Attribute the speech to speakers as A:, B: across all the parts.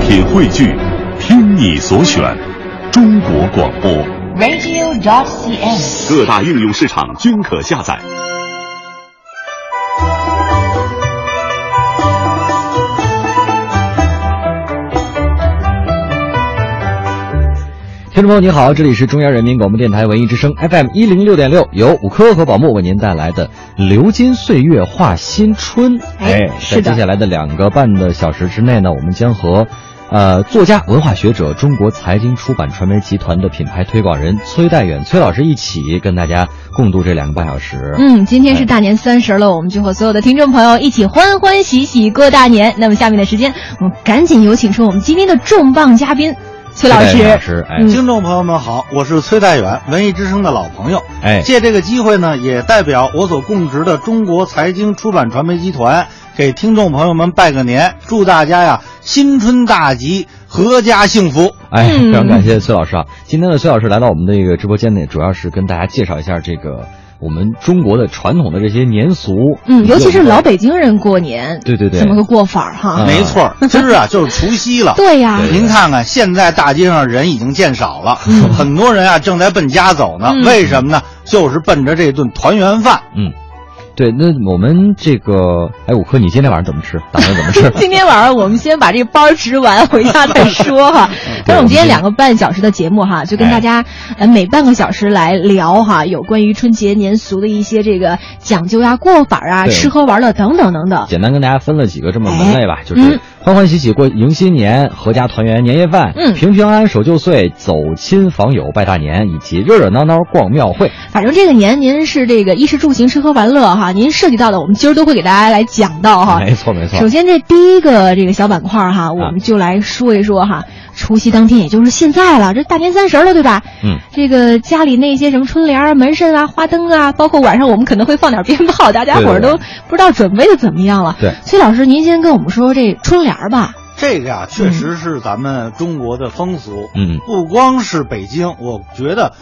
A: 品汇聚，听你所选，中国广播。
B: radio.cn。
A: 各大应用市场均可下载。
C: 听众朋友，你好，这里是中央人民广播电台文艺之声 FM 一零六点六，由五科和宝木为您带来的《流金岁月话新春》。
B: 哎
C: 在
B: 是的
C: 接下来的两个半的小时之内呢，我们将和。呃，作家、文化学者、中国财经出版传媒集团的品牌推广人崔代远崔老师一起跟大家共度这两个半小时。
B: 嗯，今天是大年三十了，我们就和所有的听众朋友一起欢欢喜喜过大年。那么下面的时间，我们赶紧有请出我们今天的重磅嘉宾崔老
C: 崔代远老
B: 师。
C: 师，哎，
B: 嗯
D: 听众朋友们好，我是崔代远，文艺之声的老朋友。
C: 哎
D: 借这个机会呢，也代表我所供职的中国财经出版传媒集团，给听众朋友们拜个年，祝大家呀新春大吉，阖家幸福。
C: 哎，非
B: 嗯
C: 常感谢崔老师啊！今天的崔老师来到我们这个直播间呢，主要是跟大家介绍一下这个我们中国的传统的这些年俗，
B: 嗯，尤其是老北京人过年，
C: 对对对
B: 怎么个过法儿哈？
C: 啊
D: 没错 儿，今儿啊就是除夕了。
B: 嗯对呀，
C: 对
D: 您看看，现在大街上人已经见少了，很多人啊正在奔家走呢。
B: 嗯？
D: 为什么呢？就是奔着这顿团圆饭。
C: 嗯，对。那我们这个，哎，五科，你今天晚上怎么吃？打算怎么吃
B: 今天晚上我们先把这包值完，回家再说 哈。但是我们今天两个半小时的节目哈，就跟大家
C: 哎
B: 呃每半个小时来聊哈，有关于春节年俗的一些这个讲究呀、过法啊、
C: 对
B: 吃喝玩乐等等等等。
C: 简单跟大家分了几个这么门类吧，就
B: 嗯
C: 是欢欢喜喜过迎新年、合家团圆年夜饭、
B: 嗯
C: 平平安安守旧岁、走亲访友拜大年，以及热热闹闹逛庙会。
B: 反正这个年您是这个衣食住行、吃喝玩乐哈，您涉及到的我们今儿都会给大家来讲到哈。
C: 没错没错
B: 哦
C: 啊
B: 首，先，这第一个这个小板块儿哈，我们就来说一说哈，除夕当天，也就是现在了，这大年三十了，对吧？
C: 嗯，
B: 这个家里那些什么春联儿、门神啊、花灯啊，包括晚上我们可能会放点鞭炮，大家伙
C: 对
B: 儿
C: 对
B: 都不知道准备的怎么样了。
C: 对
B: 崔老师，您先跟我们说说这春联儿吧。
D: 这个呀、确
B: 嗯
D: 实是咱们中国的风俗。
C: 嗯
D: 不光是北京，我觉得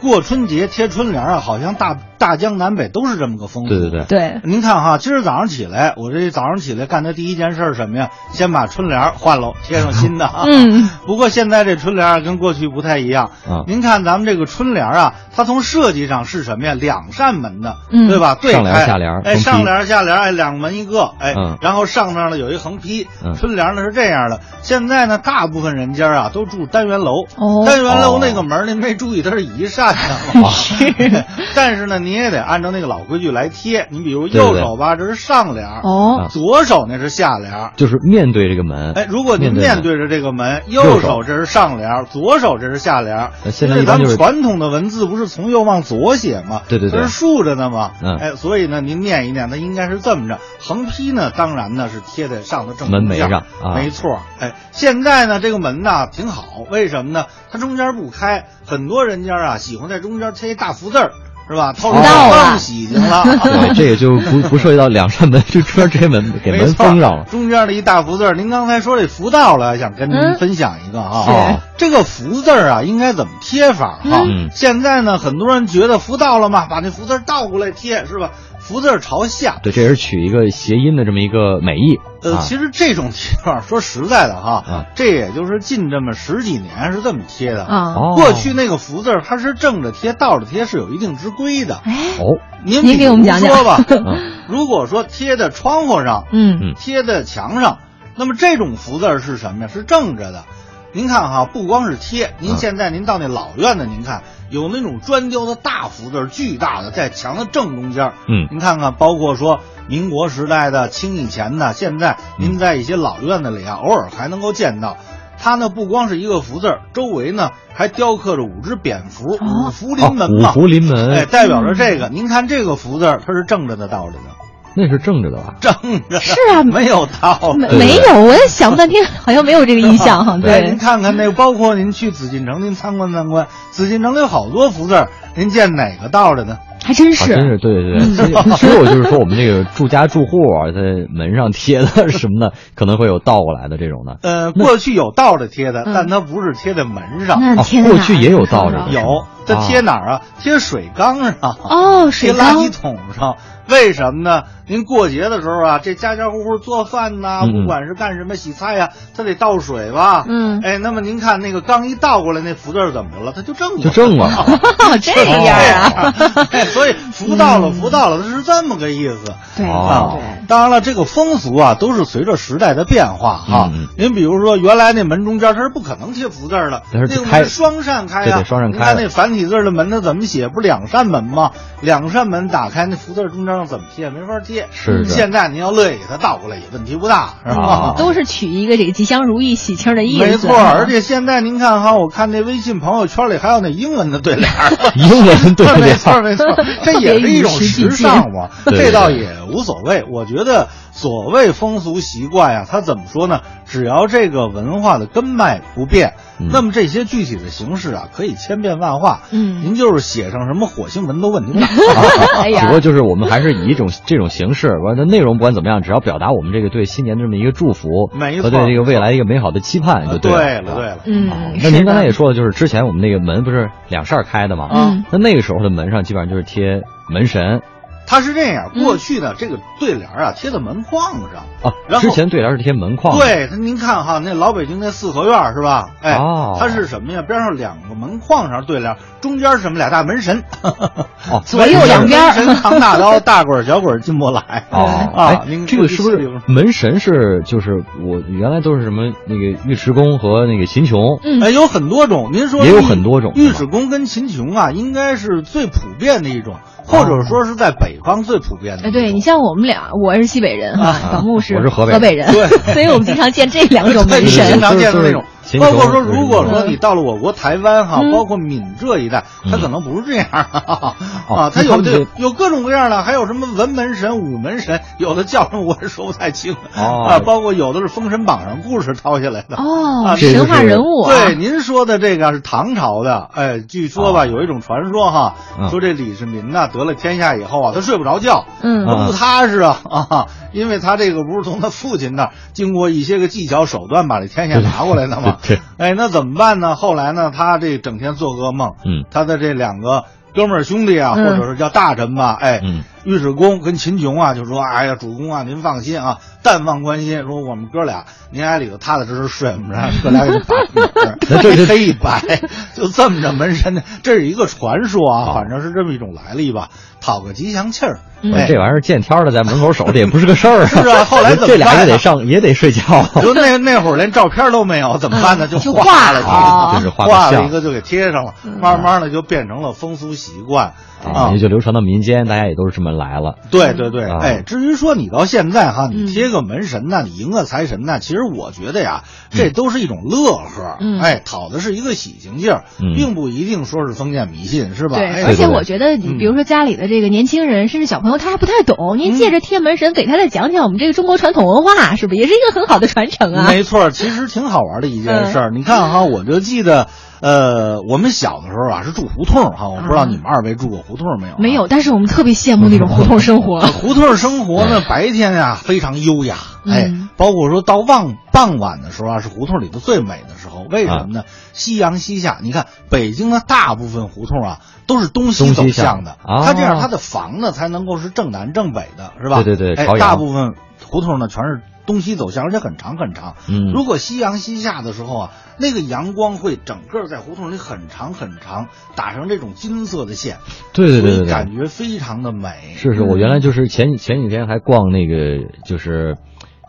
D: 过春节贴春联啊，好像大大江南北都是这么个风俗。
C: 对对对。
B: 对，
D: 您看哈，今儿早上起来，我这早上起来干的第一件事儿什么呀？先把春联换喽，贴上新的啊。
B: 嗯，
D: 不过现在这春联儿跟过去不太一样
C: 啊
D: 您看咱们这个春联儿啊，它从设计上是什么呀？两扇门的，
B: 嗯
D: 对吧？对
C: 上联儿
D: 开
C: 下联儿横
D: 哎，
C: 批
D: 上联儿下联儿哎，两门一个，哎，
C: 嗯
D: 然后上面呢有一横批。
C: 嗯
D: 春联儿呢是这样的，现在呢大部分人家啊都住单元楼，
B: 哦
D: 单元楼那个门儿您没注意，它是一扇的。
C: 哦
D: 是， 但是呢你也得按照那个老规矩来贴，你比如
C: 对对
D: 右
C: 对
D: 手吧，这是上联
C: 啊
D: 儿，
B: 哦，
D: 左手那是下联儿。
C: 就是面对这个门，
D: 哎，如果您面
C: 面
D: 对着这个门，
C: 右手
D: 右手这是上联儿，左手这是下联儿。
C: 呃现在
D: 因为
C: 一般
D: 咱们
C: 就是
D: 传统的文字不是从右往左写吗？
C: 对对对
D: 它是竖着的嘛。
C: 嗯
D: 哎，所以呢，您念一念，它应该是这么着。横批呢，当然呢是贴在上头正
C: 门
D: 中间
C: 楣上啊
D: 没错儿。哎，现在呢这个门呢挺好，为什么呢？它中间不开，很多人家啊喜欢在中间贴一大福字儿，是吧？套路
B: 不到啊了
D: 放喜 庆了。啊
C: 对，啊这也就不不涉及到两扇门，就中间这些门给
D: 没
C: 门
D: 错，
C: 封上了。
D: 中间的一大福字儿，您刚才说这福到了，想跟您分享一个啊。
B: 嗯
C: 是
D: 这个福字儿啊，应该怎么贴法啊哈、
C: 嗯
D: 现在呢，很多人觉得福到了嘛，把那福字儿倒过来贴是吧？福字儿朝下。
C: 对，这也是取一个谐音的这么一个美意。
D: 呃，
C: 啊
D: 其实这种贴法，说实在的哈、
C: 啊
D: 这也就是近这么十几年是这么贴的。
B: 啊，
C: 哦
D: 过去那个福字儿，它是正着贴、倒着贴是有一定之规的。
B: 哎，
C: 哦，
D: 您
B: 您
D: 您
B: 给我们讲讲
D: 说吧，
C: 嗯
D: 如果说贴在窗户上，
B: 嗯，
C: 嗯
D: 贴在墙上。那么这种福字儿是什么呀？是正着的。您看哈，不光是贴，您
C: 嗯
D: 现在您到那老院子，您看有那种砖雕的大福字儿，巨大的，在墙的正中间儿。
C: 嗯
D: 您看看，包括说民国时代的、清以前的，现在
C: 嗯
D: 您在一些老院子里啊，偶尔还能够见到。它呢，不光是一个福字儿，周围呢还雕刻着五只蝙蝠，
B: 哦
D: 五福临门
C: 哦
D: 嘛。
C: 五福临门
D: 哎，代表着这个。您看这个福字儿，它是正着的，倒着的。
C: 那是正着的吧？
D: 正着
B: 是啊
D: 没有道
B: 没
D: 理。
C: 对
B: 没有，我也想半天，好像没有这个印象哈。
D: 哎您
B: 对，
D: 看看那个，包括您去紫禁城，您参观参观，紫禁城有好多福字儿，您见哪个道着呢？
B: 还真
C: 啊
B: 是。
C: 真是对对对，所以所以我就是说，我们这个住家住户啊，在门上贴的 什么的，可能会有倒过来的这种的。
D: 呃，过去有倒着贴的，
B: 嗯
D: 但它不是贴在门上，
B: 那
C: 啊
B: 天哪
C: 过去也有道理
B: 看着
D: 有它贴哪儿啊？贴水缸上，
B: 哦，水
D: 贴垃
B: 缸
D: 圾桶上。为什么呢？您过节的时候啊，这家家户户做饭呐、
C: 嗯嗯
D: 不管是干什么洗菜呀、它得倒水吧。
B: 嗯
D: 哎，那么您看那个缸一倒过来，那福字儿怎么了？它就正过来
C: 就正了
B: 哦，这样啊，
D: 哎所以福到了，福到了，它是这么个意思。啊
B: 对
C: 嗯哦
B: 对对，
D: 当然了，这个风俗啊，都是随着时代的变化哈
C: 嗯嗯。
D: 您比如说，原来那门中间它是不可能贴福字儿的，
C: 它是
D: 那个
C: 开
D: 门双扇开
C: 对
D: 啊
C: 对，双扇开
D: 你看
C: 的
D: 那繁体字儿的门，它怎么写？不是两扇门吗？两扇门打开，那福字儿中间要怎么贴？没法贴。
C: 是的
D: 现在您要乐意给它倒过来，也问题不大，是吧
C: 啊？
B: 都是取一个这个吉祥如意、喜庆的意思。
D: 没错，而且现在您看哈，我看那微信朋友圈里还有那英文的对联儿，
C: 英文对
D: 没
C: 联
D: 错没错，这也是一种时尚嘛，
C: 特别与时俱进
D: 这倒也无所谓。我觉得所谓风俗习惯呀、它怎么说呢？只要这个文化的根脉不变，
C: 嗯
D: 那么这些具体的形式啊，可以千变万化。
B: 嗯
D: 您就是写上什么火星文都问题不大。
B: 哎
C: 只
B: 呀
C: 不过就是我们还是以一种这种形式，完了内容不管怎么样，只要表达我们这个对新年的这么一个祝福，
D: 没
C: 和
D: 错
C: 对这个未来一个美好的期盼， 就
D: 对
C: 了。
D: 了对了，
C: 哦
B: 嗯，
C: 那您刚才也
B: 也
C: 说了，就是之前我们那个门不是两扇儿开的吗？
D: 啊
B: 嗯
C: 那那个时候的门上基本上就是贴门神
D: 它是这样，
B: 嗯
D: 过去呢，这个对联儿啊贴在门框上。
C: 啊
D: 然，后
C: 之前对联是贴门框，，
D: 对，它您看哈，那老北京那四合院儿是吧？哎，
C: 哦
D: 它是什么呀？边上两个门框上对联，中间是什么？俩大 门神，
C: 哦
B: 左右两 边儿
D: 门神扛大刀，大鬼儿小鬼儿进不来。
C: 哦，
D: 啊
C: 哎，
D: 您
C: 这个是不
D: 说第四
C: 是
D: 名
C: 门神是就是我原来都是什么那个尉迟恭和那个秦琼，
B: 嗯
D: 哎，有很多种，您说
C: 也有
D: 玉
C: 很多种
D: 尉
C: 是吧
D: 迟恭跟秦琼啊，应该是最普遍的一种，或
C: 哦
D: 者说是在北方最普遍的
B: 哎，
D: 一种。
B: 对你像我们俩，我是西北人哈，宝木是
C: 我是河北
B: 河北人，
D: 对
B: 所以我们经常见这两种门
D: 对
C: 神
D: 经
B: 神。
D: 常见的那
C: 就
D: 种
C: 是。
D: 包括
C: 秦琼
D: 说，如果说你到了我国台湾哈，
B: 嗯
D: 包括闽浙一带，它可能不是这样啊，
C: 哦
D: 啊
C: 那他
D: 它有
C: 们
D: 这
C: 这
D: 有各种各样的，还有什么文门神、武门神，有的叫上我也说不太清
B: 嗯
C: 哦
D: 啊，包括有的是《封神榜》上故事抄下来的。
B: 哦，
D: 啊
C: 这就
B: 神话
C: 是
B: 人物啊
D: 对，您说的这个是唐朝的，哎，据说吧，
C: 哦
D: 有一种传说哈
C: 嗯，
D: 说这李世民呐得了天下以后啊，他睡不着觉，
B: 嗯
C: 啊，
D: 他不踏实啊啊，因为他这个不是从他父亲那儿经过一些个技巧手段把这天下拿过来的嘛
C: 对对
D: 哎，那怎么办呢？后来呢，他这整天做噩梦，
C: 嗯
D: 他的这两个哥们儿兄弟啊，
B: 嗯
D: 或者是叫大臣吧，哎，
C: 嗯
D: 尉迟恭跟秦琼啊，就说：“哎呀，主公啊，您放心啊，但放关心，说我们哥俩您挨里头踏踏实实睡，我们 让哥俩给你把一 黑一白，就这么着门神的，这是一个传说啊，反正是这么一种来历吧，讨个吉祥气儿。
B: 嗯
D: 哎
C: 这玩意儿见天儿的在门口守着也不是个事儿啊。
D: 是 啊后来怎么办啊
C: 这俩也得上也得睡觉。
D: 就那那会儿连照片都没有，怎么办呢？
B: 嗯就
D: 画了，
B: 画了啊嗯
C: 就是画
D: 画
C: 个像
D: 了一个就给贴上了，慢慢的就变成了风俗习惯
C: 啊，
D: 啊
C: 也。就流传到民间，大家也都是这么来了。
D: 对对对，
C: 啊
D: 哎，至于说你到现在哈，
B: 嗯
D: 你贴个门神呐，你迎个财神呐，其实我觉得呀，
C: 嗯
D: 这都是一种乐呵，
B: 嗯
D: 哎，讨的是一个喜庆劲儿，
C: 嗯
D: 并不一定说是封建迷信，是吧？
B: 对，而
D: 哎，
B: 且我觉得，你
D: 嗯
B: 比如说家里的这个年轻人，甚至小朋友，他还不太懂，您
D: 嗯
B: 借着贴门神给他再讲讲我们这个中国传统文化，是不是也是一个很好的传承啊？嗯
D: 没错，其实挺好玩的一件事儿。你看哈，我就记得，呃，我们小的时候啊是住胡同哈，我不知道你们二位住过胡同没有？
B: 嗯
D: 啊
B: 没有，。但是我们特别羡慕那种胡同生活。
D: 胡同生活
C: 哎
D: 呢，白天呀、非常优雅，哎
B: 嗯，
D: 包括说到傍傍晚的时候啊，是胡同里头最美的时候。为什么
C: 啊
D: 呢？夕阳西下，你看北京的大部分胡同啊都是东西走向的，
C: 东西向
D: 它这样
C: 哦
D: 它的房呢才能够是正南正北的，是吧？
C: 对对对
D: 哎
C: 朝，阳
D: 大部分胡同呢全是东西走向，而且很长很长。
C: 嗯
D: 如果夕阳西下的时候啊，那个阳光会整个在胡同里很长很长，打成这种金色的线，
C: 对对对
D: 所
C: 对
D: 以
C: 对
D: 感，觉非常的美。
C: 是是，我原来就是前前几天还逛那个就是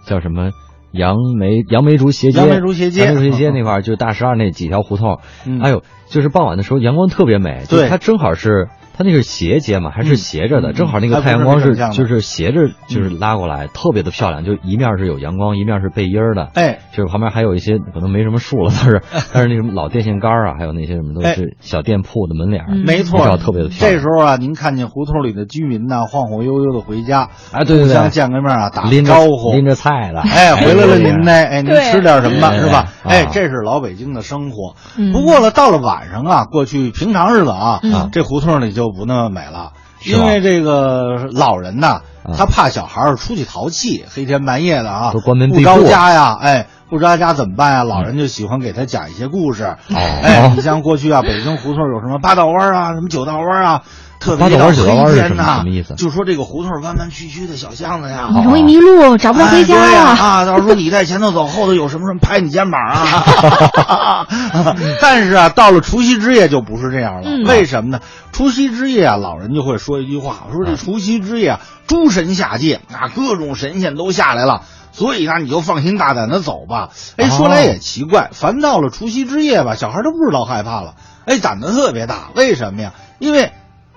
C: 叫什么。杨梅杨梅竹斜街，
D: 杨梅竹斜街
C: 杨梅竹斜街那块儿就是大石二那几条胡同，
D: 嗯
C: 哎呦，就是傍晚的时候阳光特别美，就是
D: 对
C: 它正好是它那个是斜街嘛，还是斜着的，
D: 嗯
C: 正好那个
D: 还不
C: 太
D: 是
C: 阳光是
D: 正向的
C: 就是斜着就是拉过来，特别的漂亮，就一面是有阳光，一面是背阴儿的，
D: 哎，
C: 就是旁边还有一些可能没什么树了，但 是但是那什么老电线杆儿啊，还有那些什么都
D: 哎
C: 是小店铺的门脸儿，啊
B: 嗯
D: 没错
C: 拍照特别的漂亮
D: 这时候啊，您看见胡同里的居民呐，晃晃悠悠的回家，
C: 哎对对
D: 互
C: 对，
D: 相见个面啊，打个
C: 拎着
D: 招呼，
C: 拎着菜了，
D: 哎，回来了您呢，哎，您
B: 对
D: 吃点什么
C: 对
D: 是吧？
C: 啊
D: 哎，这是老北京的生活
B: 嗯。
D: 不过呢，到了晚上啊，过去平常日子啊
B: 嗯，
D: 这胡同里就不那么美了。
C: 是
D: 因
C: 吧
D: 为这个老人呐
C: 啊，
D: 他怕小孩儿出去淘气，黑天半夜的啊，
C: 都关门
D: 不
C: 闭
D: 着
C: 户
D: 家呀，哎，不着家怎么办呀？老人就喜欢给他讲一些故事。
C: 嗯哦
D: 哎，你像过去啊，北京胡同有什么八道湾啊，什么九道湾啊，特别
C: 八道湾
D: 到
C: 九道湾
D: 黑
C: 是
D: 天
C: 什么
D: 呐
C: 什么意思哦
D: 就说这个胡同弯弯曲曲的小巷子呀，
B: 你容易迷路，找不着回家
D: 哎对呀、
B: 呀。
D: 啊！到时候你在前头走，后头有什么什么拍你肩膀 啊！ 但是啊，到了除夕之夜就不是这样了，
B: 嗯
D: 为什么呢？除夕之夜啊，老人就会说一句话，说
B: 嗯
D: 这除夕之夜啊，诸神下界啊，各种神仙都下来了。所以呢，你就放心大胆的走吧。哎，说
B: 哦
D: 来也奇怪，凡到了除夕之夜吧，小孩都不知道害怕了，哎，胆子特别大。为什么呀？因为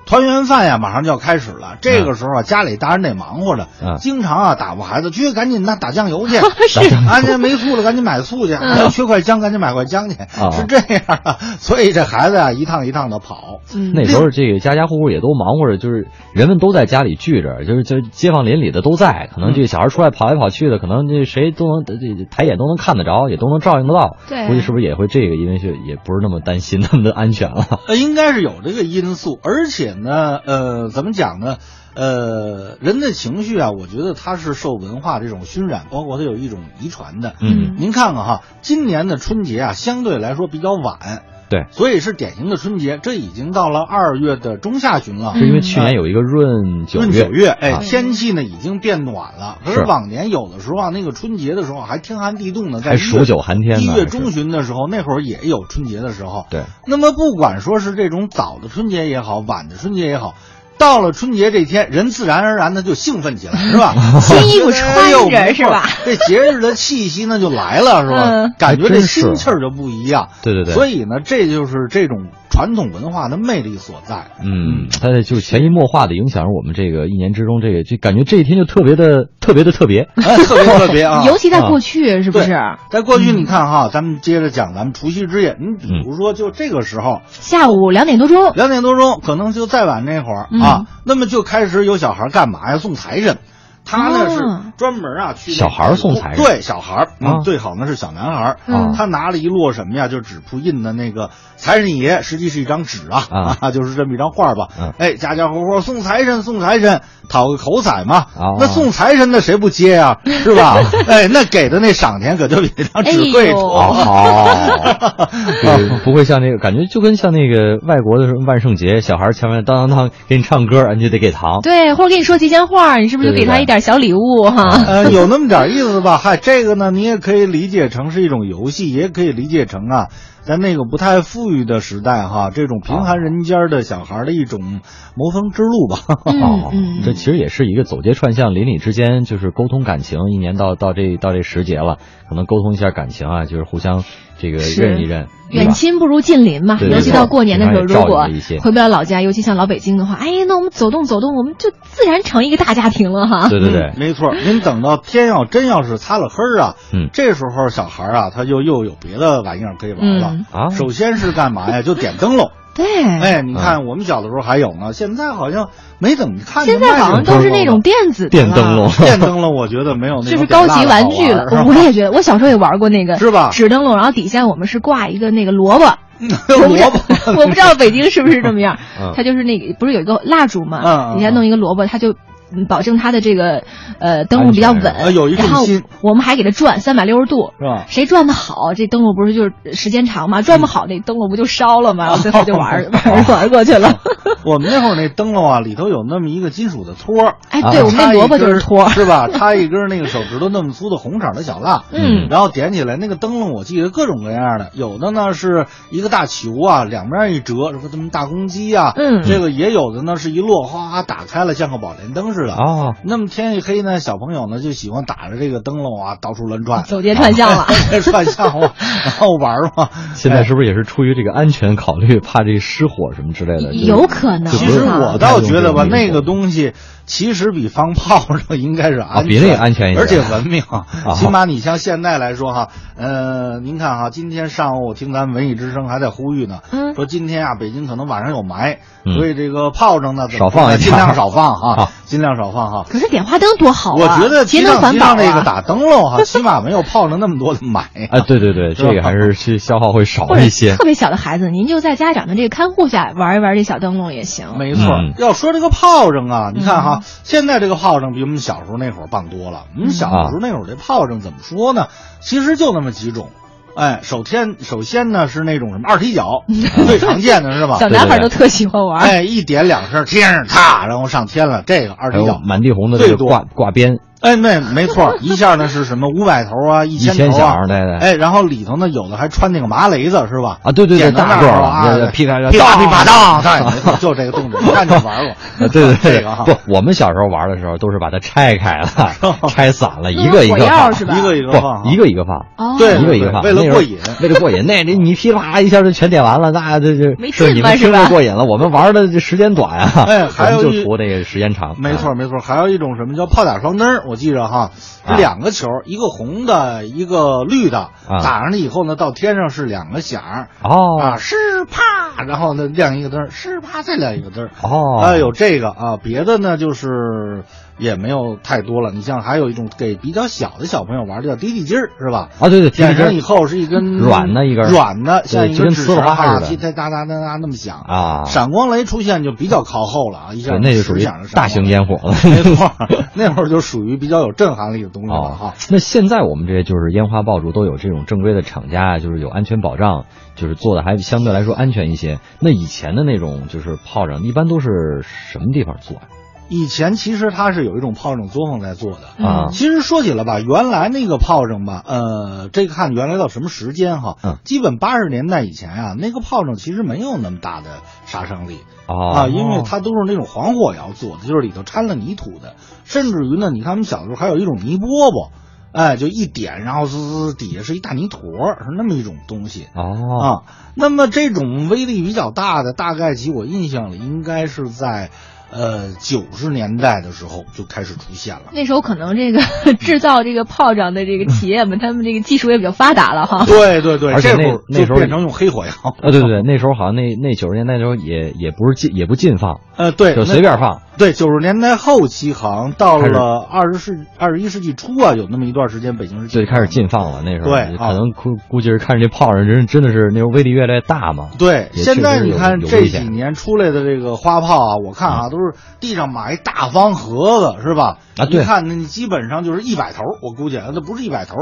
D: 团圆饭呀，马上就要开始了。这个时候啊，家里大人得忙活着，
C: 嗯
D: 经常啊打发孩子去，赶紧那打酱油去，
B: 是
D: 啊，这没醋了，赶紧买醋去，啊缺块姜，赶紧买块姜去，
C: 啊
D: 是这样的。所以这孩子啊，一趟一趟的跑。
B: 嗯，
C: 那时候这个家家户户也都忙活着，就是人们都在家里聚着，就是就是街坊邻里的都在，可能
D: 嗯
C: 这小孩出来跑来跑去的，可能这谁都能这这抬眼都能看得着，也都能照应得到。
B: 对
C: 估计是不是也会这个，因为是也不是那么担心他们的安全了。
D: 呃，应该是有这个因素，而且呢，呃，怎么讲呢？呃，人的情绪啊，我觉得它是受文化这种熏染，包括它有一种遗传的。
B: 嗯
D: 您看看哈，今年的春节啊，相对来说比较晚，
C: 对，
D: 所以是典型的春节。这已经到了二月的中下旬了，
C: 嗯是因为去年有一个闰九
D: 闰
C: 月，
D: 九月，哎，
C: 啊
D: 天气呢已经变暖了。可
C: 是
D: 是往年有的时候啊，那个春节的时候还天寒地冻呢，在
C: 还
D: 一月
C: 数九寒天呢
D: 一
C: 还是
D: 月中旬的时候，那会儿也有春节的时候。
C: 对。
D: 那么不管说是这种早的春节也好，晚的春节也好。到了春节这天，人自然而然的就兴奋起来，是吧？
B: 新衣服穿着
D: 哎呦
B: 是吧？
D: 没错这节日的气息呢就来了，是吧？
B: 嗯
D: 感觉
C: 还
D: 这
C: 真是
D: 心气儿就不一样。
C: 对对对
D: 所以呢，这就是这种传统文化的魅力
B: ！
D: 所在。
C: 嗯，它的就是潜移默化的影响着我们这个一年之中，这个这感觉这一天就特别的特别的特别。
D: 哎，特别特别啊
B: 尤其在嗯过去是不是？
D: 在过去，你看哈，咱们接着讲咱们除夕之夜，你
C: 嗯
D: 比如说就这个时候
B: 下午两点多嗯钟，
D: 两点多钟，可能就再晚那会儿啊，那么就开始有小孩干嘛呀？送财神。他呢
B: 哦
D: 是专门啊去那
C: 小孩儿送财神
D: 对小孩儿，
C: 啊
D: 嗯，最好呢是小男孩儿
B: 嗯，
D: 他拿了一摞什么呀？就纸铺印的那个财神爷，实际是一张纸
C: 啊
D: 啊，啊， 就是这么一张画儿吧
C: 嗯。
D: 哎，家家户户送财神，送财神，讨个口彩嘛
C: 哦。
D: 那送财神的谁不接呀？是 吧？哎，那给的那赏钱可就比那张纸贵
B: 哎呦
D: 多
B: 哦
D: 了。
C: 哦，对，不会像那个，感觉就跟像那个外国的什么万圣节，小孩儿前面当当当给你唱歌，你就得给糖。啊
B: 对，或者跟你说吉祥话，你是不是就
C: 对对
B: 给他
C: 对
B: 一点小礼物 哈？
D: 呃，有那么点意思吧？嗨，这个呢，你也可以理解成是一种游戏，也可以理解成啊，在那个不太富裕的时代哈，这种贫寒人家的小孩的一种谋生之路吧。
B: 嗯
C: 哦，
B: 嗯，
C: 这其实也是一个走街串巷，邻里之间就是沟通感情。一年到到这到这时节了，可能沟通一下感情啊，就是互相这个
B: 是
C: 认一认，对
B: 远
C: 吧？
B: 亲不如近邻嘛，
C: 对对
B: 尤其到过年的时
C: 对
B: 候，
C: 对
B: 如果
C: 照应一些
B: 回不了老家，尤其像老北京的话，哎，那我们走动走动，我们就自然成一个大家庭了 哈。
C: 对对对
D: 嗯，没错。您等到天要真要是擦了黑儿啊，
C: 嗯
D: 这时候小孩啊，他就又有别的玩意儿可以玩了。
B: 嗯
C: 啊
D: 首先是干嘛呀？就点 灯笼。
B: 对，
D: 哎，你看我们小的时候还有呢，现在好像没怎么看见
B: 现
D: 卖这
B: 在
D: 种
B: 好像
D: 灯笼了。
B: 都是那 种电 子
C: 电灯笼
D: 啊电灯笼我觉得没有那
B: 就
D: 种
B: 是
D: 点
B: 高
D: 蜡
B: 级
D: 的
B: 玩
D: 好
B: 具了
D: 玩儿。
B: 我也觉得，我小时候也玩过那个，
D: 是吧
B: 纸灯笼，然后底下我们是挂一个那个萝卜， 我不知
D: 萝
B: 道
D: 卜，
B: 我不知道北京是不是这么样
C: 嗯，
B: 它就是那个不是有一个蜡烛
D: 嗯
B: 嘛，
D: 嗯
B: 底下弄一个萝卜，它就。嗯保证它的这个呃灯笼比较稳
D: 全啊，有一
B: 然
D: 重
B: 后
D: 心
B: 我们还给它转三百六十度，
D: 是吧？
B: 谁转的好，这灯笼不是就是时间长嘛？转不好，那灯笼不就烧了嘛？然后最后就玩 儿玩儿玩儿过去了。
D: 我们那会儿那灯笼啊，里头有那么一个金属的托儿，
B: 哎，
C: 啊
B: 对我们那
D: 插一
B: 萝卜就是
D: 根儿
B: 托儿，
D: 是吧？插一根那个手指头那么粗的红色的小蜡，
B: 嗯
D: 然后点起来那个灯笼，我记得各种各样的，有的呢是一个大球啊，两边一折，什么什么大公鸡啊，
B: 嗯
D: 这个也有的呢是一摞，哗哗打开了，像个宝莲灯
B: 啊
D: 似的。
C: 哦，
D: 那么天一黑呢，小朋友呢就喜欢打着这个灯笼啊，到处乱转，
B: 走街串巷 了。
D: 串巷 嘛，然后玩儿嘛。
C: 现
B: 哎
C: 在是不是也是出于这个安全考虑，怕这失火什么之类的？就是
B: 有可能啊
C: 就
D: 其
C: 不是
D: 实
B: 哈
D: 我倒觉得吧，那个东西其实比放炮仗应该是安全、
C: 啊比那个安全一些啊
D: 而且文明。啊起码你像现在来说哈，呃，您看哈，今天上午我听咱们文艺之声还在呼吁呢，
B: 嗯
D: 说今天啊，北京可能晚上有霾，
C: 嗯
D: 所以这个炮仗呢，怎么
C: 少放一点
D: 尽量少放哈、
C: 啊
D: 尽量上少放哈。
B: 可是点花灯多好啊！
D: 我觉得
B: 节
D: 集
B: 能
D: 上
B: 环
D: 集
B: 保
D: 上
B: 啊。
D: 那个打灯笼哈，起码没有泡了那么多的霾
C: 啊，对对对，
D: 是吧
C: 这个还是去消耗会少
B: 或
C: 一
B: 者
C: 些
B: 特。别小的孩子，您就在家长的这个看护下玩一玩这小灯笼也行。
D: 没错
C: 嗯，
D: 要说这个炮仗啊，
B: 嗯
D: 你看哈，现在这个炮仗比我们小时候那会儿棒多了。
B: 嗯
D: 我们小时候那会儿这炮仗怎么说呢？其实就那么几种。哎，首先首先呢是那种什么二 踢脚，最常见的是吧？
B: 小
C: 对
B: 男孩都特喜欢玩。
D: 哎，一点两声，天上踏，然后上天了。这个二
C: 还
D: 踢
C: 有
D: 脚，
C: 哎满地红的这
D: 最
C: 个
D: 多
C: 挂挂鞭，
D: 哎，没 没错，一下呢是什么五百头啊，一
C: 一千
D: 头啊
C: 响，对对
D: 哎，然后里头呢有的还穿那个麻雷子是吧？
C: 啊对对对
D: 点到那
C: 大
D: 儿
C: 个儿
D: 了
C: 了呃
D: 啊，
C: 噼啪
D: 啪
C: 啪
D: 噼
C: 当
D: 啪当，对，没错就这个动作，你看就玩过
C: 呃，对对对，
D: 这个哈，
C: 不，我们小时候玩的时候都是把它拆开 了，拆散了，一
B: 弄
C: 个一
B: 火
C: 个
B: 药
C: 放，
B: 是吧
D: 一个一个放啊
C: 不，一个一个放，啊
B: 哦，
D: 对
C: 一个一个放，
D: 为了
C: 那时候
D: 过瘾
C: 为了过瘾，那这你噼啪一下就全点完了，那这这
B: 没
C: 是
B: 劲
C: 你
B: 嘛
C: 们
B: 是
C: 听着
B: 吧
C: 过瘾了，我们玩的这时间短啊，
D: 哎还 有
C: 我们
D: 一
C: 就图那个时间长，
D: 没错，没错，还有一种什么叫炮打双灯儿，我记着哈，
C: 啊
D: 是两个球，一个红的，一个绿的，
C: 啊
D: 打上去以后呢，到天上是两个响儿，
C: 哦
D: 啊，是啪，然后呢亮一个灯儿，是啪再亮一个灯儿，
C: 哦，
D: 啊，有这个啊，别的呢就是也没有太多了。你像还有一种给比较小的小朋友玩的叫滴滴筋儿，是吧？
C: 啊对对，听
D: 点
C: 着
D: 上以后是一根
C: 软的一根儿
D: 软的，像
C: 对
D: 一
C: 就跟
D: 根纸
C: 呲了
D: 绳儿
C: 花
D: 啊
C: 似的
D: 滴滴答答答答那么响
C: 啊
D: 闪光雷出现就比较靠后了啊，一下
C: 对，那就属于
D: 10响的闪
C: 大
D: 光
C: 型
D: 雷
C: 烟火了。
D: 没错 儿，那会儿就属于比较有震撼力的东西了
C: 哦
D: 啊 哈。，
C: 那现在我们这就是烟花爆竹都有这种正规的厂家，就是有安全保障，就是做的还相对来说安全一些。那以前的那种就是炮仗，一般都是什么地方做呀、
D: 以前其实它是有一种炮仗作坊在做的。
B: 嗯
C: 啊
D: 其实说起来吧，原来那个炮仗吧，呃，这看原来到什么时间哈。
C: 嗯
D: 基本八十年代以前啊，那个炮仗其实没有那么大的杀伤力、
C: 哦
D: 啊，因为它都是那种黄火窑做的，就是里头掺了泥土的，甚至于呢，你看我们小时候还有一种泥饽饽，哎，就一点，然后滋滋滋底下是一大泥坨儿，是那么一种东西。
C: 哦
D: 啊，那么这种威力比较大的，大概及我印象里应该是在，呃九十年代的时候就开始出现了。
B: 那时候可能这个 制造这个炮仗的这个企业们，他们这个技术也比较发达了哈。
D: 对对对，
C: 哦而且
D: 这
C: 那
D: 会儿
C: 那
D: 就
C: 时候
D: 变成用 黑火药，
C: 啊，对对对，那时候好像那那九十年代的时候也也不是禁也不禁放，
D: 呃对，
C: 就随
D: 那。
C: 便放。
D: 对，九十年代后期好像到
C: 开始
D: 了二十世二十一世纪初啊，有那么一段时间北京是
C: 就
D: 禁
C: 开始
D: 放的
C: 禁放了，那时候
D: 对啊
C: 可能估估计是看着这炮仗真真的是那时候威力越来越大嘛。
D: 对，
C: 也
D: 现
C: 确
D: 在
C: 实
D: 你
C: 有
D: 看
C: 有
D: 这
C: 危
D: 几
C: 险嗯
D: 年出来的这个花炮啊，我看啊，都是地上码一大方盒子，是吧？
C: 啊
D: 你
C: 对
D: 看那基本上就是一百头，我估计啊，那不是一百头，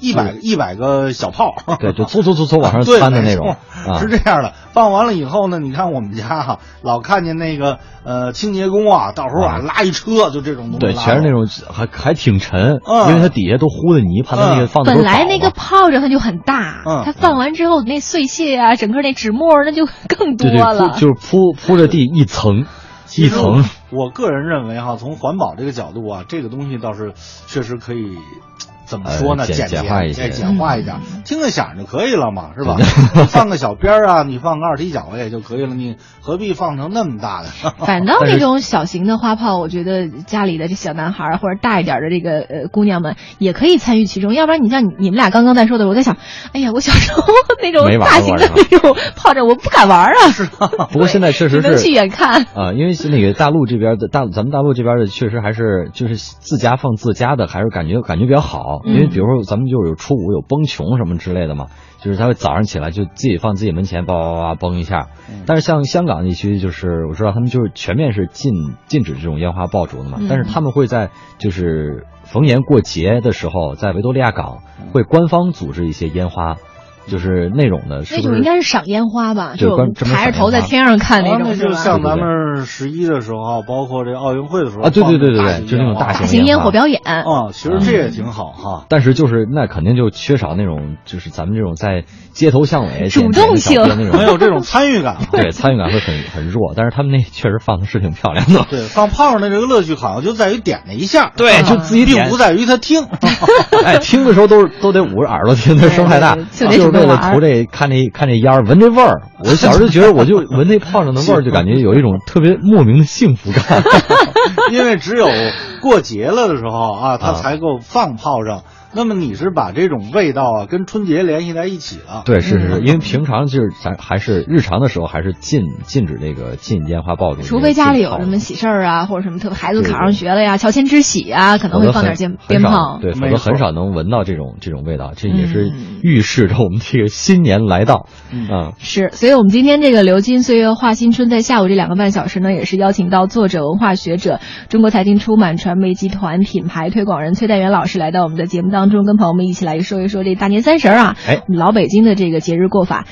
D: 一百一百个小炮，
C: 对， 就嗖嗖嗖嗖往上
D: 啊对
C: 窜的
D: 没
C: 那种
D: 错
C: 啊
D: 是。这样的。放完了以后呢，你看我们家哈、老看见那个呃清洁工啊，到时候啊
C: 啊
D: 拉一车，就这种东西，
C: 对，全是那。种还还挺沉，
D: 嗯
C: 因为它底下都糊的泥，怕它那个
D: 嗯
C: 放的
B: 本来
C: 啊
B: 那个炮仗它就很大，
D: 嗯
B: 它放完之后那碎屑啊，整个那纸沫儿那就更多
C: 对嗯对
B: 了。
C: 铺就是铺铺着地一层一层，
D: 我个人认为哈、从环保这个角度啊，这个东西倒是确实可以。怎么说呢？
C: 呃简
D: 简哎
C: 简化一些嗯
D: 简简化一点，听个响就可以了嘛，是吧？你放个小鞭儿啊，你放个二踢脚也就可以了，你何必放成那么 大的？
B: 反倒这种小型的花炮，我觉得家里的这小男孩儿或者大一点儿的这个呃姑娘们也可以参与其中。要不然你像你你们俩刚刚在说的，我在想，哎呀，我小时候那种
C: 没玩过
B: 大型的
C: 是吧
B: 那种炮仗，我不敢玩儿啊，
C: 不过现在确
B: 只
C: 实
B: 能去
C: 是。
B: 远看。
C: 啊、因为是那个大陆这边的大，咱们大陆这边的确实还是就是自家放自家的，还是感觉感觉比较好。因为
B: 嗯
C: 比如说咱们就是有初五有崩穷什么之类的嘛，就是他会早上起来就自己放自己门前，叭叭叭叭崩一下。
D: 嗯
C: 但是像香港地区，就是我知道他们就是全面是禁禁止这种烟花爆竹的嘛，
B: 嗯
C: 但是他们会在就是逢年过节的时候，在维多利亚港
B: 嗯
C: 会官方组织一些烟花，就是那种的，是
B: 那
C: 不
B: 种
C: 是？
B: 应该是赏烟花吧，
C: 对
B: 就我们
C: 专门
B: 抬着头
C: 赏烟花
B: 在天上看哦那
D: 啊
B: 种，是
D: 就
B: 吧？
D: 像咱们十一的时候，啊包括这奥运会的时候
C: 啊对对对
D: 放
C: 对对
D: 的
C: 就那种大
D: 大
B: 大
C: 型
B: 型烟
C: 烟
B: 火
C: 花
B: 表演，
D: 啊，其实这也挺好哈。
C: 但是就是那肯定就缺少那种就是咱们这种在街头巷尾
B: 主
C: 点
B: 动
C: 点小
B: 性
C: 店那
D: 没
C: 种，
D: 有这种参与感啊，
C: 对参与感会很很弱。但是他们那确实放的是挺漂亮的，
D: 对，放炮仗的这个乐趣好像就在于点了一下，
C: 对就自己点
D: 并不在于他听。
C: 哎，听的时候都是都得捂着耳朵听，它声太大，啊
B: 对对
C: 就是
B: 对
C: 为
B: 就得
C: 了
B: 主动玩
C: 图这看这看这烟儿，闻这味儿。我小时候就觉得，我就闻那炮仗的 味儿，就感觉有一种特别莫名的幸福感。
D: 因为只有过节了的时候啊，他
C: 啊
D: 才够放炮仗。那么你是把这种味道啊跟春节联系在一起了。
C: 对，是
B: 嗯
C: 是是，因为平常就是咱还是日常的时候，还是禁禁止这个进烟花爆竹，
B: 除非家里有什么喜事儿啊，或者什么特别孩子考上学了呀、乔迁之喜啊，可能会放点鞭鞭炮。
C: 对，否
D: 没
C: 则
D: 错
C: 很少能闻到这种这种味道。这也是
B: 嗯
C: 预示着我们这个新年来到
D: 嗯
C: 啊。
B: 是，所以我们今天这个流金岁月话新春，在下午这两个半小时呢，也是邀请到作者、文化学者、中国财经出版传媒集团品牌推广人崔代元老师来到我们的节目当中，跟朋友们一起来说一说这大年三十儿啊，
C: 哎
B: 我们老北京的这个节日过法。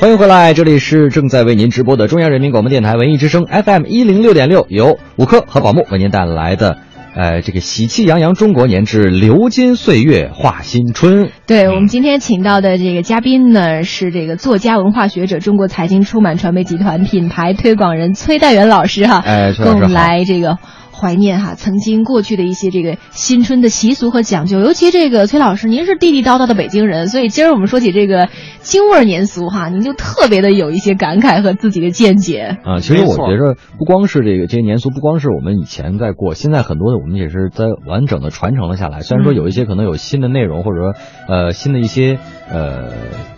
C: 欢迎回来，这里是正在为您直播的中央人民广播电台文艺之声 FM 一零六点六，由五科和宝木为您带来的，呃，这个喜气洋洋中国年之流金岁月话新春。
B: 对我们今天请到的这个嘉宾呢，是这个作家、文化学者、中国财经出版传媒集团品牌推广人崔代元老师哈，
C: 哎崔老师
B: 跟我们
C: 好
B: 来这个怀念哈曾经过去的一些这个新春的习俗和讲究。尤其这个崔老师，您是地地道道的北京人，所以今儿我们说起这个京味儿年俗哈，您就特别的有一些感慨和自己的见解。
C: 啊，其实
D: 没
C: 我
D: 错
C: 觉着不光是这个这些年俗，不光是我们以前在过，现在很多的我们也是在完整的传承了下来。虽然说
B: 嗯
C: 有一些可能有新的内容，或者说呃新的一些呃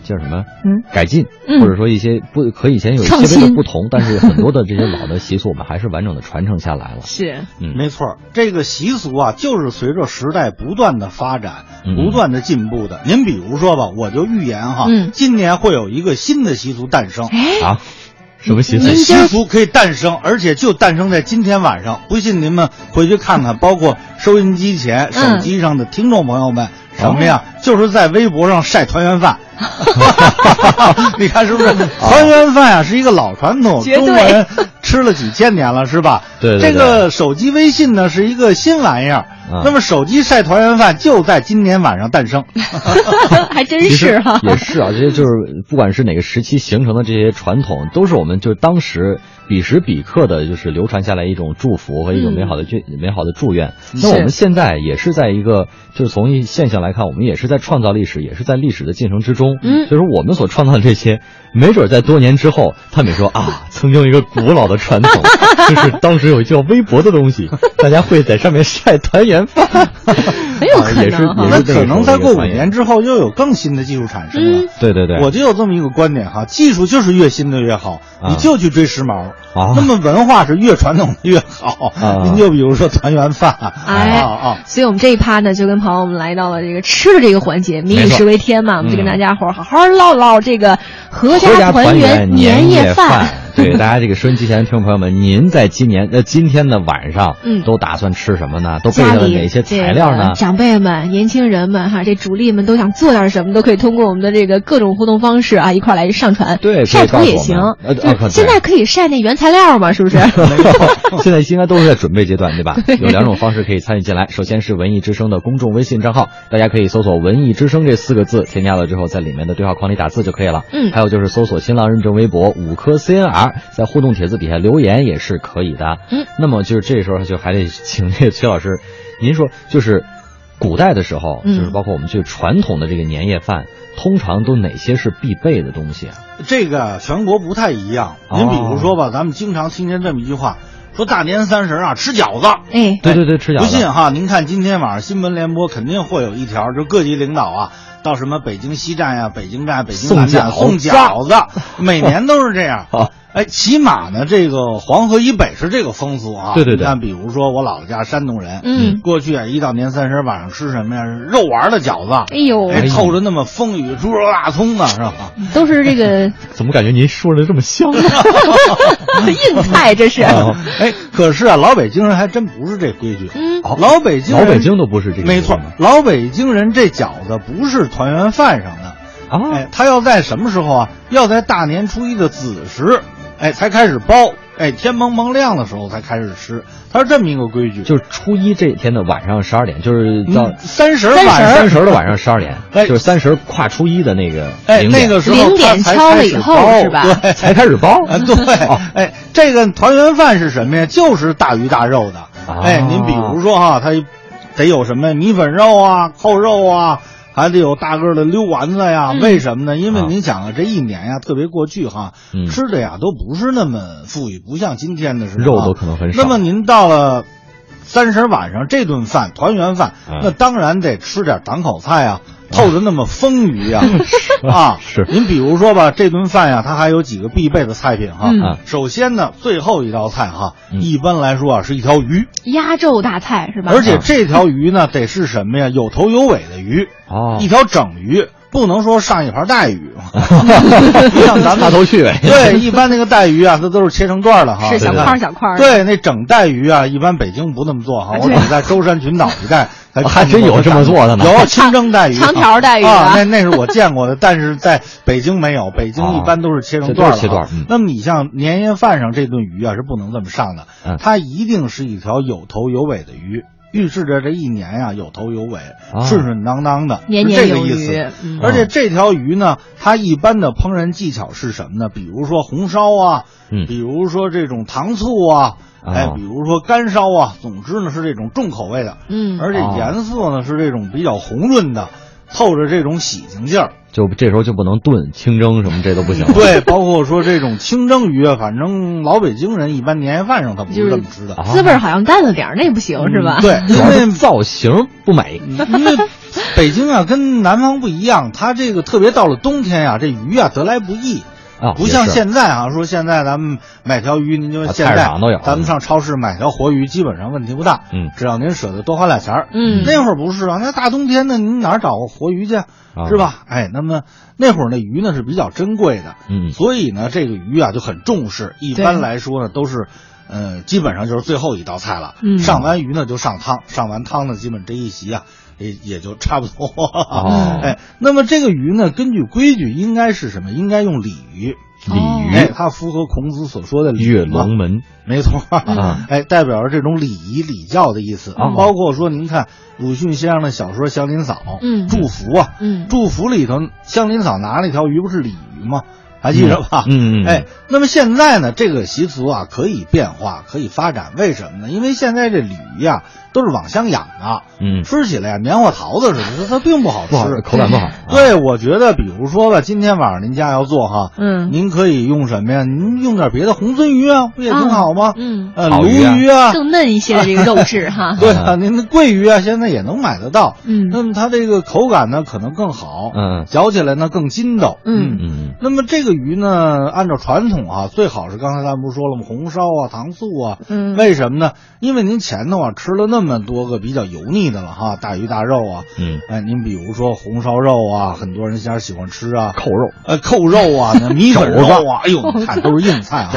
C: 叫什么
B: 嗯
C: 改进，
B: 嗯
C: 或者说一些不和以前有一
B: 创
C: 些微的
B: 新
C: 不同，但是很多的这些老的习俗我们还是完整的传承下来了。
B: 是，
C: 嗯，
D: 没错，这个习俗啊，就是随着时代不断的发展、
C: 嗯
D: 不断的进步的。您比如说吧，我就预言哈，
B: 嗯
D: 今年会有一个新的习俗诞生，
B: 哎，
C: 啊，什么习
B: 您
C: 俗？
B: 今
D: 习
B: 儿
D: 哎俗可以诞生，而且就诞生在今天晚上。不信您们回去看看，包括收音机前、
C: 嗯
D: 手机上的听众朋友们。什么
C: 哦
D: 呀？就是在微博上晒团圆 饭， 你看是不
C: 哦
D: 是？团圆饭啊呀是一个老传统，
B: 绝对
D: 中国人吃了几千年了，是吧？
C: 对对对
D: 这个手机微信呢是一个新玩意儿
C: 嗯，
D: 那么手机晒团圆饭就在今天晚上诞生。
B: 还真
C: 其实
B: 是哈、
C: 也是啊，这些就是不管是哪个时期形成的这些传统，都是我们就是当时彼时彼刻的，就是流传下来一种祝福和一种
B: 嗯
C: 美好的祝、美好的祝愿。
B: 是
C: 那我们现在也是在一个，就是从一现象来看，我们也是在创造历史，也是在历史的进程之中。
B: 嗯
C: 所以说我们所创造的这些，没准在多年之后，他们也说啊，曾经有一个古老的传统， 就是当时有一叫微博的东西，大家会在上面晒团圆 饭，很
B: 有可能
C: 也是
B: 哈
C: 也
D: 那
C: 是这个
D: 可能再
C: 时候的一个
D: 过五
C: 传言
D: 年之后，又有更新的技术产生了
B: 嗯。
C: 对对对，
D: 我就有这么一个观点哈，技术就是越新的越好，
C: 啊
D: 你就去追时髦。
C: 啊
D: 那么文化是越传统的越好。
C: 啊
D: 您就比如说团圆饭，
B: 哎
C: 哦
D: 啊啊，
B: 所以我们这一趴呢，就跟朋友们来到了这个吃的这个环节，民以食为天
C: 嗯
B: 嘛，我们就跟大家伙儿好好唠唠这个合
C: 合
B: 家团圆
C: 圆
B: 年
C: 夜
B: 饭。。
C: 对大家这个收音机前的听众朋友们，您在今年呃今天的晚上，
B: 嗯
C: 都打算吃什么呢？都备
B: 家
C: 上了
B: 里
C: 哪些
B: 这
C: 材料呢
B: 个？长辈们、年轻人们哈，这主力们都想做点什么，都可以通过我们的这个各种互动方式啊，一块儿来上传。
C: 对可以
B: 晒图
C: 告诉
B: 也
C: 我们
B: 行。
C: 呃
B: 嗯
C: 啊可
B: 现
C: 对
B: 在可以晒那原材料 嘛，是不是？哎
C: 现在应该都是在准备阶段，对吧？有两种方式可以参与进来，首先是文艺之声的公众微信账号，大家可以搜索“文艺之声”这四个字，添加了之后，在里面的对话框里打字就可以了。
B: 嗯
C: 还有就是搜索新浪认证微博五颗 CNR，在互动帖子底下留言也是可以的。
B: 嗯，
C: 那么就是这时候就还得请这个崔老师，您说就是。古代的时候，就
B: 嗯
C: 是包括我们最传统的这个年夜饭，通常都哪些是必备的东西啊？
D: 这个全国不太一样。
C: 哦
D: 您比如说吧，咱们经常听见这么一句话，说大年三十啊吃饺子。
B: 哎，
C: 对对对，吃饺子。
D: 不信啊哈，您看今天晚上新闻联播肯定会有一条，就各级领导啊，到什么北京西站呀、北京站、北京南站
C: 送
D: 送
C: 饺
D: 饺子，每年都是这样。哎，起码呢，这个黄河以北是这个风俗啊。
C: 对对对
D: 你看，比如说我姥姥家山东人，
B: 嗯，
D: 过去啊，一到年三十晚上吃什么呀？肉丸儿的饺子。
B: 哎呦，
D: 哎，透着那么风雨猪肉大葱啊呢，是吧？
B: 都是这个
C: 怎么感觉您说的这么香啊呢？
B: 硬菜，这是。
C: 啊
D: 哎，可是啊，老北京人还真不是这规矩。哦
B: 嗯，
D: 老北京人，
C: 老北京都不是这个
D: 没错
C: 规矩吗。
D: 老北京人这饺子不是团圆饭上的，
C: 啊，
D: 哎，他要在什么时候啊？要在大年初一的子时，哎，才开始包，哎，天蒙蒙亮的时候才开始吃，他是这么一个规矩。
C: 就是初一这一天的晚上十二点，就是到
D: 嗯三十
B: 三
D: 晚
B: 十
D: 上
B: 儿
C: 三十儿的晚上十二点，
D: 哎
C: 就是三十儿跨初一的那个
D: 哎，
C: 零
D: 那
C: 点
D: 个时候
B: 零点
D: 他才
B: 敲了
D: 开
B: 以
D: 始
B: 后
D: 包
B: 是吧
D: 对，
C: 才开始包。
D: 啊，对，哎，这个团圆饭是什么呀？就是大鱼大肉的。哎，您比如说哈，它得有什么米粉肉啊、扣肉啊、还得有大个儿的溜丸子呀。
B: 嗯
D: 为什么呢？因为
C: 啊
D: 您想啊，这一年呀，特别过去哈，
C: 嗯
D: 吃的呀都不是那么富裕，不像今天的时候啊
C: 肉都可能很少
D: 那么您到了。三十晚上这顿饭团圆饭，
C: 嗯
D: 那当然得吃点档口菜啊，透着那么丰腴呀
C: 嗯
D: 啊！
C: 是
D: 您比如说吧，这顿饭呀，它还有几个必备的菜品哈。
B: 嗯
C: 啊
D: 首先呢，最后一道菜哈，
C: 嗯
D: 一般来说啊是一条鱼，
B: 压轴大菜是
C: 啊
B: 吧？
D: 而且这条鱼呢，得是什么呀？有头有尾的鱼，
C: 哦
D: 一条整鱼，不能说上一盘带鱼。不 像咱们
C: 大头去尾
D: 对，一般那个带鱼啊，它都是切成段儿的哈，
B: 是小
D: 啊对吧
B: 块儿小块儿的啊
D: 对，那整带鱼啊，一般北京不那么做哈，我
B: 对
D: 只在舟山群岛一带才
C: 哦还
D: 看
C: 真
D: 见过
C: 有这么做的呢
D: 有清蒸带鱼、
B: 长条儿带鱼
D: 啊
B: 啊，
D: 那那是我见过的，但是在北京没有，北京一般都是切成
C: 哦这
D: 段儿
C: 都是
D: 的
C: 切段儿
D: 哈
C: 嗯
D: 那么你像年夜饭上这顿鱼啊，是不能这么上的
C: 嗯，
D: 它一定是一条有头有尾的鱼。预示着这一年呀、有头有尾，
C: 啊
D: 顺顺当当的，
B: 年年
D: 是这个
B: 有
D: 意思
B: 余嗯。
D: 而且这条鱼呢，它一般的烹饪技巧是什么呢？比如说红烧啊，
C: 嗯
D: 比如说这种糖醋啊，
C: 哦
D: 哎，比如说干烧啊，总之呢是这种重口味的，
B: 嗯
D: 而且
C: 哦
D: 颜色呢是这种比较红润的，透着这种喜庆劲儿。
C: 就这时候就不能炖、清蒸什么这都不行了。
D: 对，包括说这种清蒸鱼啊，反正老北京人一般年夜饭上他不
B: 就是是
D: 这么吃的，
B: 滋味儿好像淡了点儿，那不行是吧？
D: 嗯对，
C: 主
D: 因
C: 要
D: 为嗯
C: 是造型不美，
D: 因为北京啊跟南方不一样，它这个特别到了冬天呀、这鱼啊得来不易。
C: 啊
D: 不
C: 也
D: 像
C: 是
D: 现在啊，说现在咱们买条鱼，您就
C: 啊
D: 现
C: 菜市
D: 在
C: 场都有
D: 咱们上超市买条活鱼，基本上问题不大。
C: 嗯
D: 只要您舍得多花俩钱儿。
B: 嗯
D: 那会儿不是啊，那大冬天的，您哪儿找活鱼去啊
C: 啊
D: 是吧？哎，那么那会儿那鱼呢是比较珍贵的，
C: 嗯
D: 所以呢这个鱼啊就很重视。一
B: 对
D: 般来说呢都是，呃，基本上就是最后一道菜了。
B: 嗯
D: 上完鱼呢就上汤，上完汤呢基本这一席啊也也就差不多。
C: 哦
D: 哎，那么这个鱼呢，根据规矩应该是什么？应该用鲤鱼。
C: 鲤鱼
D: 哎，它符合孔子所说的礼
C: 跃
D: 嘛
C: 龙，门
D: 没错
C: 嗯
D: 哎，代表着这种礼仪礼教的意思。
C: 哦
D: 包括说，您看鲁迅先生的小说《祥林嫂》，
B: 嗯
D: 祝福啊，
B: 嗯
D: 祝福里头，祥林嫂拿了一条鱼，不是鲤鱼吗？还记着吧？
C: 嗯嗯嗯
D: 哎，那么现在呢，这个习俗啊可以变化，可以发展，为什么呢？因为现在这鲤鱼呀、都是网箱养的，
C: 嗯
D: 吃起来呀啊棉花桃子似的，它它并不好吃，
C: 不好，口感不好。
B: 啊
D: 对，我觉得比如说吧，今天晚上您家要做哈，
B: 嗯
D: 您可以用什么呀？您用点别的红鳟鱼啊，不也挺好吗？
B: 嗯，
D: 呃，
C: 好
D: 鲈
C: 鱼啊
D: 鱼 啊，
B: 更嫩一些的这个肉 质哈。
D: 对啊，您的桂鱼啊，现在也能买得到。
B: 嗯
D: 那么它这个口感呢，可能更好，
C: 嗯
D: 嚼起来呢更筋道。
B: 嗯
C: 嗯
D: 那么这个鱼呢，按照传统啊，最好是刚才咱们不是说了吗？红烧啊，糖醋啊。
B: 嗯
D: 为什么呢？因为您前头啊吃了那么多个比较油腻的了哈，大鱼大肉啊。
C: 嗯
D: 哎，您比如说红烧肉啊，很多人现在喜欢吃啊，
C: 扣肉
D: 呃，扣肉啊，那米 粉肉啊，哎呦，你看都是硬菜啊。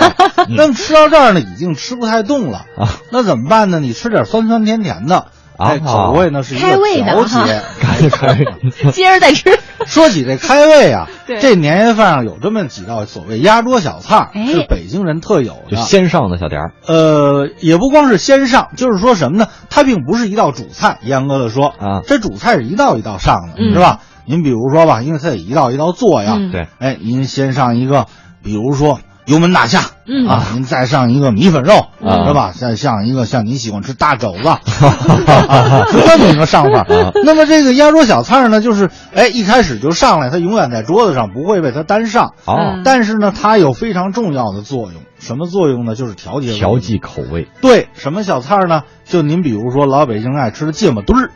D: 那么吃到这儿呢，已经吃不太动了
C: 嗯啊，
D: 那怎么办呢？你吃点酸酸甜甜的，哎，口味呢是一
B: 开
D: 个
B: 胃的
D: 调
B: 哈
D: 节。
C: 嗯，可
D: 啊
C: 以。
B: 接着再吃。
D: 说起这开胃啊
B: 对，
D: 这年夜饭上有这么几道所谓压桌小菜儿，
B: 哎
D: 是北京人特有
C: 就
D: 的。
C: 先上的小碟儿
D: 呃，也不光是先上，就是说什么呢？它并不是一道主菜。严格的说
C: 啊
D: 这主菜是一道一道上的，
B: 嗯
D: 是吧？您比如说吧，因为它得一道一道做呀。
B: 嗯
C: 对
D: 哎，您先上一个，比如说油焖大虾，
B: 嗯啊
D: 啊，您再上一个米粉肉，
C: 嗯
D: 是吧？再上一个像您喜欢吃大 肘子，是这么一个上法。
B: 啊
D: 那么这个压桌小菜呢，就是哎一开始就上来，它永远在桌子上，不会被它单上。
C: 哦
B: 嗯，
D: 但是呢，它有非常重要的作用，什么作用呢？就是调节
C: 调剂。口味
D: 对，什么小菜呢？就您比如说老北京爱吃的芥末墩儿，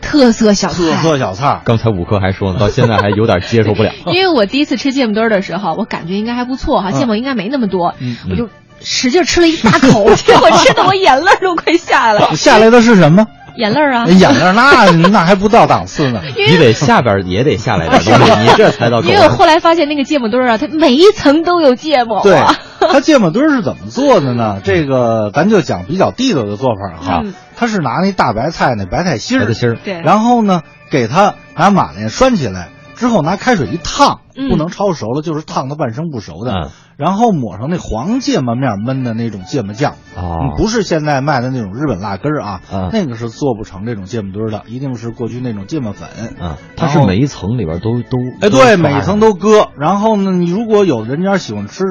B: 特色小
D: 特
B: 菜。
D: 色小菜。
C: 刚才五科还说呢，到现在还有点接受不 了。
B: 因为我第一次吃芥末墩儿的时候，我感觉应该还不错
D: 嗯
B: 哈，芥末应该没那么多，我就使劲吃了一大 口，结果吃的我眼泪儿都快下来了，
D: 下来的是什么？哎
B: 眼泪儿啊，
D: 眼泪儿 那那还不到档次呢。
C: 你得下边也得下来 点东西，你这才到口
B: 啊因为
C: 味。
B: 我后来发现那个芥末墩儿啊，它每一层都有芥末。啊
D: 对，它芥末墩儿是怎么做的呢？这个咱就讲比较地道的做法哈
B: 嗯，
D: 它是拿那大白菜那白菜心
C: 白
D: 儿，
C: 菜心儿
B: 对
D: 然后呢给它拿马铃拴起来，之后拿开水一烫，
B: 嗯
D: 不能焯熟了，就是烫它半生不熟
C: 嗯
D: 的，然后抹上那黄芥末面焖的那种芥末酱。
C: 哦，
D: 嗯不是现在卖的那种日本辣根儿啊，
C: 嗯
D: 那个是做不成这种芥末墩儿的，一定是过去那种芥末粉。
C: 啊，它是每一层里边都都
D: 哎，对，每一层
C: 都
D: 都搁。然后呢，你如果有人家喜欢吃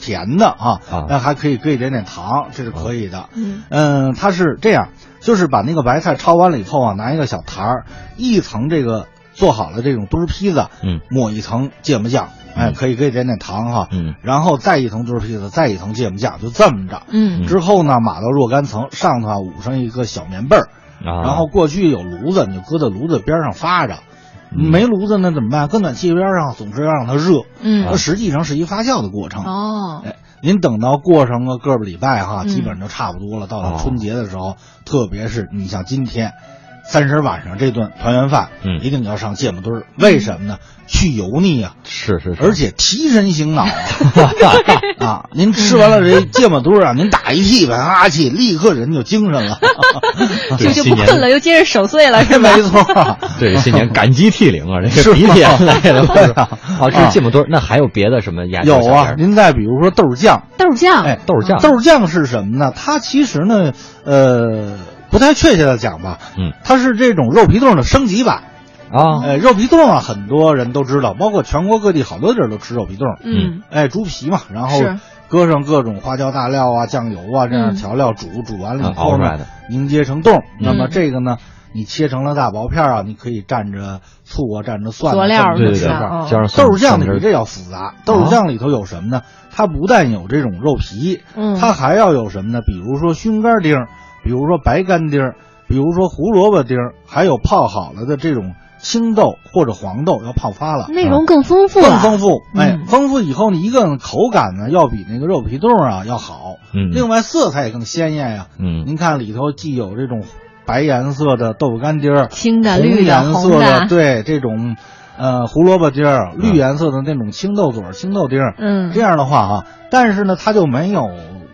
D: 甜的啊，
C: 啊
D: 那还可以搁一点点糖，这是可以的。
B: 嗯
D: 嗯，它是这样，就是把那个白菜焯完了以后啊，拿一个小坛儿，一层这个做好了这种墩儿坯子，
C: 嗯，
D: 抹一层芥末酱，哎，
C: 嗯
D: 可以给点点糖哈，
C: 嗯
D: 然后再一层墩儿坯子，再一层芥末酱，就这么着。
B: 嗯
D: 之后呢，码到若干层，上头啊捂上一个小棉被儿，
C: 啊，
D: 然后过去有炉子，你就搁在炉子边上发着。
C: 嗯
D: 没炉子那怎么办？搁暖气边上，总之要让它热。
B: 嗯
C: 啊
D: 它实际上是一发酵的过程。
B: 哦，
D: 哎，您等到过上个个把礼拜哈，
B: 嗯
D: 基本上就差不多了。到了
C: 哦
D: 春节的时候，特别是你像今天，三十晚上这顿团圆饭，
C: 嗯
D: 一定要上芥末墩儿。为什么呢？去油腻啊，
C: 是是是，
D: 而且提神 醒脑啊啊！您吃完了这芥末墩儿啊，您打一屁盆哈气，立刻人就精 神了。
B: 就
C: 对
B: 就
C: 新
B: 不
C: 年
B: 困了，又接着守岁了，是吧？
D: 啊 没错啊，
C: 对，新年哎感激涕零啊，这个鼻涕也来了，不 是？好，这是芥末墩儿，那还有别的什么压
D: 啊有啊。
C: 啊，
D: 您再比如说豆儿酱，
B: 豆酱，
D: 哎，
C: 豆儿酱，
D: 豆儿酱是什么呢？它其实呢，呃，不太确切的讲吧，
C: 嗯，
D: 它是这种肉皮冻的升级版。
C: 啊，
D: 呃，肉皮冻啊，很多人都知道，包括全国各地好多地儿都吃肉皮冻。
B: 嗯
D: 哎，猪皮嘛，然后
B: 是
D: 搁上各种花椒、大料啊、酱油啊，这样
B: 嗯
D: 调料煮，煮完了以
C: 啊熬
D: 后
C: 出来
D: 呢
C: 的，
D: 凝结成冻。那
B: 嗯
D: 么这个呢，你切成了大薄片儿啊，你可以蘸着醋啊，蘸着蒜啊，
B: 佐料
D: 蘸着
C: 对对
B: 是
C: 对，
D: 吃
B: 吧
D: 法
B: 哦
C: 加上蒜
D: 豆儿酱
C: 蒜啊
D: 呢
C: 汁
D: 比
C: 儿
D: 这要复杂。豆儿酱里头有什么呢？它不但有这种肉皮，
B: 嗯
D: 它还要有什么呢？比如说熏干丁儿，比如说白干丁儿，比如说胡萝卜丁儿，还有泡好了的这种青豆或者黄豆，要泡发了。
B: 内容更丰富了，
D: 嗯啊更丰富，哎，
B: 嗯
D: 丰富以后呢，一个口感呢要比那个肉皮冻啊要好，
C: 嗯
D: 另外色彩也更鲜艳呀、
C: 嗯
D: 您看里头既有这种白颜色的豆腐干丁儿，
B: 青的
D: 红
B: 绿的
D: 颜色
B: 红的
D: 的，对这种，呃，胡萝卜丁儿，
C: 嗯
D: 绿颜色的那种青豆嘴儿、青豆丁儿，
B: 嗯
D: 这样的话啊，但是呢，它就没有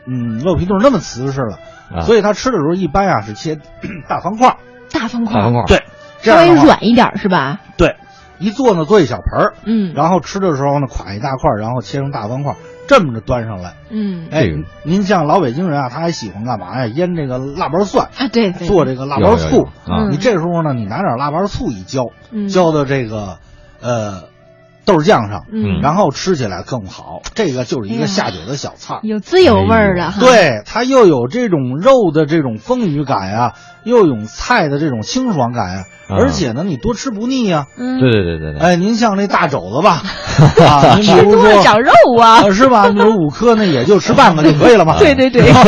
D: 嗯肉皮冻那么瓷实了，
C: 啊
D: 所以它吃的时候一般啊是切 大方块儿，
B: 大方块
C: 大方块
B: 儿，
C: 儿，
D: 对，这
B: 稍
D: 样
B: 微
D: 的话
B: 软一点儿是吧？
D: 对，一做呢做一小盆儿，
B: 嗯
D: 然后吃的时候呢垮一大块儿，然后切成大方块儿，这么着端上来。
B: 嗯
D: 哎
C: 这个，
D: 您像老北京人啊，他还喜欢干嘛呀？腌这个腊八蒜，
B: 啊对对，
D: 做这个腊
C: 有
D: 八
C: 有
D: 醋
C: 有啊
B: 嗯
D: 你这时候呢，你拿点腊八醋一浇，
B: 嗯
D: 浇到这个呃豆酱上，
B: 嗯
D: 然后吃起来更好。这个就是一
B: 哎呀
D: 个下酒的小菜儿。
B: 有滋有味儿的哈，，
D: 哎对，它又有这种肉的这种丰腴感呀、又有菜的这种清爽感呀、
C: 啊
D: 而且呢，你多吃不腻呀、
B: 嗯
C: 对对对对对，
D: 哎，您像那大肘 子吧，啊，您比
B: 吃
D: 如
B: 多
D: 说
B: 了长肉啊，
D: 啊，是吧？比如五颗那也就吃半个就可以了嘛。
B: 对对对，
D: 哎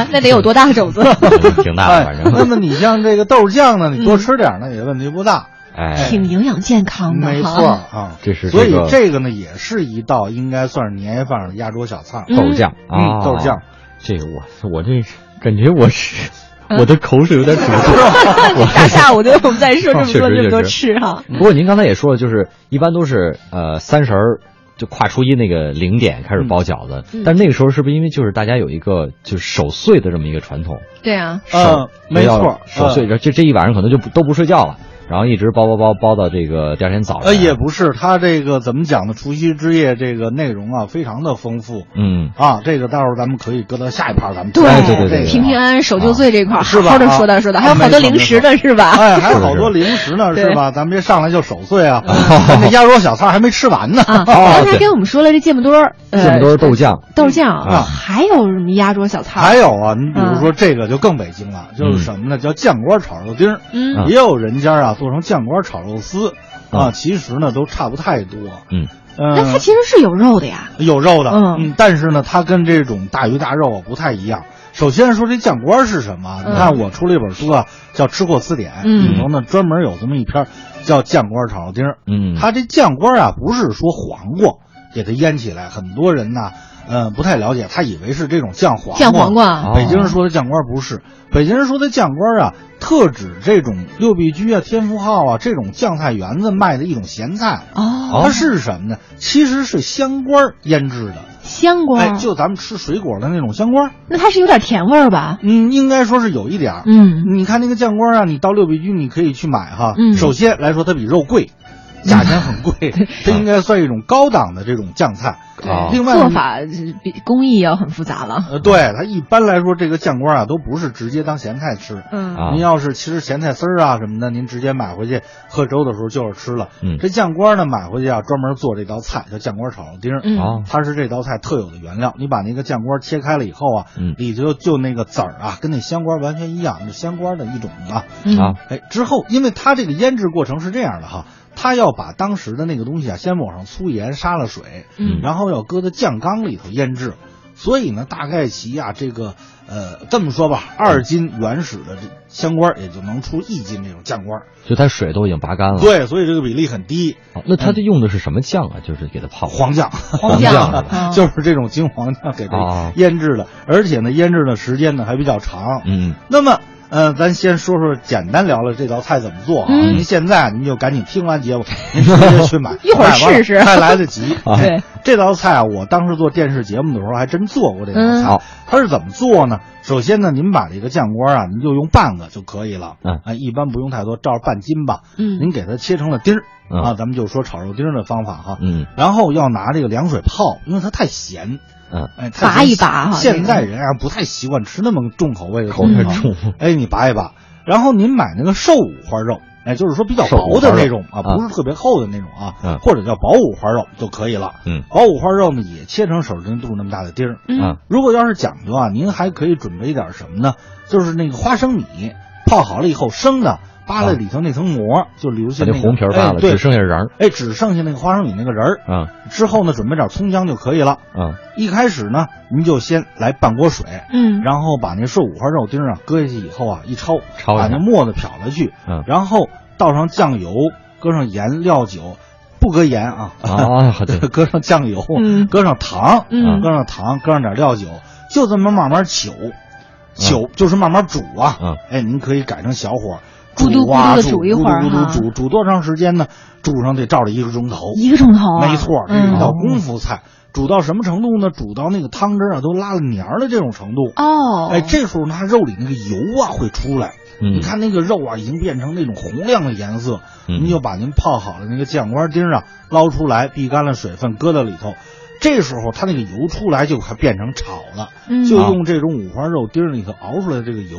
B: 啊，那得有多大的肘 子？
C: 嗯挺大的，
D: 哎
C: 反，
D: 那
C: 正
D: 么你像这个豆酱呢，
B: 嗯
D: 你多吃点儿呢，也问题不大。
C: 哎，
B: 挺营养健康的哈，
D: 没 错啊，
C: 这是
D: 所以
C: 这个
D: 这个呢，也是一道应该算是年夜饭上的压桌小菜。
B: 嗯
C: 豆酱
D: 嗯
C: 啊，
D: 豆酱，
C: 这个我我这感觉我是我的口水有 点止不住，
B: 大下午的我们在 说这 么
C: 确
B: 多
C: 实
B: 这么多
C: 确实
B: 吃哈，
C: 不过您刚才也说了，就是一般都是呃三十儿就跨初一那个零点开始包饺子，
B: 嗯
C: 但那个时候是不是因为就是大家有一个就是守岁的这么一个传统？
B: 对啊，
C: 守
D: 嗯，没
C: 要
D: 错，
C: 守岁，
D: 嗯
C: 这这一晚上可能就不都不睡觉了，然后一直包包包包到这个第二天早上。
D: 呃，也不是，它这个怎么讲呢？除夕之夜这个内容啊，非常的丰富
C: 嗯，
D: 啊。这个待会儿咱们可以搁到下一盘儿咱们
B: 对
D: 再
C: 对
D: 说
C: 对
D: 这个
B: 平平安安守旧岁这块儿，
D: 是
B: 好
D: 吧
B: 好的
D: 啊
B: 说道说道，还有
D: 啊
B: 好多
D: 没错
B: 零食呢，
D: 没
B: 是吧？
D: 哎，还有
C: 是
D: 好多零食呢，
B: 对
D: 是吧？咱别上来就守岁 啊，咱这鸭肉小菜还没吃完呢。
B: 啊，
C: 哦
B: 刚才
C: 对
B: 跟我们说了这芥末墩儿，呃
C: 这么多是豆
D: 哎
C: 酱，
B: 豆酱，
C: 啊
B: 还有什么压桌小菜儿？
D: 嗯还有啊，你比如说这个就更北京
C: 嗯
D: 了，就是什么呢？叫酱瓜炒肉丁儿。
B: 嗯
C: 啊
D: 也有人家啊做成酱瓜炒肉丝啊，
C: 嗯
D: 其实呢都差不太多。
C: 嗯，
B: 那它
D: 嗯，
B: 其实是有肉的呀。
D: 有肉的，
B: 嗯
D: 但是呢，它跟这种大鱼大肉啊不太一样。首先说这酱瓜是什么啊？
B: 嗯
D: 你看我出了一本书啊，叫《吃货词典》，
B: 嗯
D: 里头呢专门有这么一篇儿叫酱瓜炒肉丁儿。
C: 嗯，
D: 它这酱瓜啊，不是说黄瓜给它腌起来，很多人呢，呃，不太了解，他以为是这种酱黄瓜。
B: 酱黄瓜
C: 哦
D: 北京人说的酱瓜不是，北京人说的酱瓜啊，特指这种六必居啊、天福号啊这种酱菜园子卖的一种咸菜。
B: 哦，
D: 它是什么呢？其实是香瓜儿腌制的，
B: 香瓜
D: 哎，
B: 儿，
D: 就咱们吃水果的那种香瓜儿。
B: 那它是有点甜味儿吧？
D: 嗯，应该说是有一点儿。
B: 嗯
D: 你看那个酱瓜啊，你到六必居你可以去买哈。
B: 嗯
D: 首先来说，它比肉贵，价钱很贵，它应该算一种高档的这种酱菜。
C: 啊
D: 另外呢
B: 做法比工艺要很复杂了。
D: 呃，对它一般来说，这个酱瓜啊都不是直接当咸菜吃。
B: 嗯
C: 啊
D: 您要是其实咸菜丝儿啊什么的，您直接买回去喝粥的时候就是吃了。
C: 嗯
D: 这酱瓜呢买回去啊，专门做这道菜叫酱瓜炒肉丁儿。啊
B: 嗯
C: 哦
D: 它是这道菜特有的原料。你把那个酱瓜切开了以后啊，
C: 嗯
D: 里头就那个籽儿啊，跟那香瓜完全一样，就香瓜的一种啊。
B: 嗯
C: 啊
D: 哎，之后因为它这个腌制过程是这样的哈，它要把当时的那个东西啊，先抹上粗盐，杀了水，
B: 嗯
D: 然后要搁到酱缸里头腌制。所以呢，大概其啊，这个呃，这么说吧，二斤原始的这香瓜也就能出一斤这种酱瓜。
C: 就它水都已经拔干了。
D: 对，所以这个比例很低。
C: 哦，那它这用的是什么酱啊？就是给它泡
D: 嗯黄酱，
C: 黄
B: 酱
D: 啊
B: 哦
D: 就是这种金黄酱给
C: 哦
D: 它腌制的，而且呢，腌制的时间呢还比较长。
C: 嗯，
D: 那么，呃，咱先说说简单聊聊这道菜怎么做啊？
B: 嗯，
D: 您现在您就赶紧听完节目， 您直接去 买
B: 一会儿 试试
D: 买完了还来得及。
C: 啊
B: 对，
D: 这道菜啊，我当时做电视节目的时候还真做过这道
B: 嗯
D: 菜。
C: 好
D: 它是怎么做呢？首先呢，您把这个酱瓜啊，您就用半个就可以了。
C: 嗯
D: 啊，一般不用太多，照着半斤吧。
B: 嗯
D: 您给它切成了丁儿、
C: 嗯
D: 啊，咱们就说炒肉丁儿的方法哈。
C: 嗯
D: 然后要拿这个凉水泡，因为它太咸。
C: 嗯，
D: 哎，太咸
B: 拔一拔哈
D: 现在人啊不太习惯吃那么重口味的
C: 口
D: 东西
C: 味
D: 哈
C: 重。
D: 哎，你拔一拔，然后您买那个瘦五花肉，哎，就是说比较
C: 瘦五
D: 薄
C: 花
D: 的
C: 肉
D: 那种啊，
C: 啊
D: 不是特别厚的那种啊，
C: 嗯
D: 或者叫薄五花肉就可以了。
C: 嗯
D: 薄五花肉呢也切成手指头肚那么大的丁儿。
B: 嗯
C: 啊
D: 如果要是讲究啊，您还可以准备一点什么呢？就是那个花生米，泡好了以后生的，扒
C: 啊
D: 了里头那层膜，就留下
C: 把
D: 那
C: 这
D: 个
C: 红皮儿扒
D: 哎
C: 了，
D: 对
C: 只，剩下瓤儿。
D: 哎，只剩下那个花生米那个仁儿。
C: 嗯
D: 之后呢，准备点葱姜就可以了。
C: 嗯
D: 一开始呢，您就先来半锅水，
B: 嗯
D: 然后把那瘦五花肉丁啊搁下去以后啊，一
C: 焯
D: 焯，
C: 一下
D: 把那沫子漂下去，
C: 嗯
D: 然后倒上酱油，搁上盐、料酒，不搁盐啊，
C: 啊，好对
D: 搁上酱油，
B: 嗯
D: 搁上糖，
B: 嗯
D: 搁上糖，搁上点料酒，就这么慢慢揪，揪就是慢慢煮啊，
C: 嗯
D: 哎，您可以改成小火。
B: 咕嘟
D: 煮啊，
B: 咕嘟地
D: 煮
B: 煮一会儿
D: 咕嘟咕
B: 哈
D: 嘟煮煮多长时间呢？煮上得照着一个钟头，
B: 一个钟头啊，
D: 没错，这是一
B: 嗯
D: 道功夫菜。煮到什么程度呢？煮到那个汤汁啊都拉了黏儿的这种程度。
B: 哦，
D: 哎，这时候呢，它肉里那个油啊会出来。
C: 嗯
D: 你看那个肉啊，已经变成那种红亮的颜色。
C: 嗯
D: 您就把您泡好的那个酱瓜丁啊捞出来，沥干了水分，搁到里头。这时候它那个油出来就快变成炒了，
B: 嗯
D: 就用这种五花肉丁里头熬出来的这个油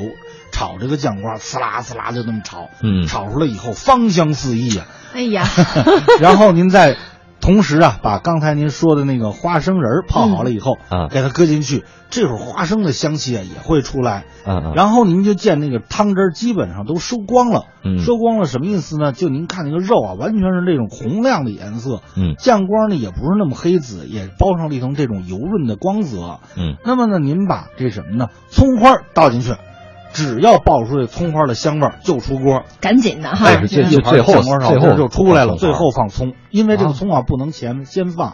D: 炒这个酱瓜，呲啦呲啦就这么炒。
C: 嗯
D: 炒出来以后芳香四溢啊。
B: 哎呀，
D: 然后您再同时啊，把刚才您说的那个花生仁儿泡好了以后，
C: 嗯啊
D: 给它搁进去，这会儿花生的香气啊也会出来。
C: 嗯嗯
D: 然后您就见那个汤汁儿基本上都收光了，
C: 嗯
D: 收光了什么意思呢？就您看那个肉啊，完全是那种红亮的颜色，
C: 嗯
D: 酱光呢也不是那么黑紫，也包上了一层这种油润的光泽。
C: 嗯
D: 那么呢，您把这什么呢？葱花儿倒进去，只要爆出这葱花儿的香味儿就出锅。
B: 赶紧的哈
C: 哎，是这
B: 嗯
C: 就最后
D: 酱瓜炒
C: 最后
D: 就出来了，
C: 放葱
D: 最
C: 花
D: 后放葱，因为这
C: 啊
D: 个葱啊不能前先放，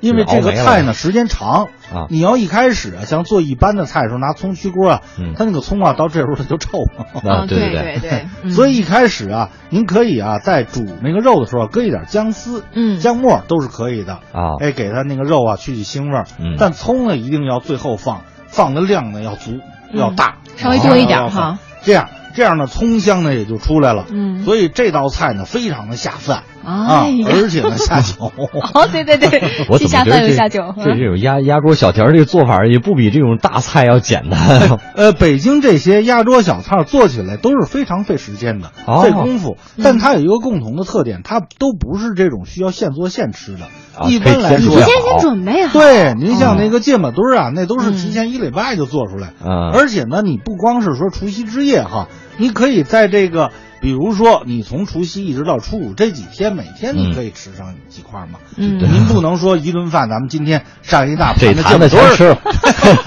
D: 因
C: 就是
D: 为这
C: 熬
D: 个
C: 没了
D: 菜
C: 呗
D: 呢时间长
C: 啊
D: 你要一开始啊，像做一般的菜的时候拿葱去锅啊
C: 嗯，
D: 它那个葱啊到这时候它就臭了。
C: 啊，
B: 啊
C: 对
B: 对
C: 对，
B: 对，嗯
D: 所以一开始啊，您可以啊，在煮那个肉的时候啊搁一点姜丝、
B: 嗯
D: 姜末都是可以的
C: 啊
D: 哎，给它那个肉啊去去腥味儿
C: 嗯。，
D: 但葱呢一定要最后放，放的量呢要足要大，
B: 嗯
D: 啊
B: 稍微多一点
D: 要放
B: 哈。
D: 这样这样呢，葱香呢也就出来了。
B: 嗯
D: 所以这道菜呢非常的下饭啊
B: 哎呀，
D: 而且呢下 酒。
B: 哦，对对对
C: 我
B: 既
C: 怎
B: 下
C: 么觉
B: 饭
C: 得
B: 又
C: 这
B: 下酒，嗯
C: 这这种压压锅小条儿这个做法也不比这种大菜要简单
D: 呃，北京这些压桌小菜做起来都是非常费时间的
C: 哦，
D: 费功夫，
B: 嗯
D: 但它有一个共同的特点，它都不是这种需要现做现吃的。
C: 啊
D: 一般来
C: 可以
D: 说
C: 先做，
B: 提前先准备 好，
D: 对，您像那个芥末墩儿啊，那都是提前一礼拜就做出来。
C: 嗯
D: 而且呢，你不光是说除夕之夜哈，你可以在这个，比如说你从除夕一直到初五这几天，每天
C: 嗯
D: 你可以吃上几块嘛。
B: 嗯
D: 您不能说一顿饭，咱们今天上一大
C: 这
D: 盘的芥
C: 坛
D: 末
C: 子全
D: 墩儿
C: 吃，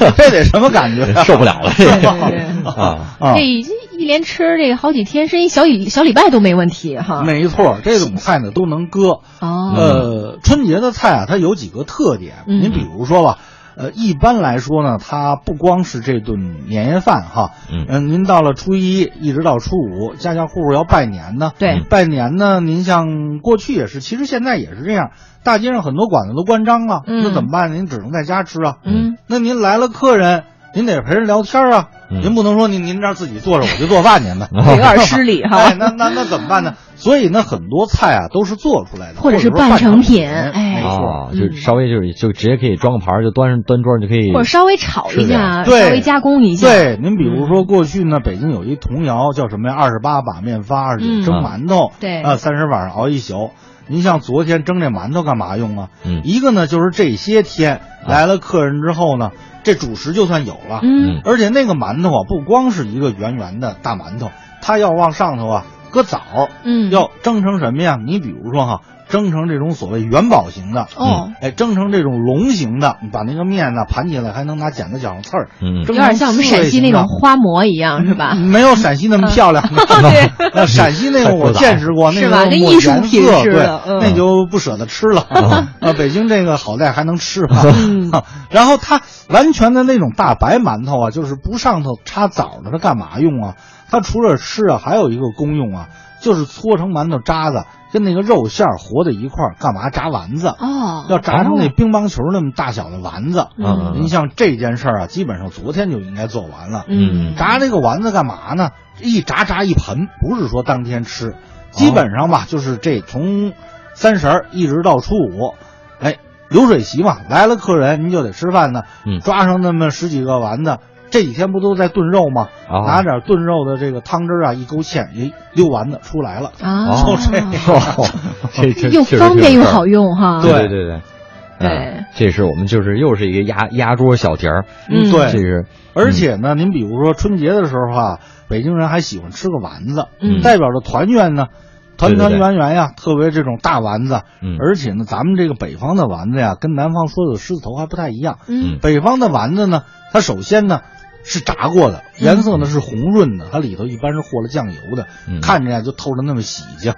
C: 了，
D: 这得什么感觉 啊？
C: 受不了了这
B: 对
C: 个
B: 对对
C: 啊，
D: 啊
B: 这！一一连吃这个好几天，是一小礼小礼拜都没问题哈。
D: 没错，这种菜呢都能搁。
B: 哦，
D: 呃，春节的菜啊，它有几个特点。
B: 嗯
D: 您比如说吧，呃，一般来说呢，它不光是这顿年夜饭哈，
C: 嗯
D: 您到了初一一直到初五，家家户户要拜年呢。
B: 对
D: 拜年呢，您像过去也是，其实现在也是这样，大街上很多馆子都关张了，
B: 嗯
D: 那怎么办？您只能在家吃啊。
B: 嗯，
D: 那您来了客人，您得陪人聊天啊，
C: 嗯
D: 您不能说您您这儿自己坐着我就做饭去呢，
B: 有点失礼哈
D: 哎，那那那怎么办 呢？所以呢，很多菜啊都是做出来的，
B: 或者是
D: 说半
B: 成
D: 品，
B: 哎
D: 没错。
C: 啊，就稍微就是就直接可以装个盘儿，就端上端桌儿就可以
B: 或者稍微炒一呃下，稍
D: 对
B: 微加工一下，
D: 对，您比如说过去呢，北京有一童谣叫什么呀？二十八把面发，二十
B: 嗯
D: 九蒸馒头，
B: 对
D: 啊，三十晚上熬一宿。您像昨天蒸这馒头干嘛用啊？
C: 嗯
D: 一个呢就是这些天来了客人之后呢，这主食就算有了，
B: 嗯，
D: 而且那个馒头啊，不光是一个圆圆的大馒头，它要往上头啊搁枣，
B: 嗯
D: 要蒸成什么呀？你比如说哈，蒸成这种所谓元宝型的，
B: 哦，
D: 哎，蒸成这种龙形的，你把那个面呢盘起来，还能拿剪子绞上刺儿，
C: 嗯
B: 有
D: 蒸成
B: 点像我们陕西那种花馍一
D: 嗯
B: 样，是吧？哦
D: 没有陕西那么漂 亮。
B: 对，
D: 那陕西那个我见识过，那
B: 是
D: 个
B: 吧
D: 抹
B: 跟艺术
D: 颜
B: 品
D: 色
B: 似的
D: 对
B: 嗯
D: 那就不舍得吃了。 啊，北京这个好在还能吃吧
B: 嗯。
D: 啊然后它完全的那种大白馒头啊，就是不上头插枣的，它干嘛用啊？它除了吃啊，还有一个功用啊，就是搓成馒头渣子，跟那个肉馅儿和在一块儿，干嘛炸丸子？
B: 哦，
D: 要炸成那乒乓球那么大小的丸子。
C: 啊
B: 嗯
D: 您像这件事儿啊，基本上昨天就应该做完了。
B: 嗯，
D: 炸这个丸子干嘛呢？一炸炸一盆，不是说当天吃，基本上吧，就是这从三十儿一直到初五，哎，流水席嘛，来了客人您就得吃饭呢，
C: 嗯
D: 抓上那么十几个丸子，这几天不都在炖肉吗？
C: 哦
D: 拿点炖肉的这个汤汁儿啊一勾芡，哎，溜丸子出来了。
B: 啊，
C: 哦
D: 就这
C: 哦，这这
B: 又
C: 确实
B: 方
C: 挺
B: 便
C: 有
B: 又
C: 事儿
B: 好用哈。
D: 对
C: 对对对，嗯，这是我们就是又是一个压压桌小碟儿，
B: 嗯
D: 对
C: 这是
D: 而且呢，您比如说春节的时候啊，北京人还喜欢吃个丸子，
B: 嗯
D: 代表着团圆呢，团团
C: 对对对
D: 圆圆呀，特别这种大丸子。
C: 嗯
D: 而且呢，咱们这个北方的丸子呀，跟南方说的狮子头还不太一样。
B: 嗯
D: 北方的丸子呢，它首先呢是炸过的，颜色呢是红润的，它里头一般是和了酱油的，
C: 嗯
D: 看着呀就透着那么喜庆，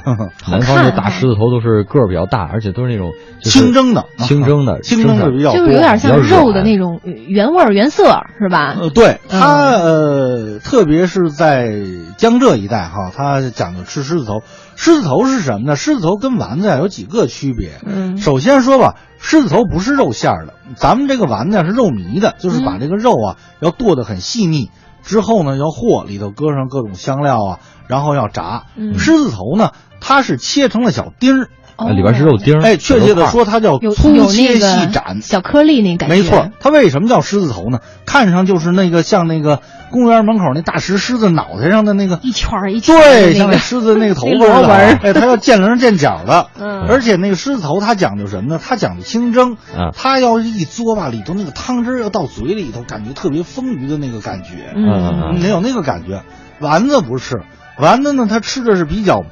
C: 嗯，
B: 看
C: 南方这
B: 哈
C: 大狮子头都是个儿比较大，而且都是那种就是
D: 啊清蒸的，
C: 清蒸的，
D: 清蒸的比较多，
B: 就是有点像
C: 比较
B: 肉的
C: 软
B: 那种原味儿原色儿是吧？
D: 呃，对
B: 嗯
D: 它呃，特别是在江浙一带哈，它讲究吃狮子头。狮子头是什么呢？狮子头跟丸子呀有几个区别？
B: 嗯
D: 首先说吧，狮子头不是肉馅儿的，咱们这个丸子呀是肉糜的，就是把
B: 嗯
D: 这个肉啊要剁得很细腻，之后呢要和里头搁上各种香料啊，然后要炸。
B: 嗯
D: 狮子头呢，它是切成了小丁儿，
B: 哦
C: 呃里边是肉丁儿，
D: 哎，确切
C: 小肉
D: 的
C: 块儿
D: 说，它叫
B: 有
D: 粗
B: 有那
D: 切细斩
B: 个。小颗粒那感觉，
D: 没错，，它为什么叫狮子头呢？看上就是那个像那个公园门口那大石狮子脑袋上的那个
B: 一圈儿一圈儿
D: 对，
B: 的那
D: 像那
B: 个
D: 狮子 那个头
B: 那
D: 发似
B: 螺
D: 的
B: 纹儿
D: 啊，哎，它要见棱见角的。
B: 嗯
D: 而且那个狮子头它讲究什么呢？它讲究清蒸
C: 嗯，
D: 它要是一嘬吧，里头那个汤汁儿要到嘴里头，感觉特别丰腴的那个感觉，
B: 嗯
D: 你得有那个感觉。丸子不是，丸子呢，它吃的是比较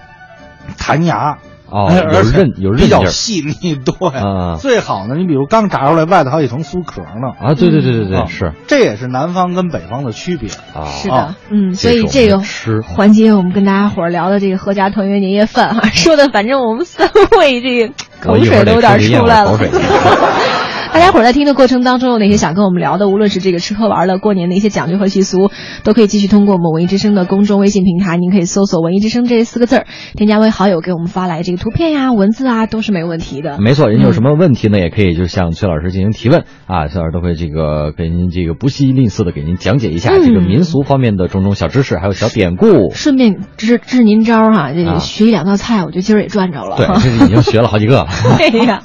D: 弹牙，
C: 哦，
D: 哎
C: 有
D: 而且
C: 韧有韧
D: 比
C: 劲
D: 较
C: 儿
D: 细腻，对
C: 啊，
D: 最好呢，你比如刚炸出来，外头还有一层酥壳呢。
C: 啊，对对对对
D: 啊
C: 对，是
D: 这也是南方跟北方的区别。
C: 啊，
B: 是的
D: 啊，
B: 嗯，所
C: 这
B: 以
C: 种
B: 这个
C: 吃啊
B: 环节我们跟大家伙儿聊的这个合家团圆年夜饭哈、说的反正我们三位这个
C: 我
B: 口
C: 一会
B: 水
C: 儿
B: 都有
C: 得
B: 点
C: 吃一咽
B: 出
C: 我
B: 来
C: 的
B: 了
C: 口。水。啊
B: 大家伙儿在听的过程当中，有哪些想跟我们聊的，无论是这个吃喝玩乐、过年的一些讲究和习俗，都可以继续通过我们文艺之声的公众微信平台，您可以搜索“文艺之声”这四个字儿，添加为好友，给我们发来这个图片呀、文字啊，都是没问题的。
C: 没错，您
B: 嗯
C: 有什么问题呢？也可以就向崔老师进行提问啊，崔老师都会这个给您这个不惜吝啬的给您讲解一下这个
B: 嗯
C: 民俗方面的种种小知识，还有小典故。
B: 顺便支支您招儿哈、这
C: 啊
B: 个学一两道菜，我觉得今儿也赚着了。
C: 对，这 是已经学了好几个了。
B: 对呀。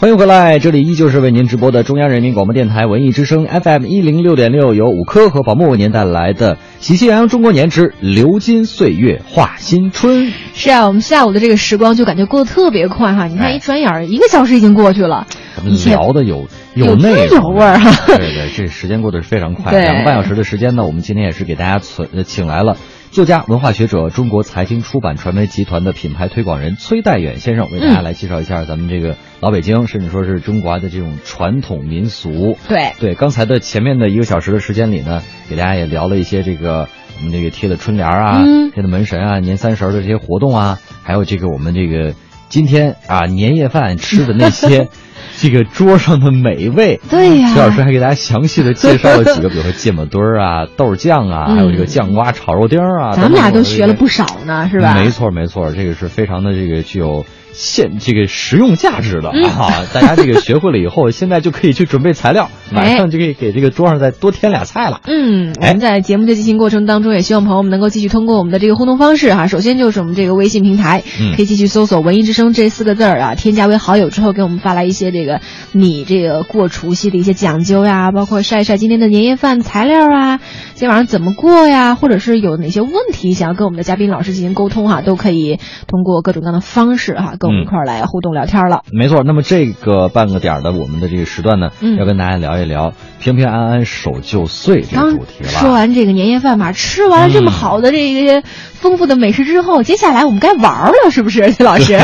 C: 欢迎回来，这里依旧是为您直播的中央人民广播电台文艺之声 FM 一零六点六，由五科和宝木为您带来的《喜气洋洋中国年之流金岁月话新春》。
B: 是啊，我们下午的这个时光就感觉过得特别快哈，你看
C: 哎
B: 一转眼儿一个小时已经过去了，
C: 咱
B: 一
C: 们
B: 切
C: 聊的有
B: 有滋
C: 内容
B: 有味儿啊
C: 对对，这时间过得是非常快。
B: 对
C: 两个半小时的时间呢，我们今天也是给大家存呃请来了作家、文化学者、中国财经出版传媒集团的品牌推广人崔代远先生，为大家
B: 嗯
C: 来介绍一下咱们这个老北京，甚至说是中啊华的这种传统民俗。
B: 对，
C: 对，刚才的前面的一个小时的时间里呢，给大家也聊了一些这个我们这个贴的春联儿啊，
B: 嗯
C: 贴的门神啊，年三十儿的这些活动啊，还有这个我们这个今天啊年夜饭吃的那 些这个桌上的美味。
B: 对呀
C: 崔老师还给大家详细的介绍了几个，比如说芥末墩儿啊、豆酱啊，还有这个
B: 嗯
C: 酱瓜炒肉丁儿啊。
B: 咱们俩
C: 等等
B: 都学了不少呢，是吧？
C: 没错，没错，这个是非常的这个具有现这个实用价值
D: 嗯
C: 的、啊！大家这个学会了以后， 现在就可以去准备材料，
D: 哎
C: 晚上就可以给这个桌上再多添俩菜了。
B: 嗯，我
C: 哎
B: 们在节目的进行过程当中，也希望朋友们能够继续通过我们的这个互动方式哈、首先就是我们这个微信平台，
C: 嗯
B: 可以继续搜索“文艺之声”这四个字儿啊，添加为好友之后，给我们发来一些这个你这个过除夕的一些讲究呀，包括晒一晒今天的年夜饭材料啊，今天晚上怎么过呀，或者是有哪些问题想要跟我们的嘉宾老师进行沟通哈、都可以通过各种各样的方式哈、跟我们一块儿来互动聊天了。
C: 没错，那么这个半个点儿的我们的这个时段呢，
B: 嗯
C: 要跟大家聊一聊平平安安守旧岁这个
B: 刚
C: 主题了。
B: 说完这个年夜饭嘛，吃完了这么
C: 嗯
B: 好的这个丰富的美食之后，接下来我们该玩儿了，是不是，崔老师？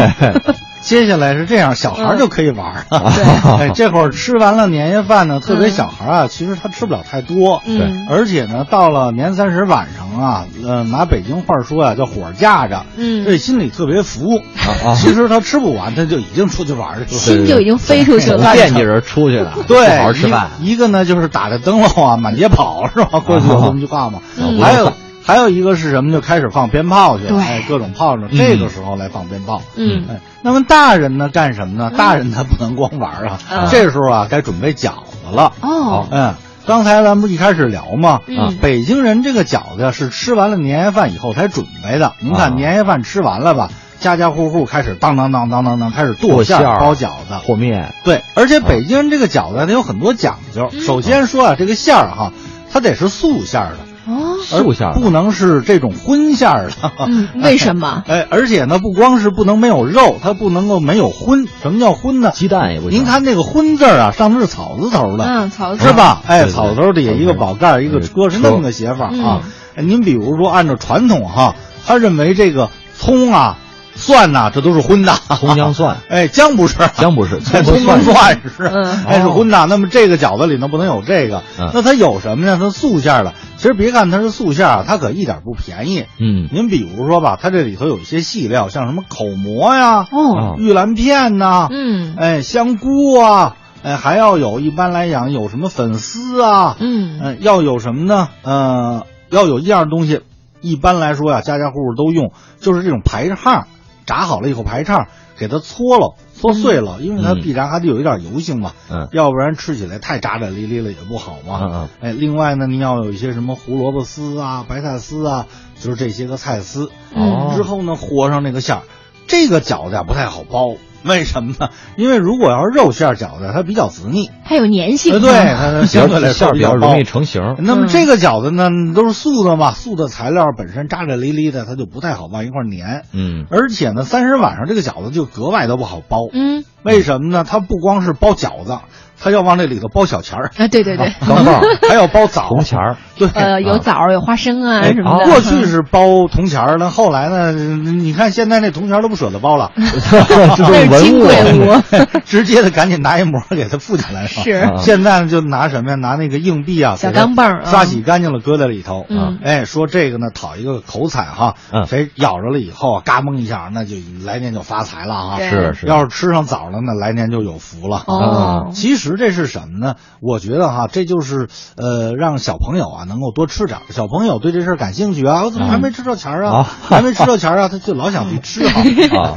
D: 接下来是这样，小孩
B: 嗯
D: 儿就可以玩儿 了。哎，这会儿吃完了年夜饭呢，特别小孩儿啊，其实他吃不了太多。
B: 嗯
D: 而且呢，到了年三十晚上啊，呃，拿北京话说啊，叫火架着，
B: 嗯
D: 这心里特别服。
C: 啊啊
D: 其实他吃不完，他就已经出去玩去了。
B: 心就已经飞出去
C: 怎么
B: 了。
C: 惦记着出去了，
D: 对，
C: 不好好吃饭。
D: 一一个呢就是打着灯笼啊，满街跑是吧？过去有这么句话嘛。
C: 啊
B: 嗯
D: 还有还有一个是什么？就开始放鞭炮去了，
B: 对
D: 哎各种炮仗。这个时候来放鞭炮。
B: 嗯
D: 哎，那么大人呢干什么呢？大人他不能光玩儿啊，
B: 嗯
D: 这时候啊该准备饺子了。
B: 哦，
D: 嗯，刚才咱们不一开始聊吗？啊
B: 嗯
D: 北京人这个饺子呀是吃完了年夜饭以后才准备的。您看
C: 啊
D: 年夜饭吃完了吧，家家户户开始当当当当当当开始
C: 剁
D: 剁馅
C: 馅
D: 儿
C: 儿
D: 包饺子。
C: 和面，
D: 对，而且北京人这个饺子它有很多讲究。
B: 嗯
D: 首先说啊，这个馅儿哈，它得是素馅儿的，
B: 哦，
D: 而
C: 素馅儿的
D: 不能是这种荤馅儿的。
B: 嗯，为什 么？
D: 哎，而且呢，不光是不能没有肉，它不能够没有荤。什么叫荤呢？
C: 鸡蛋也不行。
D: 您看那个“荤”字儿啊，上面是草字头的，
B: 嗯，曹
D: 是
B: 操，
D: 吧？哎，
C: 对对
D: 草字头底下一个宝盖儿，
C: 嗯
D: 一个车，是那么个写法啊。您比如说，按照传统哈，他认为这个葱啊、蒜呐、这都是荤的，
C: 葱姜 蒜
D: 哎，姜不是，
C: 姜不是，
D: 哎
C: 葱
D: 葱
C: 蒜
D: 姜蒜是
B: 嗯，
D: 哎是荤的。那么这个饺子里头不能有这个
C: 嗯，
D: 那它有什么呢？它素馅儿的。其实别看它是素馅儿啊，它可一点不便宜。
C: 嗯
D: 您比如说吧，它这里头有一些细料，像什么口蘑呀、
B: 哦，
C: 啊
D: 玉兰片呐、
B: 嗯
D: 哎香菇啊，哎还要有一般来讲有什么粉丝啊，
B: 嗯，
D: 嗯，要有什么呢？呃，要有一样东西，一般来说呀、家家户户都用，就是这种排叉，炸好了以后排叉，给它搓了，搓碎了，因为它
C: 嗯
D: 必然还得有一点油性嘛，
C: 嗯
D: 要不然吃起来太炸炸咧咧了也不好嘛。
C: 嗯 嗯
D: 哎，另外呢，您要有一些什么胡萝卜丝啊、白菜丝啊，就是这些个菜丝。
C: 哦
B: 嗯
D: 之后呢，和上这个馅儿，这个饺子呀不太好包，为什么呢？因为如果要是肉馅儿饺子，它比较滋腻，
B: 还有粘性
D: 呃，
B: 啊，
D: 对，它相对来
C: 馅
D: 说
C: 儿比较
D: 包
C: 容易成型。
D: 那么
B: 嗯
D: 这个饺子呢，都是素的嘛，素的材料本身扎扎咧咧的，它就不太好往一块儿粘。
C: 嗯
D: 而且呢，三十晚上这个饺子就格外的不好包，
B: 嗯
D: 为什么呢？它不光是包饺子，它要往这里头包小钱儿、
B: 啊，对对 对，
C: 钢 镚儿
D: 还要包枣
C: 铜钱 儿，
D: 对。
B: 呃，有枣儿有花生啊
D: 哎
B: 什么的。
D: 过去是包铜钱儿，那后来呢？你看现在那铜钱儿都不舍得 包了，
C: 这
B: 那
C: 是
B: 是金
C: 文 物。
B: 贵物，
D: 直接的赶紧拿一膜给它附起来
C: 啊
D: 了。
B: 是
D: 现在呢就拿什么呀？拿那个硬币啊，
B: 小钢镚儿啊
D: 刷洗干净了搁在里头。
B: 嗯
D: 哎，说这个呢讨一个口彩哈，
C: 嗯
D: 谁咬着了以后啊嘎嘣一下，那就来年就发财了哈。
B: 对
C: 是是
D: 要是吃上枣了，那来年就有福了。
B: 哦
D: 其实这是什么呢？我觉得哈，这就是呃，让小朋友啊能够多吃点儿。小朋友对这事儿感兴趣
B: 嗯
D: 啊，我怎么还没吃着钱儿啊？
B: 哦
C: 啊
D: 还没吃着钱儿啊，他就老 想去吃哈，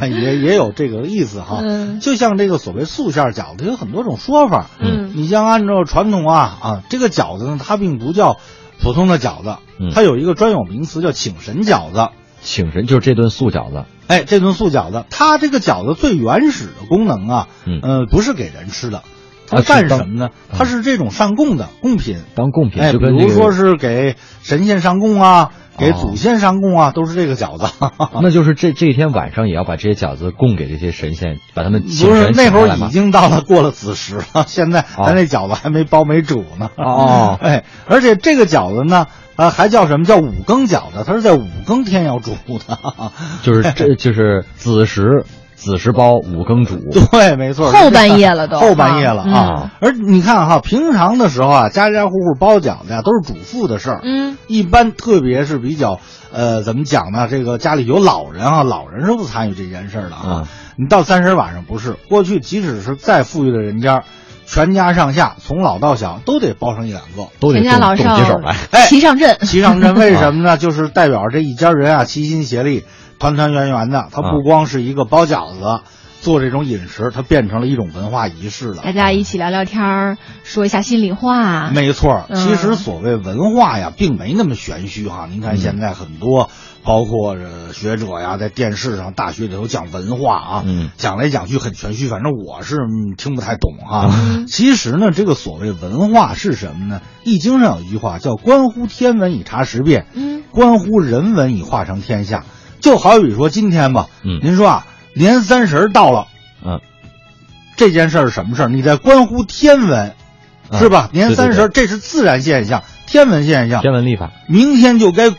C: 啊
D: 也也有这个意思哈。
B: 嗯
D: 就像这个所谓素馅儿饺子，有很多种说法。
B: 嗯
D: 你像按照传统啊啊，这个饺子呢，它并不叫普通的饺子
C: 嗯，
D: 它有一个专有名词叫请神饺子。
C: 请神就是这顿素饺子，
D: 哎，这顿素饺子，它这个饺子最原始的功能啊，
C: 嗯
D: 呃，不是给人吃的，它
C: 啊是
D: 干
C: 当
D: 什么呢？它是这种上供的贡品，
C: 当贡品
D: 哎，
C: 就
D: 比
C: 跟这
D: 如
C: 个
D: 说是给神仙上供啊，给
C: 哦
D: 祖先上供啊，都是这个 饺子。
C: 那就是这这一天晚上也要把这些饺子供给这些神仙，把他们请
D: 不是
C: 神
D: 那
C: 请
D: 会
C: 过
D: 儿
C: 来
D: 已
C: 嘛。
D: 经到了过了子时了，现在
C: 哦
D: 咱这饺子还没包没煮呢。
C: 哦
D: 哎，而且这个饺子呢，啊，还叫什么叫五更饺子？它是在五更天要煮的。
C: 就是 这就是子时子时包五更煮，
D: 对，没错，
B: 后半夜了都嗯
D: 后半夜了
C: 啊
D: 啊。而你看哈，平常的时候啊，家家户户包饺子呀，都是主妇的事儿。
B: 嗯
D: 一般特别是比较，呃，怎么讲呢？这个家里有老人啊，老人是不参与这件事儿的啊。
C: 嗯
D: 你到三十晚上不是，过去即使是再富裕的人家，全家上下从老到小都得包上一两个。
C: 都得
B: 全家
C: 动
B: 老
C: 动起手
B: 少
C: 来。
D: 哎
B: 齐上阵，
D: 齐上阵为什么呢？就是代表这一家人啊齐心协力、团团圆圆的。它不光是一个包饺子、做这种饮食，它变成了一种文化仪式了
B: 大。家一起聊聊天儿，说一下心里话。
D: 没错儿，
B: 嗯
D: 其实所谓文化呀，并没那么玄虚哈。您看现在很多，包括呃学者呀，在电视上、大学里头讲文化啊，
C: 嗯
D: 讲来讲去很玄虚，反正我是嗯听不太懂哈。 其实呢，这个所谓文化是什么呢？《易经》上有一句话叫“关乎天文以察时变，
B: 嗯
D: 关乎人文以化成天下”。就好比说今天吧，
C: 嗯
D: 您说啊，年三十儿到了，
C: 嗯，
D: 这件事儿是什么事儿？你在关乎天文，
C: 嗯
D: 是吧？年
C: 对对
D: 三十儿这是自然现象，天文现象。
C: 天文历法，
D: 明天就该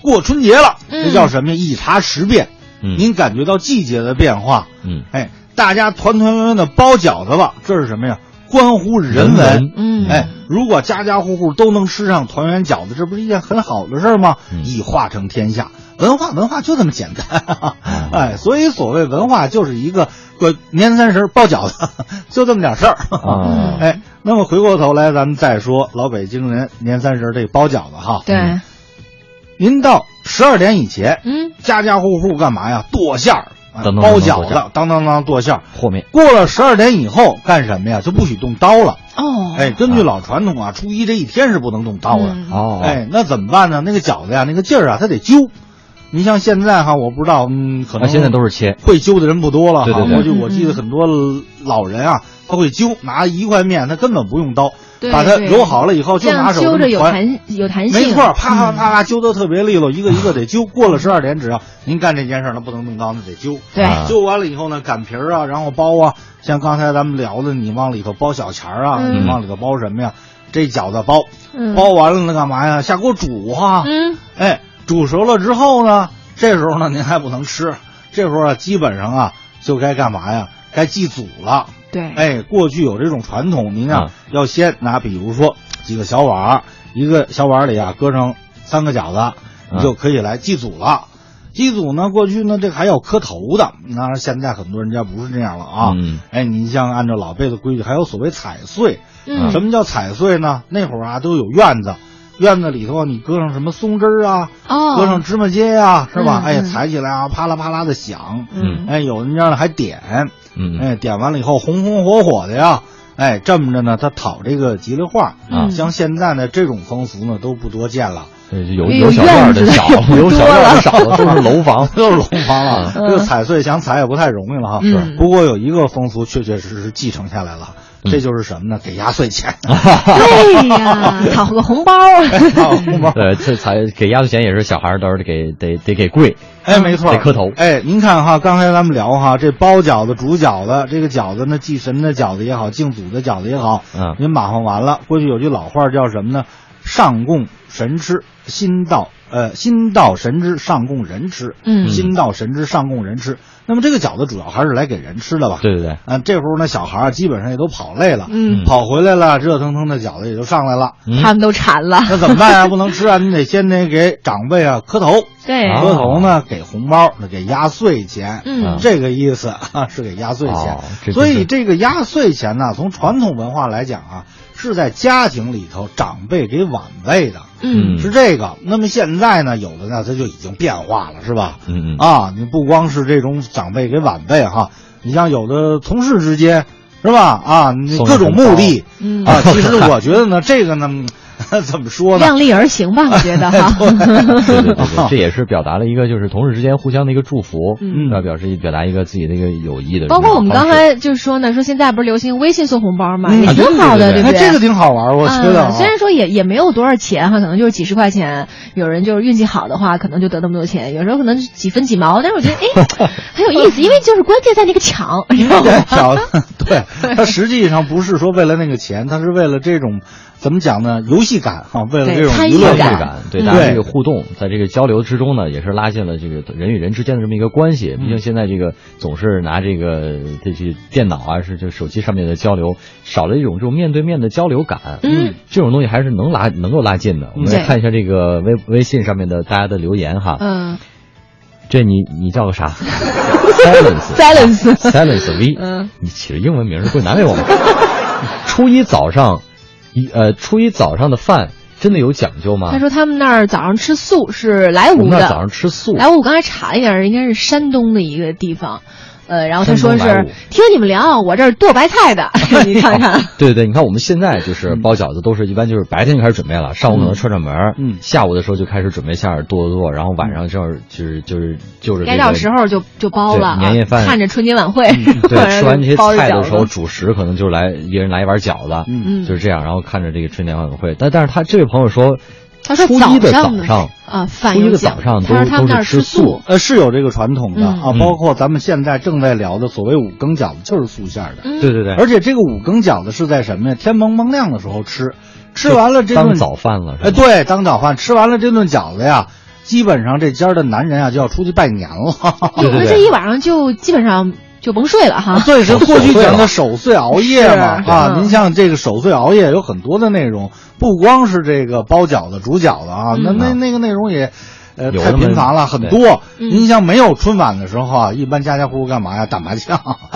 D: 过春节了，
B: 嗯
D: 这叫什么呀？一查十变，
C: 嗯
D: 您感觉到季节的变化，
C: 嗯，
D: 哎，大家团团圆圆的包饺子了，这是什么呀？关乎人
C: 人
D: 文。
C: 文
B: 嗯，
D: 哎，如果家家户户都能吃上团圆饺子，这不是一件很好的事儿吗？
C: 嗯
D: 以化成天下，文化文化就这么简单、
C: 嗯
D: 哎，所以所谓文化就是一个过年三十儿包饺子， 就这么点事儿。
C: 啊，
B: 嗯
D: 哎，那么回过头来，咱们再说老北京人年三十儿这包饺子哈。
B: 对，
D: 您到十二点以前，
B: 嗯
D: 家家户户干嘛呀？剁馅儿，啊
C: 当当当
D: 包
C: 剁
D: 饺
C: 馅
D: 子，当当当剁馅儿。
C: 和面，
D: 过了十二点以后干什么呀？就不许动刀了。
B: 哦，
D: 哎，根据老传统啊，初一这一天是不能动刀的。
B: 嗯
C: 哦，
D: 哎，那怎么办呢？那个饺子呀，那个劲儿啊，它得揪。你像现在哈，我不知道，嗯，可
C: 啊，
D: 能
C: 现在都是切，
D: 会揪的人不多了哈。
C: 对对对
D: 过去我记得很多老人啊，他会揪，拿一块面，他根本不用刀，
B: 对
D: 把它
B: 对
D: 揉好了以后
B: 这
D: 就
B: 样
D: 拿手
B: 揪着
D: 这
B: 有
D: 么
B: 弹有弹性，嗯
D: 没错，啪啪啪啪揪得特别利落，一个一个得揪。过了十二点，只要您干这件事儿，那不能动刀，那得揪。
B: 对
C: 啊
D: 揪完了以后呢，擀皮儿啊，然后包啊，像刚才咱们聊的，你往里头包小钱儿啊，
B: 嗯
D: 你往里头包什么呀？这饺子包，
B: 嗯
D: 包完了呢，干嘛呀？下锅煮哈、
B: 嗯
D: 哎，煮熟了之后呢，这时候呢，您还不能吃，这时候啊，基本上啊，就该干嘛呀？该祭祖了。
B: 对，
D: 哎，过去有这种传统，您啊
C: 啊
D: 要先拿，比如说几个小碗儿，一个小碗儿里啊搁上三个饺子，你就可以来祭祖了。祭祖呢，过去呢这个还要磕头的，当然现在很多人家不是这样了啊。
C: 嗯
D: 哎，你像按照老辈的规矩，还有所谓踩碎。
B: 嗯
D: 什么叫踩碎呢？那会儿啊都有院子，院子里头你搁上什么松枝儿啊，
B: 哦，
D: 搁上芝麻街呀、是吧？
B: 嗯
D: 哎，
B: 嗯
D: 踩起来啊，啪啦啪啦的响。
B: 嗯
D: 哎，有人家呢还点。
C: 嗯，
D: 哎，点完了以后红红火火的呀，哎，这么着呢，他讨这个吉利话。
B: 嗯
D: 像现在呢，这种风俗呢都不多见了，
C: 对呃有
B: 哎
C: 有小院儿的
B: 院子
C: 少，
B: 也
C: 有小
B: 多
C: 院儿
B: 了
C: 的少了，都是楼房
D: ，都是龙房了。
B: 嗯
D: 这个踩碎想踩也不太容易了哈。
B: 嗯
D: 不过有一个风俗确确实实继承下来了，这就是什么呢？给压岁钱。
B: 对呀，讨个红包，
D: 哎
B: 啊
D: 红包。
C: 对，这才给压岁钱也是小孩儿，到时候得给得得给跪，
D: 哎，没错，
C: 得磕头
D: 哎，您看哈，刚才咱们聊哈，这包饺子、煮饺子，这个饺子呢，祭神的饺子也好，敬祖的饺子也好，
C: 嗯
D: 您马上完了。过去有句老话叫什么呢？上供神吃，心到呃心到神知，上供人吃。
B: 嗯
D: 心到神知，上供人吃。那么这个饺子主要还是来给人吃的吧？
C: 对对对，
D: 嗯、这会儿呢，小孩儿基本上也都跑累了，
B: 嗯
D: 跑回来了，热腾腾的饺子也就上来了。
C: 嗯
B: 他们都馋了，
D: 那怎么办啊？不能吃啊，你得先得给长辈啊磕头。
B: 对，
C: 啊
D: 磕头呢给红包，那给压岁钱，
B: 哎嗯
D: 这个意思啊是给压岁钱。
C: 哦这就是
D: 所以这个压岁钱呢，从传统文化来讲啊，是在家庭里头长辈给晚辈的，
B: 嗯
D: 是这个。那么现在呢，有的呢它就已经变化了，是吧？
C: 嗯嗯
B: 哦
D: 啊，你不光是这种长辈给晚辈哈，你像有的同事之间。是吧？啊，你
C: 送
D: 各种目的，
B: 嗯
D: 啊，其实我觉得呢，这个呢， 嗯怎么说呢？
B: 量力而行吧，我觉得哈，
C: 对对对对，这也是表达了一个就是同事之间互相的一个祝福，
B: 嗯
C: 要表示一表达一个自己的一个友谊的。
B: 包括我们刚，才就是说呢，说现在不是流行微信送红包吗？
D: 嗯
B: 也挺好的，
C: 对
B: 不
D: 哎，
B: 对？
D: 这个挺好玩儿，我觉得、啊
B: 嗯，虽然说也也没有多少钱哈，可能就是几十块钱。有人就是运气好的话，可能就得那么多钱；有时候可能就几分几毛。但是我觉得，哎，很有意思，因为就是关键在那个抢，你知 道
D: 对
B: 吗？，
D: 挑 对，他实际上不是说为了那个钱，他是为了这种怎么讲呢？游戏感啊，为了
B: 对
D: 这种
B: 参
D: 娱
B: 与
D: 乐
C: 参与感，对
D: 嗯
C: 大家这
D: 对
C: 个互动，在这个交流之中呢，也是拉近了这个人与人之间的这么一个关
B: 嗯
C: 系。毕竟现在这个总是拿这个这些电脑啊，是这手机上面的交流，少了一种这种面对面的交流感。
B: 嗯，
C: 这种东西还是能拉能够拉近的。我们来
B: 对
C: 看一下这个微微信上面的大家的留言哈。
B: 嗯，
C: 这你你叫 个啥？Silence
B: Silence
C: Silence V，
B: 嗯，
C: 你起个英文名儿，不难为我们。初一早上，一呃，初一早上的饭真的有讲究吗？
B: 他说他们那儿早上吃素是莱
C: 啊我
B: 芜
C: 们那
B: 的，
C: 儿早上吃素，
B: 莱芜我刚才查了一下，应该是山东的一个地方。呃，然后他说
C: 山东莱
B: 是
C: 芜
B: 听你们聊，我这儿剁白 菜的，你看看。
C: 对对，你看我们现在
B: 嗯
C: 就是包饺子，都是一般就是白天就开始准备了，上午可能串串门儿，
D: 嗯
C: 下午的时候就开始准备馅儿剁剁剁，然后晚上就是就是就是就是
B: 该
C: 这
B: 到
C: 个
B: 时候就就包了啊，
C: 对年夜饭嗯
B: 看着春节 晚会，
C: 对，吃完这些
B: 包着
C: 菜的
B: 饺
C: 时候，
B: 子，
C: 主食可能就是来一人来一碗饺子，
B: 嗯
C: 就是这样，然后看着这个春节晚会。但但是他这位朋友说，
B: 他说
C: 初一的
B: 早
C: 早
B: 上
C: 上
B: 啊饭
C: 初一
B: 有
C: 的
B: 饺
C: 早上都
B: 他说他们
C: 都
B: 那儿
C: 是
B: 吃
C: 吃
B: 素
D: 呃，是有这个传统的、
B: 嗯
D: 啊，包括咱们现在正在聊的所谓五更饺子，就是素馅儿的。
B: 嗯
C: 对对对，
D: 而且这个五更饺子是在什么呀？天蒙蒙亮的时候吃，吃完了这顿
C: 当早饭了，是吧
D: 哎，对，当早饭吃完了这顿饺子呀，基本上这家儿的男人啊就要出去拜年了。
B: 哟那这一晚上就基本上就甭睡了哈。
D: 啊所以是过去
C: 守岁
D: 讲的
C: 了
D: 守岁熬夜嘛
B: 是
D: 啊，
B: 嗯
D: 您像这个守岁熬夜有很多的内容，不光是这个包饺子、煮饺子啊，那
B: 嗯
D: 那那个内容也。呃，
C: 有
D: 太
C: 那么
D: 频繁了，很多。
B: 嗯
D: 您像没有春晚的时候啊，一般家家户户干嘛呀？打麻将，
C: 啊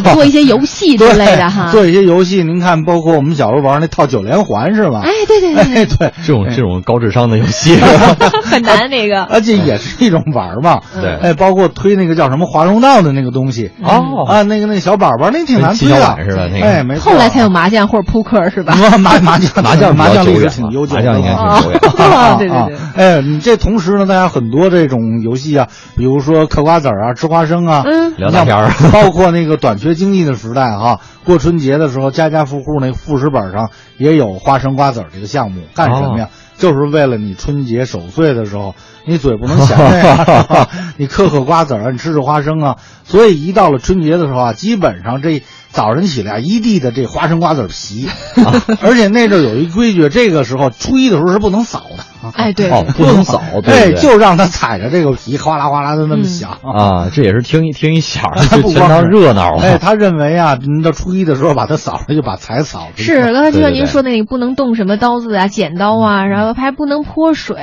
B: 者做一些游戏之类的哈。
D: 做一些游戏。您看，包括我们小时候玩那套九连环是吧？
B: 哎，对对对
D: 哎，对，
C: 这种这种高智商的游 戏，
B: 对，很难那个。
D: 而且也是一种玩儿嘛。
C: 嗯对
D: 哎，包括推那个叫什么华容道的那个东西
C: 哦
D: 啊，那个那个小宝宝那挺难推
C: 跟七
D: 的
C: 巧板似的那个
D: 哎，没错。
B: 后来才有麻将或者扑克是吧？
D: 麻麻麻将
C: 麻将比
D: 麻
C: 较
D: 将
C: 久
D: 历史
C: 远
D: 挺
C: 了
D: 悠久
C: 麻
D: 的，
C: 将应该 挺久远了。
D: 啊
B: 对对对
D: 啊哎，你这同时呢，大家很多这种游戏啊，比如说嗑瓜子儿啊、吃花生啊，
B: 嗯
C: 聊大天儿
D: 像包括那个短缺经济的时代哈、过春节的时候，家家户户那副食本上也有花生瓜子儿这个项目，干什
C: 哦
D: 么呀？就是为了你春节守岁的时候，你嘴不能闲着 呀，你嗑嗑瓜子儿啊，你吃吃花生啊。所以一到了春节的时候啊，基本上这早晨起来啊一地的这花生瓜子儿 皮，啊而且那阵儿有一规矩，这个时候初一的时候是不能扫的。
B: 哎，对，
C: 哦，不能扫，对不对
D: 哎就让他踩着这个皮，哗啦哗啦的那么响。
C: 啊，这也是听一听一响儿，
D: 他
C: 就
D: 不
C: 全
D: 光
C: 当
D: 是
C: 热闹
D: 哎，
C: 了。
D: 他认为啊，您到初一的时候把它扫了，就把财扫出去
B: 是，刚才就
C: 对
B: 像
C: 对
B: 您
C: 对
B: 说的那个，不能动什么刀子啊、剪刀啊，然后还不能泼水，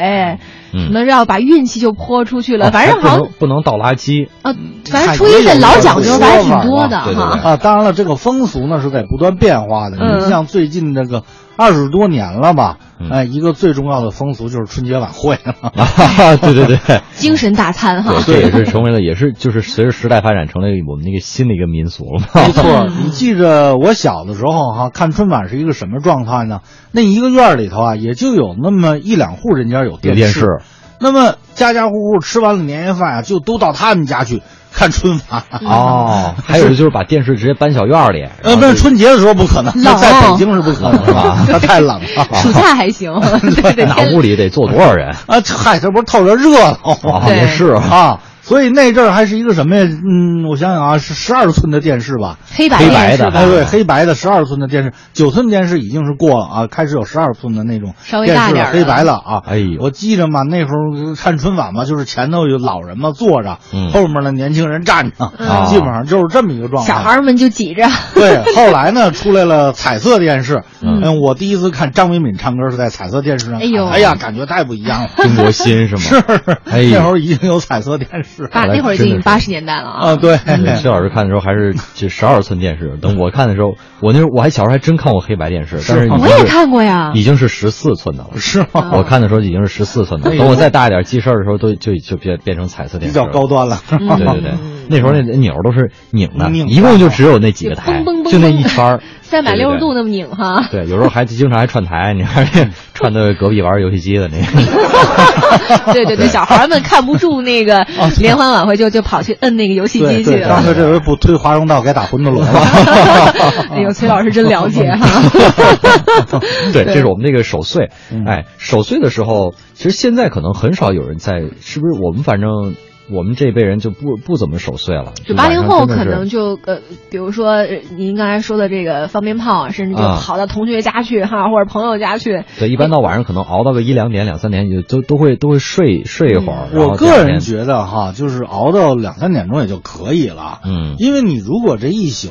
C: 嗯
B: 什么要把运气就泼出去了。
C: 哦
B: 反正
C: 还不
B: 好像
C: 能嗯不能倒垃圾，
B: 啊，反正初一这老讲究，还挺多的哈。
D: 啊。当然了，这个风俗呢是在不断变化的。
B: 嗯
D: 你像最近这个二十多年了吧，
C: 嗯
D: 哎，一个最重要的风俗就是春节晚会 了。
C: 啊，对对对，
B: 精神大餐哈
C: 对，，这也是成为了，也是就是随着时代发展，成了我们那个新的一个民俗了嘛。
D: 没错，你记着我小的时候哈、看春晚是一个什么状态呢？那一个院儿里头啊，也就有那么一两户人家有
C: 有
D: 电
C: 电视，
D: 那么家家户户吃完了年夜饭啊，就都到他们家去看春晚。
C: 哦，还有就是把电视直接搬小院儿里，
D: 嗯呃，不是春节的时候不可能，
B: 冷
D: 在北京是不可能 的吧？它太冷了。
B: 哦暑假还行，对对
C: 哪屋
B: 对，
C: 里得坐多少人？
D: 啊，这嗨，这不是透着热闹
C: 哦
D: 吗，
B: 对
C: 也是啊，
D: 啊？所以那阵儿还是一个什么呀？嗯，我想想啊，是十二寸的电视吧？
B: 黑白
C: 黑
B: 电
C: 白
B: 视
C: 的啊
B: 吧
D: 哎，对，黑白的十二寸的电视，九寸电视已经是过了啊，开始有十二寸的那种
B: 稍微
D: 电
B: 大
D: 视
B: 点儿
D: 了
B: 的
D: 黑白了啊。
C: 哎呦
D: 我记着嘛，那时候看春晚嘛，就是前头有老人嘛坐着，
C: 嗯
D: 后面呢年轻人站着，
C: 嗯
D: 基本上就是这么一个
C: 啊
D: 状态。
B: 小孩儿们就挤着，
D: 对，后来呢，出来了彩色电视。
B: 嗯
D: 嗯，我第一次看张伟敏唱歌是在彩色电视上看的。
B: 哎呦
D: 哎呀，感觉太不一样了。
C: 中国新是吗？
D: 是，
C: 哎呦
D: 那会儿已经有彩色电视
B: 八那会儿已
C: 真的
B: 经
C: 是
B: 八十年代了啊。
D: 啊，对，
C: 对崔老师看的时候还是就十二寸电视，等我看的时候，我那时候我还小时候还真看过黑白电视，但是已经
B: 我也看过呀
C: 已经是十四寸的了。
D: 是吗？
C: 我看的时候已经是十四寸的，
D: 哎呦
C: 等我再大一点记事儿的时候，都就就变变成彩色电
D: 比
C: 视了，
D: 较高端了。
B: 嗯
C: 对对对，那时候那钮儿都是拧的，
D: 拧的
C: 一共就只有那几个
B: 就
C: 台
B: 嘣嘣，嘣
C: 就那一圈儿，
B: 三百六十度
C: 的。
B: 那么拧哈。
C: 对，有时候还经常还串台，你看
B: 嗯
C: 串到隔壁玩游戏机的那个，
B: 对对对，小孩儿们看不住那 个
C: 哦
B: 联欢晚会，就就跑去摁那个游戏
D: 对
B: 机去
D: 对，
B: 了。
D: 干脆这回不推华容道，改打魂斗 罗了。
B: 哎呦，崔老师真了解哈。
C: 对，这是我们那个守岁
D: 嗯。
C: 哎，守岁的时候，其实现在可能很少有人在，是不是？我们反正我们这辈人就不不怎么守岁了。
B: 就
C: 就
B: 八
C: 晚
B: 零
C: 上
B: 后
C: 真的
B: 可
C: 是
B: 能就呃，比如说呃您刚才说的这个放鞭炮啊，甚至就
C: 啊
B: 跑到同学家去哈，或者朋友家去。
C: 对，一般到晚上可能熬到个一两点、两三点，就都都会都会睡睡一会
B: 嗯
C: 儿。然
D: 我
C: 后第二
D: 个
C: 天
D: 人觉得哈，就是熬到两三点钟也就可以了。
C: 嗯
D: 因为你如果这一宿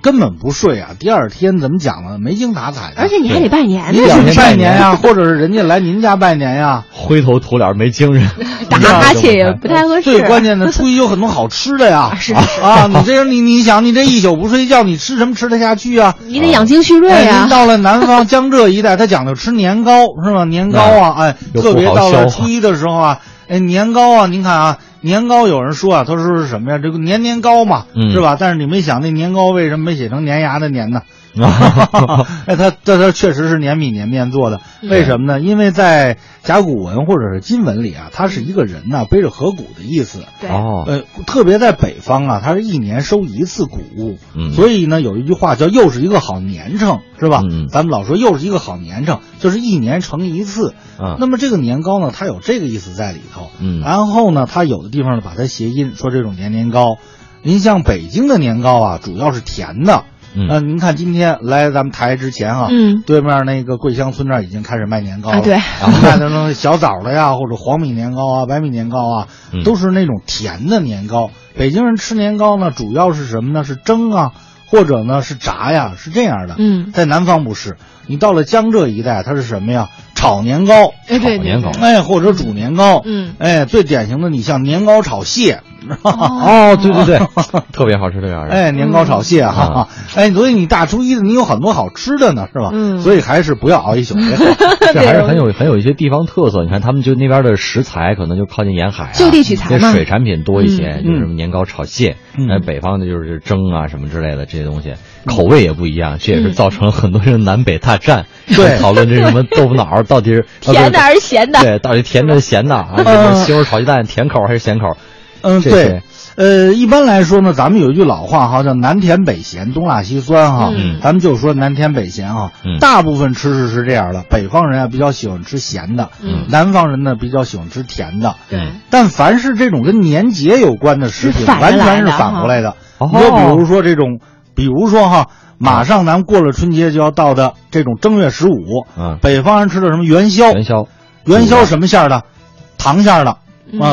D: 根本不睡啊，第二天怎么讲呢？没精打采的，
B: 而且你还得拜年
D: 你
B: 呢，
D: 得
C: 两
D: 去
C: 天
D: 拜
C: 拜年
D: 年呀，或者是人家来您家拜年呀。
C: 灰头土脸没精神，
B: 打哈欠也不太合适。
D: 最关键的，初一有很多好吃的呀，
B: 啊是
D: 啊，你这你你想，你这一宿不睡觉，你吃什么吃得下去啊？
B: 你得养精蓄锐
D: 哎，
B: 呀
D: 您。到了南方江浙一带，他讲究吃年糕是吧？年糕啊，哎，
C: 嗯有
D: 特别
C: 不好
D: 到
C: 消
D: 了
C: 化
D: 初一的时候啊，哎，年糕啊，您看啊，年糕有人说啊，他说是什么呀？这个年年高嘛，
C: 嗯
D: 是吧？但是你没想那年糕为什么没写成粘牙的 粘呢？
C: 啊
D: 哎，它它它确实是粘米粘面做的，
B: 嗯
D: 为什么呢？因为在甲骨文或者是金文里啊，它是一个人呐、背着颌骨的意思。
B: 对，
C: 哦，
D: 呃，特别在北方啊，它是一年收一次谷物，
C: 嗯
D: 所以呢，有一句话叫“又是一个好年称”，是吧？
C: 嗯
D: 咱们老说“又是一个好年称”，就是一年乘一次。
C: 啊
D: 呃那么啊这个年糕呢，它有这个意思在里头。
C: 嗯
D: 然后呢，它有的地方呢把它谐音，说这种年年糕。您像北京的年糕啊，主要是甜的。
C: 嗯
D: 呃您看今天来咱们台之前啊，
B: 嗯
D: 对面那个桂香村那儿已经开始卖年糕了。
B: 啊对
D: 卖的那种小枣的呀，或 者黄米年糕啊、白米年糕啊
C: 嗯，
D: 都是那种甜的年糕。北京人吃年糕呢，主要是什么呢？是蒸啊，或者呢是炸呀，是这样的。
B: 嗯，
D: 在南方不是，你到了江浙一带，它是什么呀？炒年糕，
B: 哎对
C: 炒
B: 对
C: 年糕
B: 对，
D: 哎，或者煮年糕，
B: 嗯
D: 哎，最典型的你像年糕炒蟹，
C: 哦，对 对对，特别好吃，特
B: 嗯
C: 别好吃，
D: 哎，年糕炒蟹，哈哈，哎，所以你大初一的你有很多好吃的呢，是吧？
B: 嗯
D: 所以还是不要熬一 宿为好。
C: 这还是很有很有一些地方特色。你看，他们就那边的食材可能就靠近沿海啊，
B: 就地取材
C: 这
B: 嘛
C: 水产品多一些，
D: 嗯
C: 就是什么年糕、炒蟹。
D: 嗯
C: 哎，北方的就是蒸啊什么之类的这些东西，口味也不一样，这也是造成了很多人南北大战，
D: 对
C: 讨论这什么豆腐脑儿到底是
B: 甜的还是咸的？
C: 对，到底甜的咸的啊？
D: 嗯
C: 西红柿炒鸡蛋甜口还是咸口？
D: 嗯，
C: 这
D: 对，呃，一般来说呢，咱们有一句老话哈，叫南甜北咸，东辣西酸哈。
B: 嗯
D: 咱们就说南甜北咸哈。
C: 嗯
D: 大部分吃食是这样的，北方人啊比较喜欢吃咸的，
B: 嗯
D: 南方人呢比较喜欢吃甜的。
B: 对，
D: 但凡是这种跟年节有关的食
B: 是
D: 品，
B: 反着
D: 完全是
B: 来的
D: 反过来的。
C: 哈
D: 你就比
C: 哦
D: 如说这种，比如说哈，马上咱们过了春节就要到的这种正月十五，
C: 嗯
D: 北方人吃的什么元宵？
C: 元宵，
D: 元宵什么馅儿的？糖馅儿的。啊，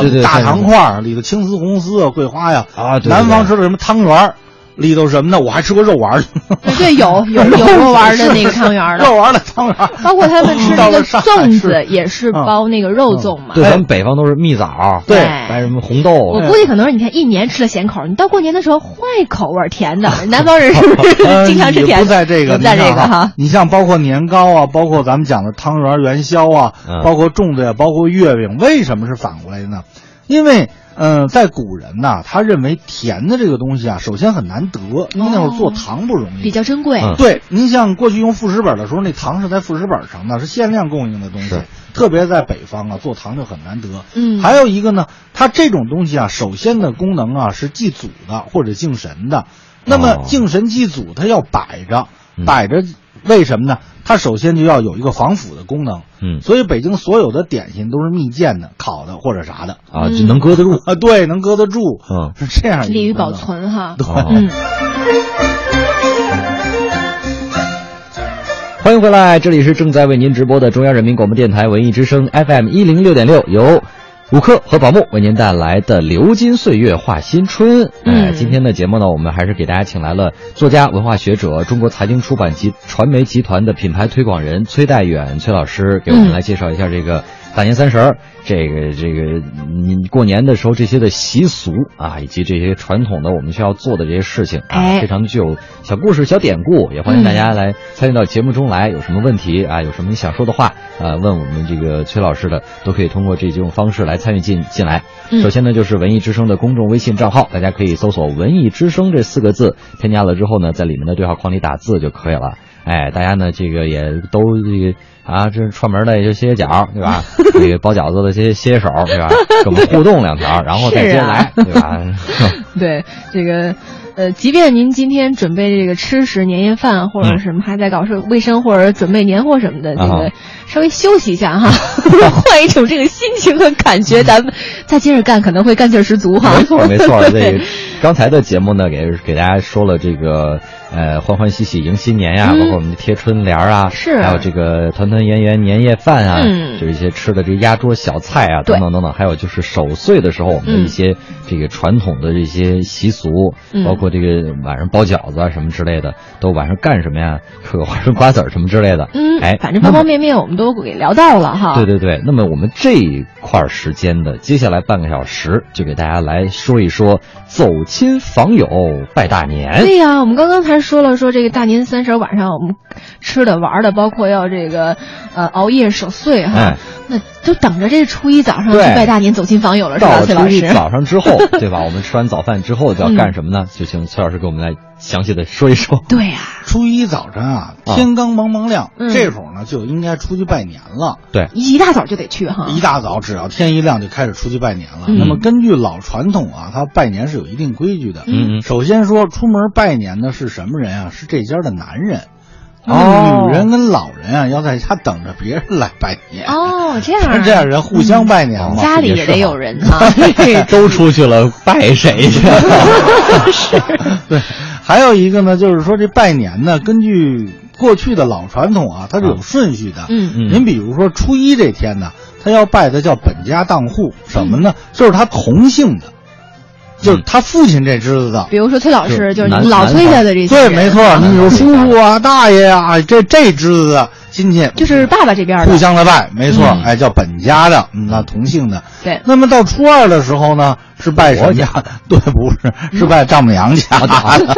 C: 嗯对对
D: 大
C: 对
D: 糖块儿里头青丝、红丝啊、桂花呀。
C: 啊对对
D: 南方吃的什么汤圆儿，里头什么呢？我还吃过肉丸儿，
B: 对对，有有有肉丸的那个汤圆
D: 肉
B: 的，
D: 丸儿的汤圆儿。
B: 包括他们吃那
D: 到
B: 个
D: 了上海嗯
B: 粽
D: 吃
B: 子，也是包那个肉粽嘛。
C: 对，咱们北方都是蜜枣，
B: 对
C: 还有什么红豆，
B: 我估计可能是你看一年吃了咸口，你到过年的时候换一口味儿甜 的。南方人是不是
D: 呃
B: 经常吃甜的？
D: 也不在这个，
B: 也不在这
D: 您
B: 个
D: 看
B: 哈。
D: 你像包括年糕啊，包括咱们讲的汤圆儿、元宵啊
C: 嗯，
D: 包括粽子呀，包括月饼，为什么是反过来的呢？因为，嗯、在古人呐、他认为甜的这个东西啊，首先很难得，因为那会儿做糖不容
B: 哦
D: 易，
B: 比较珍贵。
C: 嗯
D: 对，您像过去用副食本的时候，那糖是在副食本上的，是限量供应的东西
C: 是。
D: 特别在北方啊，做糖就很难得。
B: 嗯
D: 还有一个呢，它这种东西啊，首先的功能啊是祭祖的或者敬神的。那么
C: 哦
D: 敬神祭祖，它要摆着，
C: 嗯
D: 摆着为什么呢？它首先就要有一个防腐的功能。
C: 嗯
D: 所以北京所有的点心都是蜜饯的、烤的或者啥的。
C: 啊，就能搁得住。
D: 啊， 对，能搁得住，
C: 嗯
D: 是这样一个
B: 利于
D: 功
B: 保
D: 能。
B: 存哈。
D: 对
C: 哦
B: 嗯，
C: 欢迎回来，这里是正在为您直播的中央人民广播电台文艺之声 FM 一零六点六，由五克和宝木为您带来的《流金岁月话新春》。哎，
B: 嗯
C: 今天的节目呢，我们还是给大家请来了作家、文化学者、中国财经出版及传媒集团的品牌推广人崔代远崔老师，给我们
B: 嗯
C: 来介绍一下这个大年三十儿，这个这个您过年的时候这些的习俗啊，以及这些传统的我们需要做的这些事情啊，
B: 哎
C: 非常具有小故事、小典故，也欢迎大家来参与到节目中来。有什么问题啊？有什么你想说的话啊？问我们这个崔老师的，都可以通过这种方式来参与进进来。
B: 嗯
C: 首先呢，就是文艺之声的公众微信账号，大家可以搜索“文艺之声”这四个字，添加了之后呢，在里面的对话框里打字就可以了。哎，大家呢，这个也都这个啊，这串门的也就歇歇脚，对吧？这个包饺子的歇歇手，对吧？跟我们互动两条，然后再接着来，对吧？
B: 对这个。呃，即便您今天准备这个吃食年夜饭，或者什么还在搞是卫生，或者准备年货什么的，这
C: 嗯啊
B: 个稍微休息一下哈， 换一种这个心情和感觉，咱们再接着干，可能 会干劲儿十足哈。。
C: 没错，没错这
B: 对
C: 个刚才的节目呢，给给大家说了这个呃欢欢喜喜迎新年呀、包括我们的贴春联儿啊，
B: 嗯是
C: 还有这个团团圆圆年夜饭啊，
B: 嗯
C: 就是一些吃的这压桌小菜啊，
B: 对
C: 等等等等，还有就是守岁的时候我们的一些这个传统的这些习俗，
B: 嗯
C: 包括这个晚上包饺子啊什么之类的，都晚上干什么呀？嗑个花生瓜子儿什么之类的，
B: 嗯，
C: 哎，
B: 反正方
C: 那么
B: 方面面我们都给聊到了哈。
C: 对对对，那么我们这一块儿时间的接下来半个小时，就给大家来说一说走亲访友拜大年。
B: 对呀、我们刚刚才说了，说这个大年三十晚上我们吃的玩的，包括要这个呃熬夜守岁哈，
C: 哎
B: 那就等着这初一早上去
C: 对
B: 拜大年走亲访友了，是
C: 哎到
B: 吧，
C: 了
B: 崔老
C: 初一
B: 师？嗯
C: 早上之后，对吧？我们吃完早饭之后就要干什么呢？就请崔老师给我们来详细的说一说。
B: 对呀、
D: 初一早晨啊，
C: 啊
D: 天刚蒙蒙亮，
B: 嗯
D: 这会儿呢就应该出去拜年了。
B: 一大早就得去哈。
D: 一大早只要天一亮就开始出去拜年了。
B: 啊嗯
D: 那么根据老传统啊，他拜年是有一定规矩的。
B: 嗯
C: 嗯
D: 首先说出门拜年的是什么人啊？是这家的男人。
C: 哦
D: 女人跟老人啊要在家等着别人来拜年。
B: 哦，这样啊
D: 是 这样人互相拜年嘛。
B: 家里也得有人啊哈。
C: 嗯，都出去了，拜谁去？
D: 对，还有一个呢，就是说这拜年呢，根据过去的老传统啊，它是有顺序的。
B: 嗯
C: 嗯
D: 您比如说初一这天呢，他要拜的叫本家当户，什么呢？就是他同姓的，就是他父亲这支子的。
B: 比如说崔老师，
C: 就
B: 就是是
C: 南
B: 老崔家的这些
D: 对，
B: 人，
D: 没错，你比如叔叔啊、大爷啊，这这支子的亲戚
B: 就是爸爸这边
D: 互
B: 的，
D: 相的拜，没错，
C: 嗯
D: 哎，叫本家的，嗯，那同姓的。
B: 对，
D: 那么到初二的时候呢，是拜什么家？ 对，不是，是拜丈母娘家 的。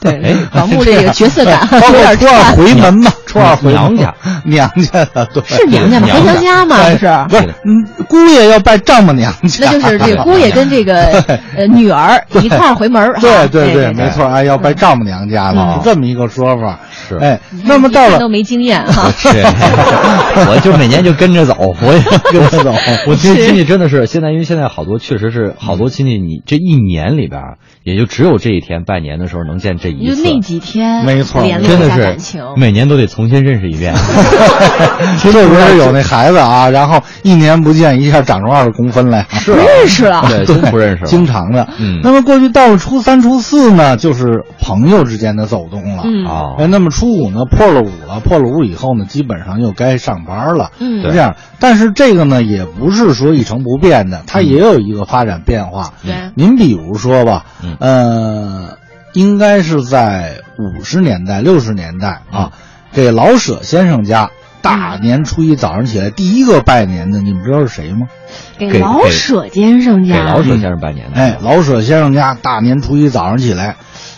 B: 对
C: 哎，
B: 老穆这个角 色感
D: 包
B: 有
D: 括
B: 点
D: 初二
B: 差，
D: 回门嘛，初二回门
C: 娘家，
D: 娘家的，对，
B: 是娘家吗？
C: 娘
B: 回
C: 家
B: 娘家嘛，
D: 哎
B: 不是？
D: 不是，嗯，姑爷要拜丈母娘家，
B: 那就是 啊这姑爷跟这个呃女儿一块儿回门儿哈。
D: 对
B: 对
D: 对，没错，哎，要拜丈母娘家的，
B: 嗯
D: 是这么一个说法。
C: 是。
D: 哎，那么
B: 一
D: 到了
B: 看 都没经验哈
C: 对，我就每年就跟着走，我也跟着走。我亲亲戚真的是现在，因为现在好多确实是好多亲戚，你这一年里边儿也就只有这一天拜年的时候能见这
B: 你
C: 一
B: 就
C: 次，
B: 那几天，
D: 没错
B: 联
C: 真
B: 络一
C: 的
B: 下感
C: 是
B: 情。
C: 每年都得重新认识 一遍。
D: 这不是有那孩子啊，然后一年不见，一下长出二十公分来，是
B: 不
C: 啊
B: 认识了，
C: 对，真不认识了。
D: 经常的。
C: 嗯
D: 那么过去到了初三、初四呢，就是朋友之间的走动了。
B: 嗯
C: 啊
D: 哎，那么初五呢，破了五了，破了五以后呢，基本上又该上班了，
B: 嗯
D: 是这样。但是这个呢，也不是说一成不变的，它也有一个发展变化。
B: 对
D: 您比如说吧，
C: 嗯
D: 呃，应该是在五十年代、六十年代啊，这老舍先生家。大年初一早上起来，第一个拜年的，你们知道是谁吗？
B: 给
C: 给
B: 老
C: 给
B: 舍先生
C: 给
B: 家
C: 老舍先生拜年的，
D: 哎，老舍先生家大年初一早上起来，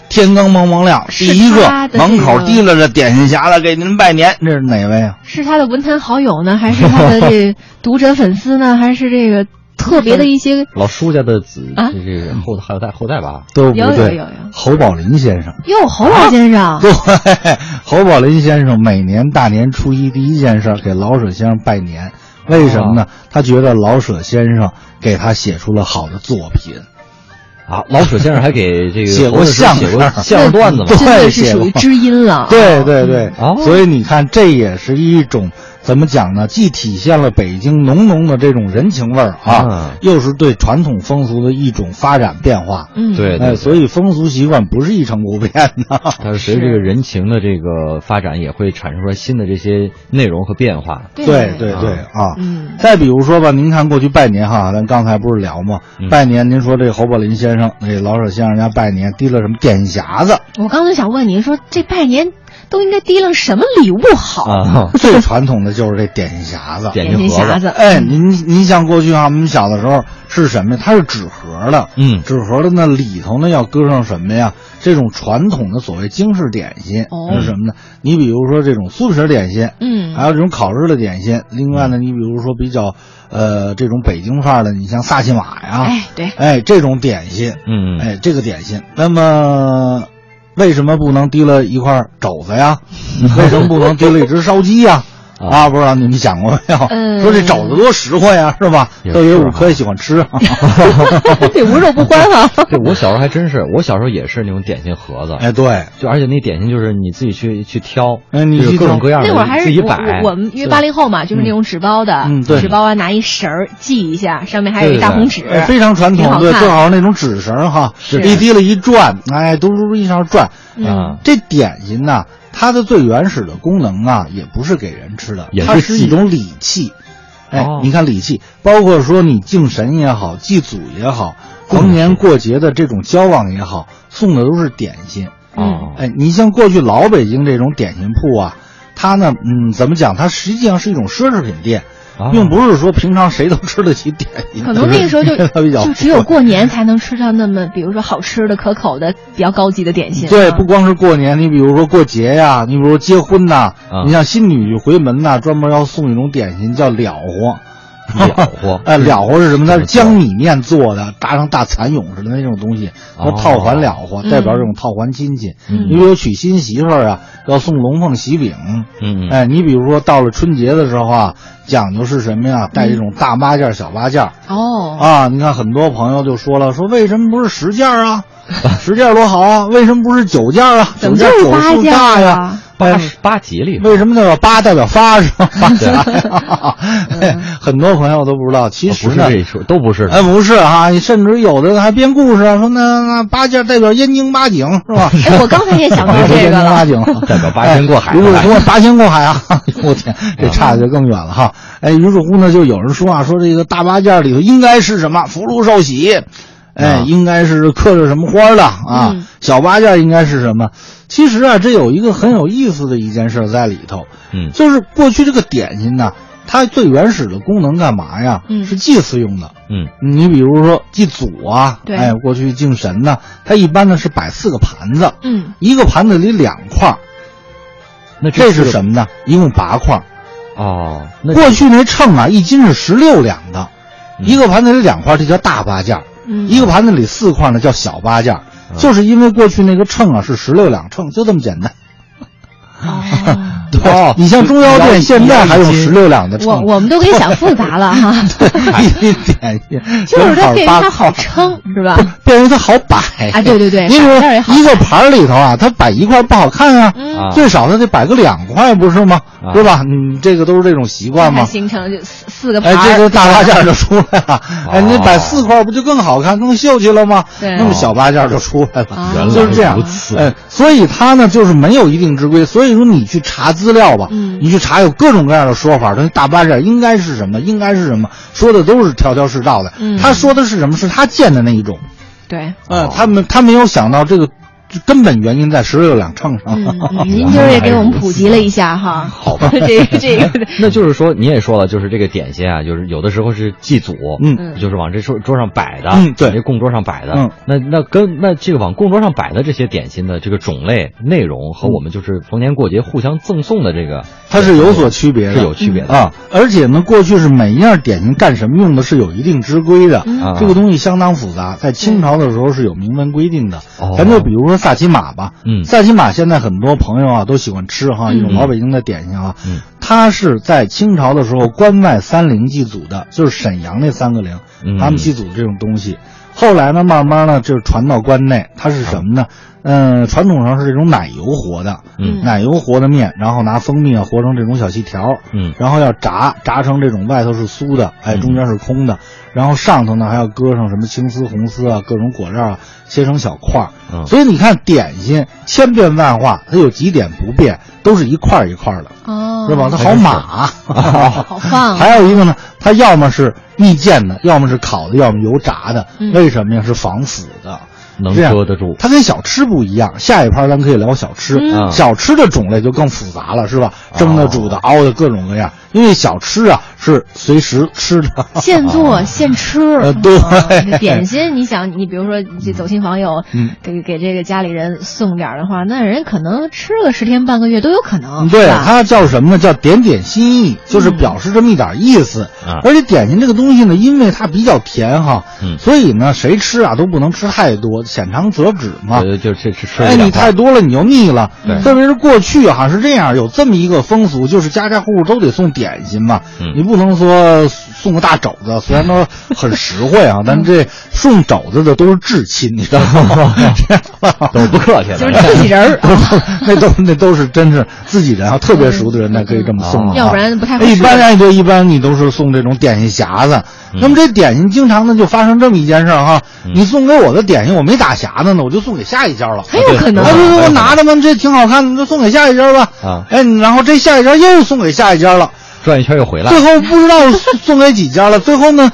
D: 天刚蒙蒙亮，
B: 是
D: 第一个
B: 他的这个
D: 门口提拉着点心匣子给您拜年，这是哪位啊？
B: 是他的文坛好友呢，还是他的这读者粉丝呢，还是这个特别的一些？
C: 老叔家的子，
B: 啊
C: 这这个后后代后代吧，
D: 都不
B: 有有
D: 对
B: 有，有
D: 侯宝林先生。
B: 哟，侯老先 生，
D: 对，侯宝林先生每年大年初一第一件事儿给老舍先生拜年，为什么
C: 哦
D: 呢？他觉得老舍先生给他写出了好的作品。
C: 啊，老舍先生还给这个
D: 写
C: 侯
D: 过
C: 老师
D: 相
C: 写过
D: 声
C: 相声段子嘛，
B: 真的是
D: 对
B: 属于
D: 写过
B: 知音了。
D: 对对对，
C: 哦
D: 所以你看，这也是一种怎么讲呢？既体现了北京浓浓的这种人情味儿啊，
C: 嗯
D: 又是对传统风俗的一种发展变化。
B: 嗯，
C: 对
D: 哎，
C: 对，
D: 所以风俗习惯不是一成不变 的。
C: 它是随着这个人情的这个发展，也会产生出来新的这些内容和变化。
D: 对对对啊。
B: 嗯，
D: 再比如说吧，您看过去拜年哈，咱刚才不是聊吗？
C: 嗯
D: 拜年，您说这侯宝林先生，那老舍先生家拜年提了什么点心匣 子？
B: 我刚才想问您说，这拜年都应该提了什么礼物好？
C: 啊，
D: 最传统的就是这点心匣子。
C: 点
B: 点
C: 心
B: 心
C: 盒
B: 匣子，
D: 哎，您您像过去啊，我们小的时候是什么呀？它是纸盒的，
C: 嗯
D: 纸盒的那里头呢要搁上什么呀？这种传统的所谓京式点心、
B: 哦
D: 是什么呢？你比如说这种酥皮点心，
B: 嗯
C: 啊
D: 还有这种烤制的点心。另外呢，你比如说比较，呃，这种北京范儿的，你像萨其马
C: 啊
D: 呀，
B: 哎，对，
D: 哎，这种点心，
C: 嗯，
D: 哎，这个点心。那么，为什么不能提了一块肘子呀？为什么不能提了一只烧鸡呀？啊，不知道你们讲过没有？
B: 嗯
D: 说这肘子多实惠啊，是吧？
C: 也
D: 都以为
C: 是哈
D: 五科喜欢吃啊。
B: 对，无肉不欢啊哈。
C: 对我小时候还真是，我小时候也是那种点心盒子，
D: 哎，对，
C: 就而且那点心就是你自己去去挑，
D: 哎你
C: 就是
D: 去
C: 各种
D: 挑
C: 各样的，
B: 那会儿还
C: 自
B: 是
C: 己
B: 我
C: 摆。
B: 我我们因为八零后嘛，就是那种纸包的，
D: 嗯对
B: 纸包啊，拿一绳儿系一下，上面还有一大红纸，
D: 哎非常传
B: 挺
D: 统，
B: 好
D: 对，
B: 看
D: 正好那种纸绳儿哈，
B: 啊是
D: 一提了一转，哎，嘟嘟嘟一下转。
B: 嗯
C: 啊，
D: 这点心呐，它的最原始的功能啊，也不是给人吃的
C: 也，是
D: 它是一
C: 祭
D: 种礼器。哎，
C: 哦
D: 你看礼器，包括说你敬神也好，祭祖也好，逢年过节的这种交往也好，送的都是点心。
B: 嗯
C: 哦，
D: 哎，你像过去老北京这种点心铺啊，它呢，嗯，怎么讲？它实际上是一种奢侈品店，
C: 啊
D: 并不是说平常谁都吃得起点心。
B: 可能那个时候 就
D: 它比较
B: 就只有过年才能吃到那么，比如说好吃的、可口的、比较高级的点心。
D: 对，
B: 嗯
D: 不光是过年，你比如说过节呀、你比如说结婚呐、
C: 啊
D: 你像新女回门呐、专门要送一种点心叫了和。
C: 了和
D: 哎，了和是什么？
C: 怎么
D: 它是
C: 做
D: 江米面做的，搭上大蚕蛹似的那种东西，叫
C: 哦
D: 套环了和，
B: 嗯
D: 代表这种套环亲戚。
C: 嗯
D: 你比如娶新媳妇儿啊，要送龙凤喜饼。
C: 嗯，
D: 哎，你比如说到了春节的时候啊，讲究是什么呀？带这种大八件儿、小八件儿。
B: 哦，
D: 啊，你看很多朋友就说了，说为什么不是十件儿 啊？十件儿多好啊！为什么不是九件儿啊？
B: 怎
D: 九
B: 么
D: 件儿
B: 就是
D: 九
B: 八
D: 数
B: 件儿
D: 大呀
B: 啊？
C: 八
D: 哎
C: 十八哦吉利，
D: 为什么叫八代表发是吧？发财啊哎 很多朋友都不知道，其
C: 哦
D: 实
C: 不是
D: 呢
C: 这，一说，都不是的。
D: 哎，不是哈、甚至有的还编故事啊，说那那八件儿代表燕京八景是吧？
B: 哎，我刚才也 想到
D: 不是
B: 这
D: 燕
B: 个
D: 京八
B: 了。
D: 景，
C: 代表八仙过海
D: 哎
C: 的
D: 如果
C: 来
D: 说八仙过海啊，我天，这差的就更远了哈。哎，于是乎呢，就有人说啊，说这个大八件里头应该是什么福禄寿喜，哎，
C: 啊
D: 应该是刻着什么花的啊。
B: 嗯
D: 小八件应该是什么？其实啊，这有一个很有意思的一件事在里头，
C: 嗯
D: 就是过去这个点心呢，它最原始的功能干嘛呀？
B: 嗯
D: 是祭祀用的。
C: 嗯，
D: 你比如说祭祖啊，
B: 对
D: 哎，过去敬神呢，它一般呢是摆四个盘子，
B: 嗯，
D: 一个盘子里两块儿，
C: 那
D: 这
C: 是
D: 是什么呢？一共八块儿。
C: 哦，那
D: 过去那秤啊，一斤是十六两的，
C: 嗯
D: 一个盘子里两块儿，这叫大八件儿；
B: 嗯
D: 一个盘子里四块儿呢，叫小八件儿。
C: 嗯
D: 就是因为过去那个秤啊是十六两秤，就这么简单。
B: 哦
D: 对
C: 哦
D: 你像中药店现在还有十六两的
B: 我
D: 秤，
B: 我们都给想复杂了 哈，
D: 一点点，
B: 就是它便于它
D: 八
B: 好
D: 块儿
B: 称，是吧
D: 不？ 便于它好摆
B: 啊对对对
D: 因
B: 摆这儿也
D: 为
B: 好
D: 一个盘儿里头啊，它摆一块儿不好看啊，
B: 嗯
C: 啊
D: 最少它得摆个两块，不是吗？
C: 啊
D: 对吧？你这个都是这种习惯
B: 它
D: 吗？
B: 形成就四四个盘
D: 哎，
B: 儿，哦
D: 这个大八件儿就出来了。哎，你
C: 哦
D: 摆四块儿不就更好看、更秀气了吗？
B: 对
D: 那么小八件儿就出来
B: 啊
D: 了，
C: 原来
D: 就是这 样
C: 如。此
D: 哎，所以它呢就是没有一定之规，所以说你去查资料吧，
B: 嗯
D: 你去查有各种各样的说法，这大八件儿应该是什么，应该是什么，说的都是条条是道的。
B: 嗯
D: 他说的是什么？是他见的那一种。
B: 对，
D: 嗯
C: 哦，
D: 他们他没有想到这个根本原因在十六两秤上。
B: 嗯，嗯您今儿也给我们普及了一下哈，好吧， 这个这 个，
C: 那就是说，你也说了，就是这个点心啊，就是有的时候是祭祖，
D: 嗯
C: 就是往这桌桌上摆的，
D: 嗯对
C: 往这供桌上摆的，
D: 嗯，
C: 那那跟那这个往供桌上摆的这些点心的这个种类、内容和我们就是逢年过节互相赠送的这个，
D: 嗯它是有所区别的，
C: 是有区别的
D: 啊。而且呢，过去是每一样点心干什么用的是有一定之规的，
B: 嗯
D: 这个东西相当复杂，在清朝的时候是有明文规定的。
C: 嗯哦
D: 咱就比如说萨其马吧，
C: 嗯
D: 萨其马现在很多朋友啊都喜欢吃哈，
B: 嗯
D: 一种老北京的点心啊，
C: 嗯
D: 它是在清朝的时候关外三陵祭祖的，就是沈阳那三个陵，
C: 嗯
D: 他们祭祖这种东西。后来呢，慢慢呢，就是传到关内，它是什么
C: 啊
D: 呢？嗯、传统上是这种奶油和的，
C: 嗯
D: 奶油和的面，然后拿蜂蜜啊和成这种小细条儿，
C: 嗯
D: 然后要炸，炸成这种外头是酥的，哎，
C: 嗯
D: 中间是空的，然后上头呢还要搁上什么青丝、红丝啊，各种果料啊，切成小块儿。
C: 嗯
D: 所以你看点心千变万化，它有几点不变，都是一块儿一块儿的，
B: 哦，
D: 是吧？它好码。
B: 好放啊，
D: 还有一个呢，它要么是蜜饯的，要么是烤的，要么油炸的。
B: 嗯
D: 为什么呀？是防腐的。
C: 能
D: 这样
C: 遮得住，
D: 它跟小吃不一样。下一盘咱可以聊小吃，
B: 嗯
D: 小吃的种类就更复杂了，是吧？蒸的、
C: 哦
D: 煮的、熬的各种各样。因为小吃啊是随时吃的。
B: 现做现吃
D: 呃，对
B: 啊点心，你想，你比如说，这走亲访友，
D: 嗯
B: 给给这个家里人送点儿的话，那人可能吃个十天半个月都有可能，
D: 嗯对，
B: 哦
D: 啊
B: 是吧？
D: 它叫什么呢？叫点点心意，就是
B: 嗯
D: 表示这么一点意思。
C: 啊
D: 而且点心这个东西呢，因为它比较甜哈，
C: 嗯
D: 所以呢，谁吃啊都不能吃太多，浅尝辄止嘛。
C: 呃，就吃吃吃
D: 哎，
C: 不了
D: 你太多了你就腻了。
C: 对
D: 特别是过去哈、是这样，有这么一个风俗，就是家家户户都得送点心嘛。
C: 嗯
D: 你不能说送个大肘子，虽然说很实惠 啊，但这送肘子的都是至亲，你知道 吗？这样吧
C: 都不客气了，
B: 就是自己 人儿啊，
D: 那都那都是真是自己人啊，特别熟的人才可以这么送、
C: 嗯
B: 哦
D: 啊
B: 要不然不太合适
D: 一般哎对，一般你都是送这种点心匣子。
B: 嗯
D: 那么这点心经常呢就发生这么一件事儿哈，你送给我的点心我没打匣子呢，我就送给下一家了。
B: 很有可能
D: 哎，对对，我拿着嘛，这挺好看的，就送给下一家吧。
C: 啊
D: 哎，然后这下一家又送给下一家了。
C: 转一圈又回来
D: 最，后不知道送给几家了。最后呢，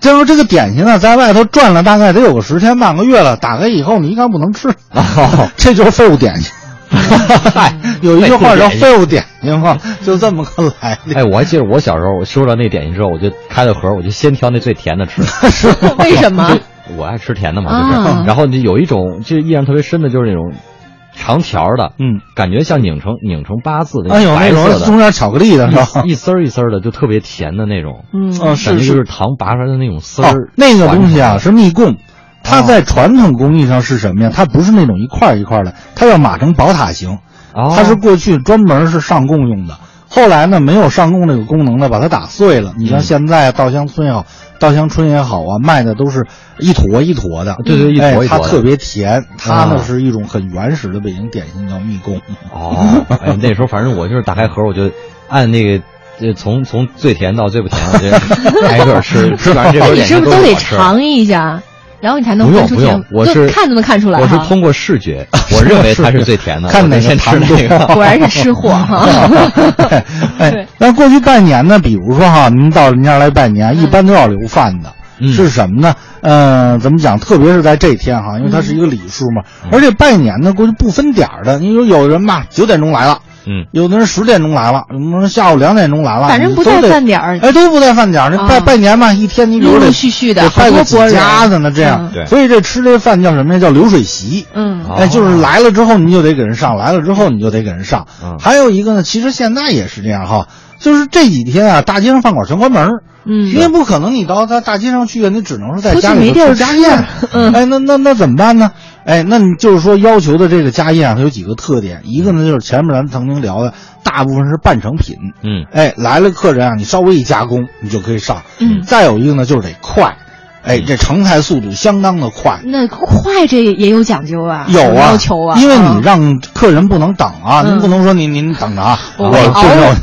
D: 再说这个点心呢，在外头转了大概得有个十天半个月了，打开以后你一看不能吃，
C: 哦 嗯
D: 这就是废物点心。嗨，有一句话叫“废物点心”嘛，就这么个来的。
C: 哎，我还记得我小时候，我收到那点心之后，我就开了盒，我就先挑那最甜的 吃。
B: 为什么？
C: 我爱吃甜的嘛，就是。
B: 啊
D: 嗯
C: 然后就有一种这印象特别深的，就是那种长条的，
D: 嗯，
C: 感觉像拧成拧成八字的，
D: 哎呦，那
C: 白
D: 种
C: 色
D: 中
C: 的，
D: 间巧克力的是吧？
C: 一丝儿一丝儿的，就特别甜的那种。
B: 嗯，
C: 感
D: 嗯，是
C: 觉就是是糖拔出来的那种丝
D: 哦
C: 儿，，
D: 那个东西
C: 传
D: 啊
C: 哦出
D: 是蜜供，它在传统工艺上是什么呀？它不是那种一块儿一块儿的，它要码成宝塔形。
C: 来的，哦
D: 它是过去专门是上供用的，后来呢没有上供这个功能了，把它打碎
C: 嗯
D: 了。你像现在稻香村也好，稻香春也好啊，卖的都是一坨一坨的，
C: 啊对对一坨
D: 哎
C: 一坨的
D: 它特别甜，它
C: 啊
D: 呢是一种很原始的北京点心，叫蜜 供。
C: 哦，哎，那时候反正我就是打开盒，我就按那个，呃，从从最甜到最不甜，我 就挨个儿吃，吃完这
B: 那
C: 口
D: 哦
B: 哎你
C: 点
B: 是
C: 心
B: 不是
C: 都
B: 得
C: 好吃
B: 尝一下，然后你才能
C: 不
B: 分
C: 用
B: 出
C: 不
B: 甜
C: 用，，我
B: 就是看就能看出来
C: 我是
B: 哈。
C: 通过视觉，我认为它是最甜的，
D: 看
C: 我就
D: 哪个
C: 先吃
D: 糖度
C: 那个。
B: 果然是吃货 哈。对
D: 哎，那过去拜年呢，比如说哈，您到人家来拜年，一般都要留饭的。
C: 嗯
D: 是什么呢？呃，怎么讲？特别是在这天哈，
C: 嗯
D: 因为它是一个礼数嘛，而且拜年呢，过去不分点儿的。你说有人吧，九点钟来了，
C: 嗯，
D: 有的人十点钟来了，有的人下午两点钟来了，
B: 反正不
D: 你都
B: 在
D: 得
B: 饭点儿
D: 哎，都不在饭点儿。那拜
B: 啊
D: 拜年嘛，一天你比如
B: 陆
D: 得
B: 陆续续的
D: 得
B: 好
D: 拜
B: 多
D: 个几
B: 拨人
D: 家子呢，这样
B: 嗯。
C: 对
D: 所以这吃这饭叫什么呀？叫流水席。
B: 嗯
C: 哦
D: 哎，就是来了之后你就得给人上，来了之后你就得给人上。
C: 嗯
D: 还有一个呢，其实现在也是这样哈，就是这几天啊，大街上饭馆全关门儿。
B: 嗯
D: 因为不可能你到他大街上去啊，你只能是在
B: 出去
D: 家里
B: 没
D: 头
B: 地儿
D: 吃家宴
B: 吃。嗯
D: 哎，那那那怎么办呢？哎，那你就是说要求的这个家宴啊，它有几个特点，一个呢就是前面咱曾经聊的，大部分是半成品。
C: 嗯，
D: 哎，来了客人啊，你稍微一加工，你就可以上。
B: 嗯
D: 再有一个呢，就是得快，哎，这成菜速度相当的快。
B: 那快这也有讲究啊，
D: 有啊，
B: 要求啊，
D: 因为你
B: 啊
D: 让客人不能等啊，
B: 嗯
D: 您不能说您您等着啊，
B: 我
D: 我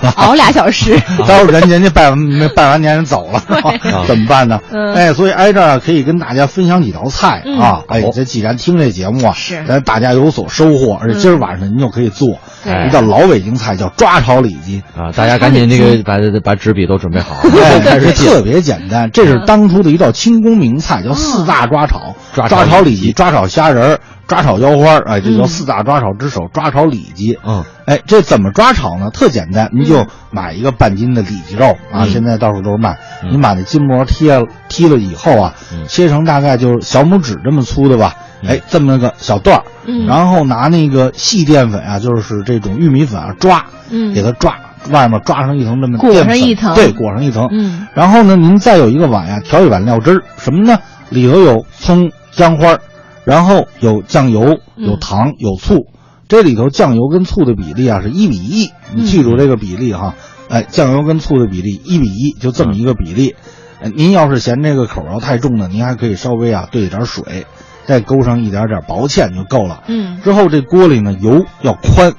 D: 这
B: 熬 熬俩小时，
D: 到时候人人家拜完没拜完年人走了，是吧 怎么办呢？
B: 嗯
D: 哎，所以挨这儿可以跟大家分享几道菜啊。哎
C: 好，
D: 这既然听这节目啊，
B: 是
D: 咱大家有所收获，而且今儿晚上您就可以做
B: 对
D: 一道老北京菜，叫抓炒里脊。
C: 啊，大家赶紧那个把把纸笔都准备好，
D: 哎，
C: 开
D: 这
C: 始记。
D: 特别简单，这
B: 嗯
D: 是当初的一道清宫名菜，叫四大抓炒：
C: 抓炒
D: 抓
C: 里
D: 炒里脊、抓炒虾仁儿、抓炒腰花儿。哎，这叫
B: 嗯
D: 四大抓炒之首，抓炒里脊。
C: 嗯，
D: 哎，这怎么抓炒呢？特简单，
B: 嗯
D: 你就买一个半斤的里脊肉啊，
C: 嗯
D: 现在到处都是卖。
C: 嗯
D: 你把那筋膜贴了贴了以后啊
C: 嗯，
D: 切成大概就是小拇指这么粗的吧，哎，这么个小段儿。
B: 嗯
D: 然后拿那个细淀粉啊，就是这种玉米粉啊，抓，
B: 嗯
D: 给它抓，外面抓上一层这么
B: 裹
D: 淀
B: 上
D: 粉
B: 一层
D: 对，裹上一层。
B: 嗯
D: 然后呢，您再有一个碗呀、调一碗料汁儿，什么呢？里头有葱、姜花儿，然后有酱油、
B: 嗯
D: 有糖、有醋。这里头酱油跟醋的比例啊是一比一，你记住这个比例哈。哎，酱油跟醋的比例一比一，就这么一个比例。呃您要是嫌这个口要太重呢，您还可以稍微啊兑一点水，再勾上一点点薄芡就够了。
B: 嗯
D: 之后这锅里呢油要宽，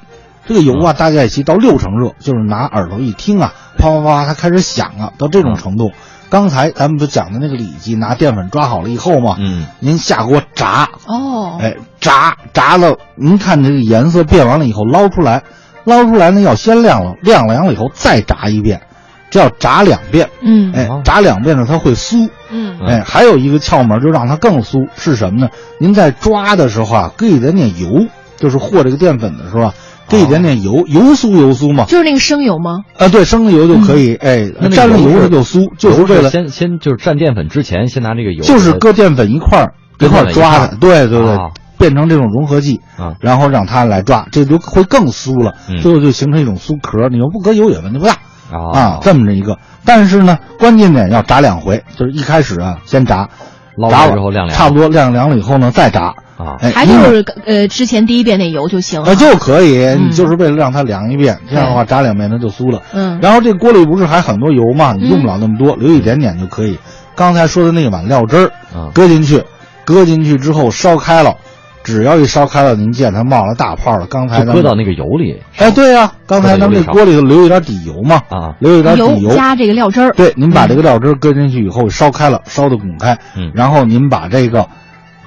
D: 这个油啊
C: 嗯
D: 大概其到六成热，就是拿耳朵一听啊，啪啪啪它开始响了，到
C: 嗯
D: 这种程度。刚才咱们不讲的那个里脊，拿淀粉抓好了以后嘛，
C: 嗯，
D: 您下锅炸，
B: 哦，
D: 哎，炸炸到您看这个颜色变完了以后捞出来，捞出来呢要先晾了，晾凉了以后再炸一遍，这要炸两遍，
B: 嗯
D: 哎
C: 哦，
D: 炸两遍呢它会酥，
B: 嗯
C: 嗯
D: 哎，还有一个窍门，就让它更酥，是什么呢？您在抓的时候啊，搁一点点油，就是和这个淀粉的时候啊，这一点点
C: 哦
D: 油，油酥油酥嘛，
B: 就是那个生油吗？
D: 啊，对，生的油就可以，哎，
C: 嗯那那
D: 蘸了
C: 油
D: 油
C: 是
D: 就酥，就是为了
C: 先先就是蘸淀粉之前，先拿这个油，
D: 就是搁淀粉一块儿
C: 跟
D: 块
C: 淀粉
D: 儿
C: 一
D: 抓
C: 块
D: 的
C: 儿，
D: 对对对
C: 啊，
D: 变成这种融合剂
C: 啊
D: 然后让它来抓，这就会更酥了
C: 嗯，
D: 最后就形成一种酥壳，你要不搁油也问题不大。
C: 啊
D: 啊，这么着一个。但是呢，关键点要炸两回，就是一开始啊，先炸，
C: 捞
D: 炸
C: 完
D: 了
C: 之后晾凉
D: 差不多晾凉了以后呢，再炸。
C: 啊
D: 哎，
B: 还
D: 因
B: 就
D: 为
B: 是呃之前第一遍那油就行了。
D: 呃就可以，
B: 嗯
D: 你就是为了让它凉一遍，这样的话炸两遍它就酥了。
B: 嗯
D: 然后这锅里不是还很多油吗？你用不了那么多，留一点点就可以。刚才说的那碗料汁儿
C: 嗯，
D: 搁进去，搁进去之后烧开了，只要一烧开了，您见它冒了大泡了。刚
C: 就
D: 才咱
C: 搁
D: 们
C: 到那个油里
D: 哎，对呀、刚才咱们这
C: 搁
D: 锅里头留一点底油嘛，
C: 啊，
D: 留一点底油
B: 加这个料汁 儿，
D: 对，您把这个料汁儿搁进去以后烧开了，烧的滚开，
C: 嗯
D: 然后您把这个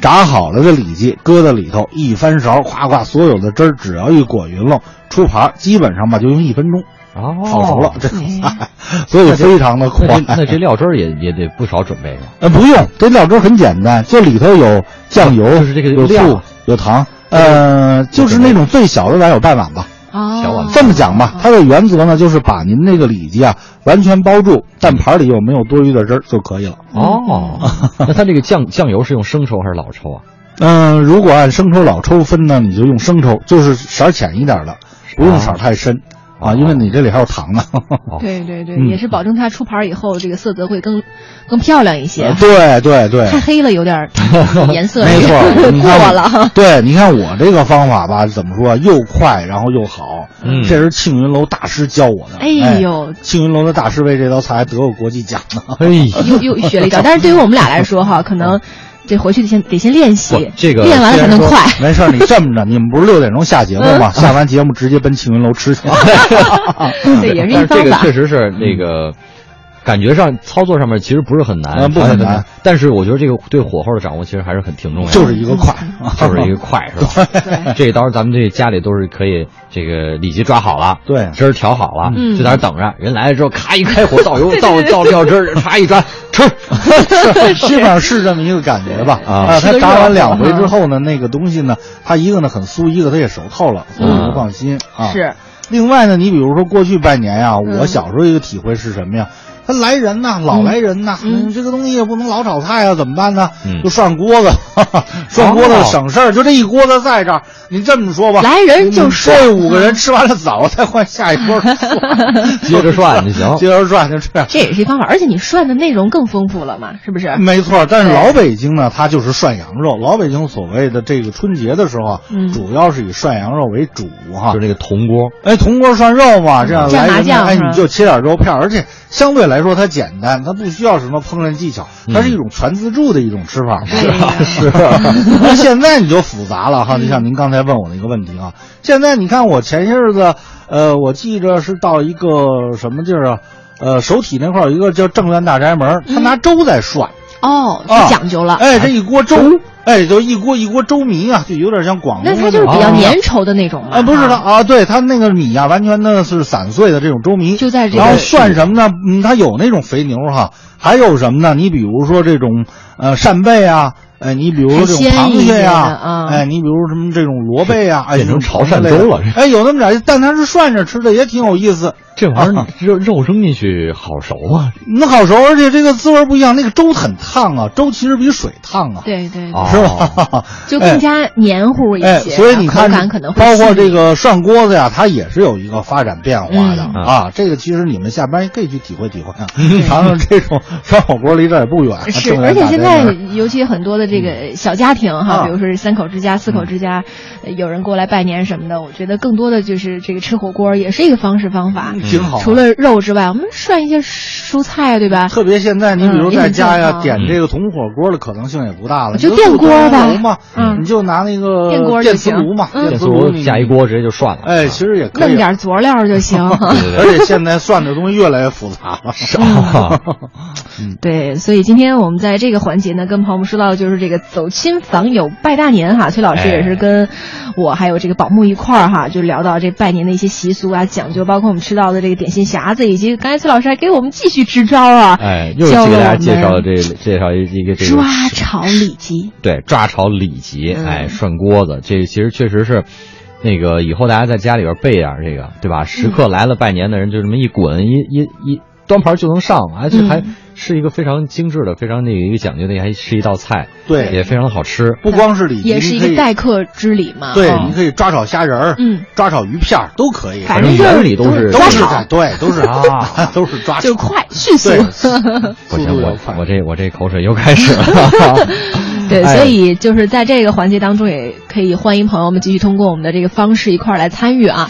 D: 炸好了的里脊搁在里头，一翻勺，夸夸，所有的汁儿只要一裹匀了，出盘儿基本上吧就用一分钟
C: 哦，
D: 炒熟了，这个
B: 哎
D: 菜， 所以非常的快
C: 那。这那这料汁儿也也得不少准备吧？
D: 呃不用，这料汁儿很简单，就里头有酱油，
C: 就是这个
D: 有
C: 料
D: 醋
C: 啊，
D: 有糖，呃，就是那种最小的碗有半碗吧。
B: 哦，
C: 小碗
D: 这么讲吧，它的原则呢就是把您那个里脊啊完全包住，但盘儿里又没有多余的汁儿就可以了。
C: 哦，那它这个酱酱油是用生抽还是老抽啊？
D: 嗯，如果按生抽、老抽分呢，你就用生抽，就是色儿浅一点的，不用色儿太深
C: 哦
D: 啊，因为你这里还有糖啊 呢。
B: 对对对，
D: 嗯
B: 也是保证它出盘以后这个色泽会更更漂亮一些。
D: 对对啊对，
B: 太黑了，有点 儿颜色
D: 没错儿，你看
B: 过
D: 我
B: 了。
D: 对，你看我这个方法吧，怎么说，又快，然后又好。
C: 嗯
D: 这是庆云楼大师教我的。
B: 哎呦
D: 庆云楼的大师为这道菜还得过国际奖呢。
C: 哎呀，
B: 又又学了一招，但是对于我们俩来说哈，可能这回去得先得先练习
C: 不，这个
B: 练完了才能快。 嗯
D: 没事儿，你这么着，你们不是六点钟下节目吗？下完节目直接奔庆云楼 吃去。嗯
B: 对，
C: 但
B: 也是一
C: 是这
B: 方
C: 个
B: 法
C: 确。实是那个。感觉上操作上面其实不是很难，
D: 嗯不很
C: 调整
D: 难，
C: 但是我觉得这个对火候的掌握其实还是很挺重要的，
D: 就是一个快，啊
C: 就是一个快是吧？这到时候咱们这家里都是可以，这个里脊抓好了，
D: 对
C: 汁儿调好了，
B: 嗯
C: 就在那儿等着。人来了之后，咔一开火 倒油，倒倒料汁儿，嚓一抓，吃。
D: 基本上 是这么一个感觉吧。
C: 啊
B: 吃
D: 它
B: 个
D: 炸
B: 热乎
D: 完两回之后呢，那个东西呢，它一个呢很酥，一个它也熟透了，所以
C: 嗯
D: 不放心啊。
B: 是。
D: 另外呢，你比如说过去拜年呀，
B: 嗯
D: 我小时候一个体会是什么呀？他来人呐，老来人呐，
B: 嗯
D: 嗯这个东西也不能老炒菜呀，怎么办呢？
C: 嗯哦
D: 就涮锅子，涮锅子省事儿。就这一锅子在这儿，你这么说吧，
B: 来人就
D: 你
B: 涮
D: 这五
C: 嗯
D: 个人吃完了早，再换下一锅涮，
C: 接着涮就行
D: 接着涮就这样。
B: 这也是一方法，而且你涮的内容更丰富了嘛，是不是？
D: 没错，但是
B: 对
D: 老北京呢，它就是涮羊肉。老北京所谓的这个春节的时候啊，
B: 嗯
D: 主要是以涮羊肉为主哈
C: 就。那个铜锅，
D: 哎，铜锅涮肉嘛，这样
B: 蘸嗯
D: 来
B: 麻
D: 人呢，
B: 酱
D: 哎，
B: 是吧
D: 你就切点肉片儿，而且相对来说它简单，它不需要什么烹饪技巧，它是一种全自助的一种吃法嘛。
B: 嗯对呀
D: 是。 那现在你就复杂了哈，就像您刚才问我的一个问题啊，现在你看我前些日子，呃，我记着是到一个什么地儿啊，呃，首体那块儿有一个叫正院大宅门儿，他
B: 嗯
D: 拿粥在涮。
B: 哦，
D: 啊
B: 这讲究了。
D: 哎，这一锅粥，哎，就一锅一锅粥糜啊，就有点像广东
B: 那
D: 的
B: 它就是
D: 种
B: 比较
C: 啊
B: 粘稠的那种嘛。
D: 啊，不是
B: 哈
D: 的啊，对它那个米啊，完全的是散碎的这种粥糜，
B: 就在这
D: 然后
B: 个
D: 涮什么呢？嗯，它有那种肥牛哈，还有什么呢？你比如说这种呃扇贝啊。哎，你比如说这种
B: 海鲜
D: 螃
B: 一
D: 蟹
B: 类的
D: 呀、
B: 啊
D: 哎，你比如什么这种萝卜呀、哎，
C: 变成
D: 这种
C: 潮汕
D: 类的
C: 粥了
D: 哎，有那么点儿，但它是涮着吃的，也挺有意思。
C: 这玩意儿肉肉扔进去好熟啊，
D: 那好熟，而且这个滋味不一样。那个粥很烫啊，粥其实比水烫啊，
B: 对对对，
C: 哦
D: 是 吧？
B: 就更加黏糊一些，
D: 哎，所以你
B: 口
D: 看，
B: 感可能会
D: 包括
B: 细腻
D: 这个涮锅子呀，它也是有一个发展变化的、
C: 嗯
D: 啊。这个其实你们下班也可以去体会体会啊， 尝尝这种涮火锅离这儿也不远。
B: 嗯
D: 啊
B: 是，
D: 正
B: 而
D: 源
B: 且
D: 大
B: 现
D: 宅
B: 在
D: 门
B: 尤其很多的这个小家庭哈，
D: 啊嗯
B: 比如说是三口之家、四口之家，呃有人过来拜年什么的，我觉得更多的就是这个吃火锅也是一个方式方法。
D: 嗯挺好啊，
B: 除了肉之外，我们涮一些蔬菜，对吧？
D: 嗯特别现在，你比如
B: 嗯也
D: 在
B: 很
D: 家
B: 健，
D: 呀
B: 康
D: 点这个铜火锅的可能性也不大了，
B: 就
D: 你
B: 电锅
D: 电
B: 吧
D: 炉嘛，
B: 嗯
D: 你就拿那个
B: 电锅就
D: 电磁
B: 行
D: 炉嘛，
B: 嗯
D: 电磁
C: 炉
D: 炉你
C: 下一，锅直接就涮了。
D: 哎，其实也可以
B: 弄点佐料就 行。
D: 而且现在涮的东西越来越复杂了，嗯
C: 少啊，
B: 对，所以今天我们在这个环节呢，跟朋友们说到的就是这个走亲访友拜大年哈，崔老师
C: 哎
B: 也是跟我还有这个宝木一块儿哈，就聊到这拜年的一些习俗啊、讲究，包括我们吃到的这个点心匣子，以及刚才崔老师还给我们继续支招啊，
C: 哎，又是
B: 教
C: 给
B: 了
C: 大家
B: 我
C: 介
B: 们
C: 绍了这介绍一个这个
B: 抓炒里脊，
C: 对，抓炒里脊，
B: 嗯
C: 哎，涮锅子，这其实确实是，那个以后大家在家里边备点儿这个，对吧？时
D: 嗯
C: 刻来了拜年的人就这么一滚，一一一端盘就能上，而且还
B: 嗯
C: 是一个非常精致的、非常那个一个讲究的，还是一道菜，
D: 对
C: 也非常好吃。
D: 不光是礼
B: 也
D: 节，
B: 是
D: 你
B: 一
D: 可
B: 个
D: 以
B: 待客之礼嘛。
D: 对，
B: 哦
D: 你可以抓炒虾仁儿，
B: 嗯，
D: 抓炒鱼片儿都可以，
B: 反
C: 正
B: 就是
C: 原理都是
D: 都
B: 抓
D: 是
B: 炒
D: 在，对，都是
C: 啊，
D: 都是抓
B: 就
D: 炒，
B: 快迅速。
D: 对
C: 不
D: 速
C: 行，
D: 度要
C: 我
D: 快
C: 我。这我这口水又开 始了。
B: 对，
C: 哎
B: 所以就是在这个环节当中，也可以欢迎朋友们继续通过我们的这个方式一块儿来参与啊。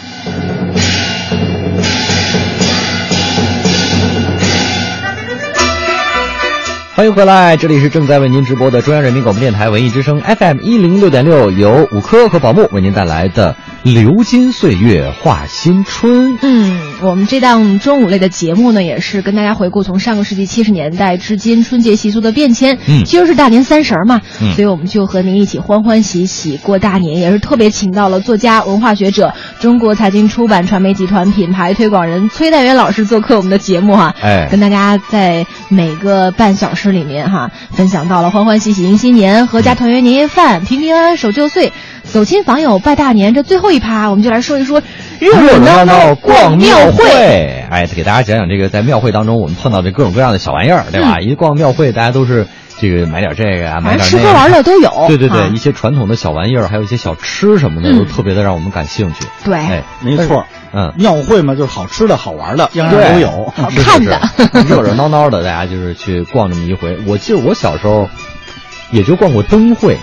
C: 欢迎回来，这里是正在为您直播的中央人民广播电台文艺之声 FM 一零六点六，由五科和宝木为您带来的《流金岁月话新春》。
B: 嗯，我们这档中午类的节目呢，也是跟大家回顾从上个世纪七十年代至今春节习俗的变迁。
C: 嗯
B: 今儿是大年三十儿嘛，
C: 嗯
B: 所以我们就和您一起欢欢喜喜过大年，也是特别请到了作家、文化学者、中国财经出版传媒集团品牌推广人崔代元老师做客我们的节目哈、啊
C: 哎
B: 跟，大家在每个半小时里面哈，分享到了欢欢喜喜迎新年、合家团圆年夜饭、平平安安守旧岁、走亲访友拜大年。这最后一趴，我们就来说一说热
C: 热
B: 热
C: 闹
B: 闹闹
C: 闹
B: 逛
C: 逛
B: 庙
C: 会，哎，给大家讲讲这个在庙会当中我们碰到的各种各样的小玩意儿，对吧？一逛庙会，大家都是这个买点这个啊，买
B: 嗯
C: 点
B: 反正吃
C: 那个，
B: 喝玩乐都有。
C: 对对对，
B: 啊
C: 一些传统的小玩意儿，还有一些小吃什么的，
B: 嗯
C: 都特别的让我们感兴趣。
B: 对，
C: 哎，
D: 没错，
C: 嗯，
D: 庙会嘛，就是好吃的好玩的，样样
C: 对
D: 都有。
B: 好
C: 是
B: 看
C: 是
B: 的
C: 是热热闹闹的，大家就是去逛这么一回。我记得我小时候也就逛过灯会。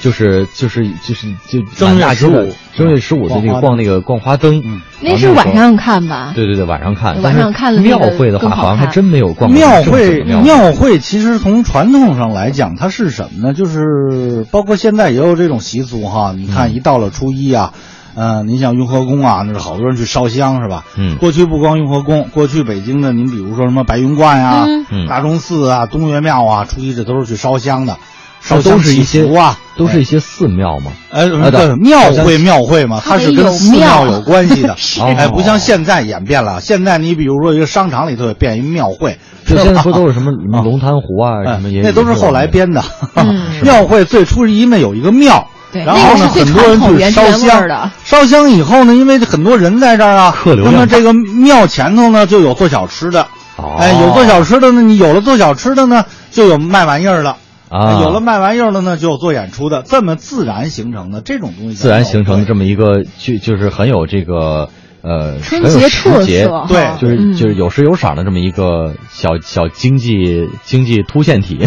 C: 就是就是就是就
D: 正月
C: 满大街
D: 十五
C: 的正月十五的那个
D: 逛花灯
C: 逛那个逛花灯啊
D: 嗯，
B: 那
C: 然后
B: 是
C: 时
B: 晚
C: 候
B: 上看吧？
C: 对对对，晚上看，
B: 晚上
C: 但是
B: 看了那个
C: 庙会的话，
B: 更好
C: 好像还
B: 看
C: 真没有逛过
D: 庙
C: 正式
D: 会
C: 的庙
D: 庙会其实从传统上来讲，它是什么呢？就是包括现在也有这种习俗哈。你
C: 嗯
D: 看，一到了初一啊，呃，您像雍和宫啊，那是好多人去烧香是吧？
C: 嗯
D: 过去不光雍和宫，过去北京的您比如说什么白云观呀、
B: 嗯
C: 嗯
D: 大钟寺啊、东岳庙啊，初一这都是去烧香的，烧
C: 这
D: 香
C: 都是
D: 祈
C: 一些
D: 福啊，
C: 都是一些寺庙嘛。
D: 呃，
C: 啊
D: 对，
C: 对
D: 庙
C: 好像
D: 会庙会嘛，它
B: 它
D: 是
B: 得
D: 跟
B: 有
D: 寺
B: 庙，
D: 庙有关系的
B: 是
D: 哎，不像
C: 哦
D: 现在演变了。现在你比如说一个商场里头也变一庙会，
C: 这
D: 是
C: 现在
D: 吧
C: 不都是什 么什么龙潭湖啊，
D: 哎
C: 什么也
D: 那都是后来编的。啊
B: 嗯是
D: 庙会最初一呢有一个庙，
B: 对
D: 然后呢
B: 那个是最
D: 很多
B: 传
D: 人
B: 统
D: 去
B: 原汁原
D: 烧
B: 味儿
D: 香
B: 的
D: 烧香以后呢，因为很多人在这儿啊，
C: 客流
D: 那
C: 量
D: 么
C: 大
D: 这个庙前头呢就有做小吃的，
C: 哦
D: 哎，有做小吃的呢，你有了做小吃的呢，就有卖玩意儿的。
C: 啊，
D: 有了卖玩意儿的呢，就有做演出的，这么自然形成的这种东西叫
C: 自
D: 庙会，
C: 然形成的这么一个，就就是很有这个呃，
B: 春
C: 很有
B: 节
C: 时
B: 特
C: 节
B: 色哈
D: 对
C: 就是
B: 嗯
C: 就是有时有赏的这么一个小小经济经济突现体。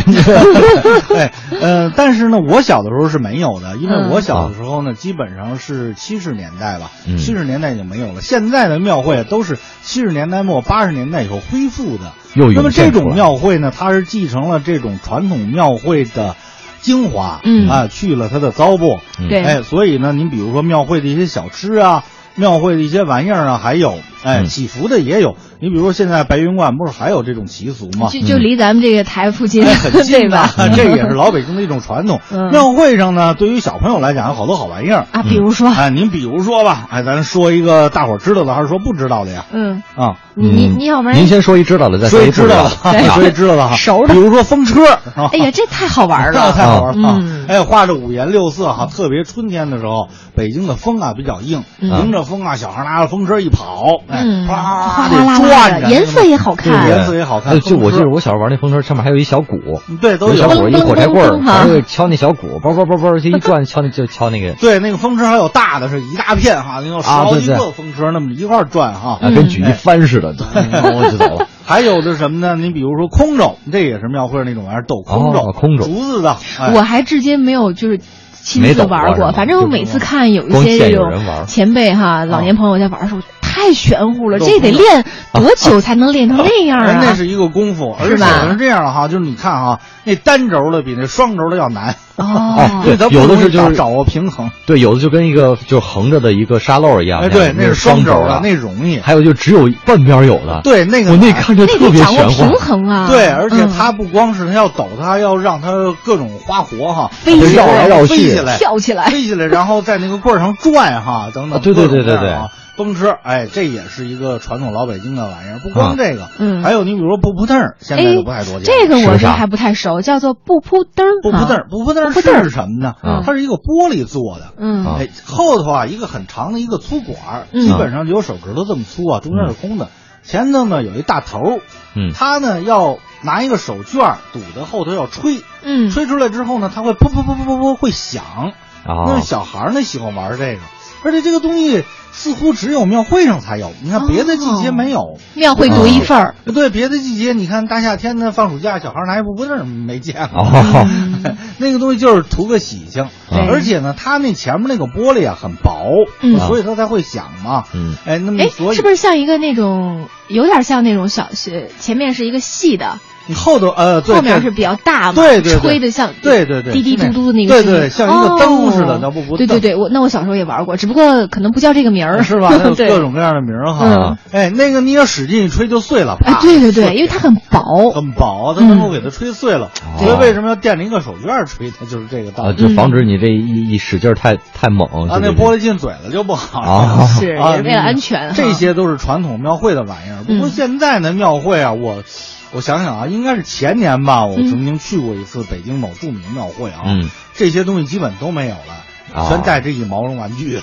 D: 对，呃，但是呢，我小的时候是没有的，因为
B: 嗯
D: 我小的时候呢，基本上是七十年代吧，
C: 嗯
D: 七十年代已经没有了。现在的庙会都是七十年代末八十年代以后恢复的。
C: 又
D: 那么
C: 涌现
D: 这
C: 出
D: 种
C: 来
D: 庙会呢，它是继承了这种传统庙会的精华，
B: 嗯
D: 啊，去了它的糟粕，
C: 嗯
B: 对
D: 哎，所以呢，您比如说庙会的一些小吃啊，庙会的一些玩意儿啊，还有哎
C: 嗯
D: 祈福的也有。你比如说现在白云观不是还有这种习俗吗？
B: 就就离咱们这个台附近，
D: 哎，很
B: 对
D: 近的
B: 吧？，
D: 这个也是老北京的一种传统
B: 嗯。
D: 庙会上呢，对于小朋友来讲，有好多好玩意儿。
B: 啊，比如说，
D: 哎，您比如说吧，哎，咱说一个大伙儿知道的，还是说不知道的呀？
B: 嗯，
D: 啊，
B: 你你
C: 嗯
B: 你要不然
C: 您，先说一知道的，再
D: 说
C: 一
D: 一知道
C: 的
D: 的，。啊说一知道的哈，
B: 熟的
D: 比如说风车，啊是吧
B: 哎呀，这太好玩儿
D: 那太
B: 了，
D: 好玩了啊
B: 嗯！
D: 哎，画着五颜六色哈，特别春天的时候，北京的风啊比较硬，
B: 嗯
D: 迎着风啊，小孩拿着风车一跑，哎
B: 嗯，，哗
D: 哗
B: 哗啦
D: 得
B: 啦
D: 转
B: 的，
D: 着，
B: 颜色也好看
D: 对，颜色也好看
C: 哎就我
D: 风
C: 记
D: 车
C: 得我小时候玩那风车，上面还有一小鼓，
D: 嗯对都
C: 有小
D: 有。
C: 鼓一火柴棍
B: 嘣嘣
C: 儿，
B: 嘣哈
C: 还会敲那小鼓，叭叭叭叭就一转敲那就敲 那个
D: 对，那个风车还有大的，是一大片哈，那有十
C: 啊
D: 好
C: 对
D: 几
C: 对
D: 个风车那么一块儿转哈。
C: 啊，跟举
B: 嗯
C: 一帆似的， 嗯我知道了。
D: 还有的是什么呢？你比如说空手，这也是庙会那种玩意儿，斗空手、
C: 哦空手
D: 竹子的。哎
B: 我还至今没有就是亲
C: 没
B: 自
C: 懂
B: 玩
C: 过
B: 过，
C: 是吗
B: 反正我每次看有一
C: 光
B: 些
C: 见
B: 这
C: 有
B: 种
C: 人玩
B: 前辈哈、老年朋友在玩的时候，太玄乎了，
D: 都
B: 这得
D: 不
B: 练多久才能练成那样
D: 哎
B: 啊？
D: 那是一个功夫，而
B: 是
D: 且
B: 吧
D: 是这样的哈，就是你看哈，那单轴的比那双轴的要难，
B: 哦
C: 哎，
D: 因为它不
C: 有的
D: 容易
C: 是就是
D: 掌掌握平衡。
C: 对，有的就跟一个就横着的一个沙漏一样，
D: 哎，对，
C: 那
D: 是
C: 双
D: 双
C: 轴
D: 的，那
C: 那
D: 容易。
C: 还有就只有半边有的，，
D: 对，那个
C: 我那
D: 难
C: 看着
B: 那
C: 特
B: 得
C: 别
B: 掌握
C: 玄
B: 平
C: 乎，
B: 衡啊！
D: 对，而且
B: 嗯
D: 它不光是它要抖，它要让它各种花活哈，
B: 飞起来
D: 绕来绕去，
C: 飞起
D: 起来，
B: 跳起来，
D: 飞起来，然后在那个棍儿上转哈，等等。
C: 啊对对
D: 各
C: 对
D: 种各样
C: 对
D: 啊风车，哎，这也是一个传统老北京的玩意儿。不光
C: 啊
D: 这个，
B: 嗯哎
D: 还有你比如说布扑腾儿，现在就不太多见了。
B: 这个我
C: 是
B: 就
C: 啥
B: 还不太熟，叫做不扑灯儿。
D: 布扑
B: 啊
D: 腾儿，布扑腾
B: 窗户
D: 是
B: 字儿
D: 是什么呢？
C: 嗯
D: 它是一个玻璃做的，
B: 嗯
C: 啊
D: 哎，后头啊一个很长的一个粗管儿，
B: 嗯
D: 基本上就有手指头这么粗啊，中间是空的。前头呢有一大头儿，
C: 嗯
D: 他呢要拿一个手绢儿堵在后头要吹，
B: 嗯，
D: 吹出来之后呢，它会噗噗噗噗噗噗会响。那
C: 啊，
D: 小孩儿呢喜欢玩这个，而且这个东西似乎只有庙会上才有，你
C: 哦
D: 看别的季节没有。
B: 庙会独一份儿。
D: 对，别的季节你看大夏天的放暑假，小孩儿拿一布布凳儿没见过。
C: 哦，
D: 那个东西就是图个喜庆，
B: 对
D: 而且呢，它那前面那个玻璃啊很薄，
B: 啊
D: 啊
B: 嗯
D: 所以它才会响嘛。
C: 嗯
D: 哎，那么
B: 哎，
D: 所以
B: 是不是像一个那种有点像那种小学前面是一个细的，
D: 你后头呃，对
B: 后面
D: 对
B: 是比较大嘛，
D: 对对对
B: 吹的像
D: 对对对
B: 滴滴嘟嘟的那个
D: 对
B: 声音，
D: 对像一个灯似的
B: 哦
D: 那不不
B: 对对对，我那我小时候也玩过，只不过可能不叫这个名儿，
D: 是吧？它有
B: 对
D: 各种各样的名儿哈
B: 嗯。
D: 哎，那个你要使劲一吹就碎了，
B: 哎
D: 啪，，
B: 对对嗯对，因为它很薄，
D: 很薄，啊它能够给它吹碎了。
B: 哦
C: 嗯
D: 所以为什么要垫着一个手绢儿吹？它就是这个道
C: 啊，
D: 理。
C: 就防止你这一一使劲儿太太猛
D: 啊，
C: 是
D: 那
C: 不是
D: 玻璃进嘴了就不好了。
C: 啊，
B: 是
D: 啊，
B: 也是为了安全哈。
D: 这些都是传统庙会的玩意儿。不过
B: 嗯
D: 现在呢，庙会啊，我我想想啊，应该是前年吧，我
B: 嗯
D: 曾经去过一次北京某著名庙会啊，
C: 嗯
D: 这些东西基本都没有了，
C: 哦
D: 全带这一毛绒玩
B: 啊
D: 具。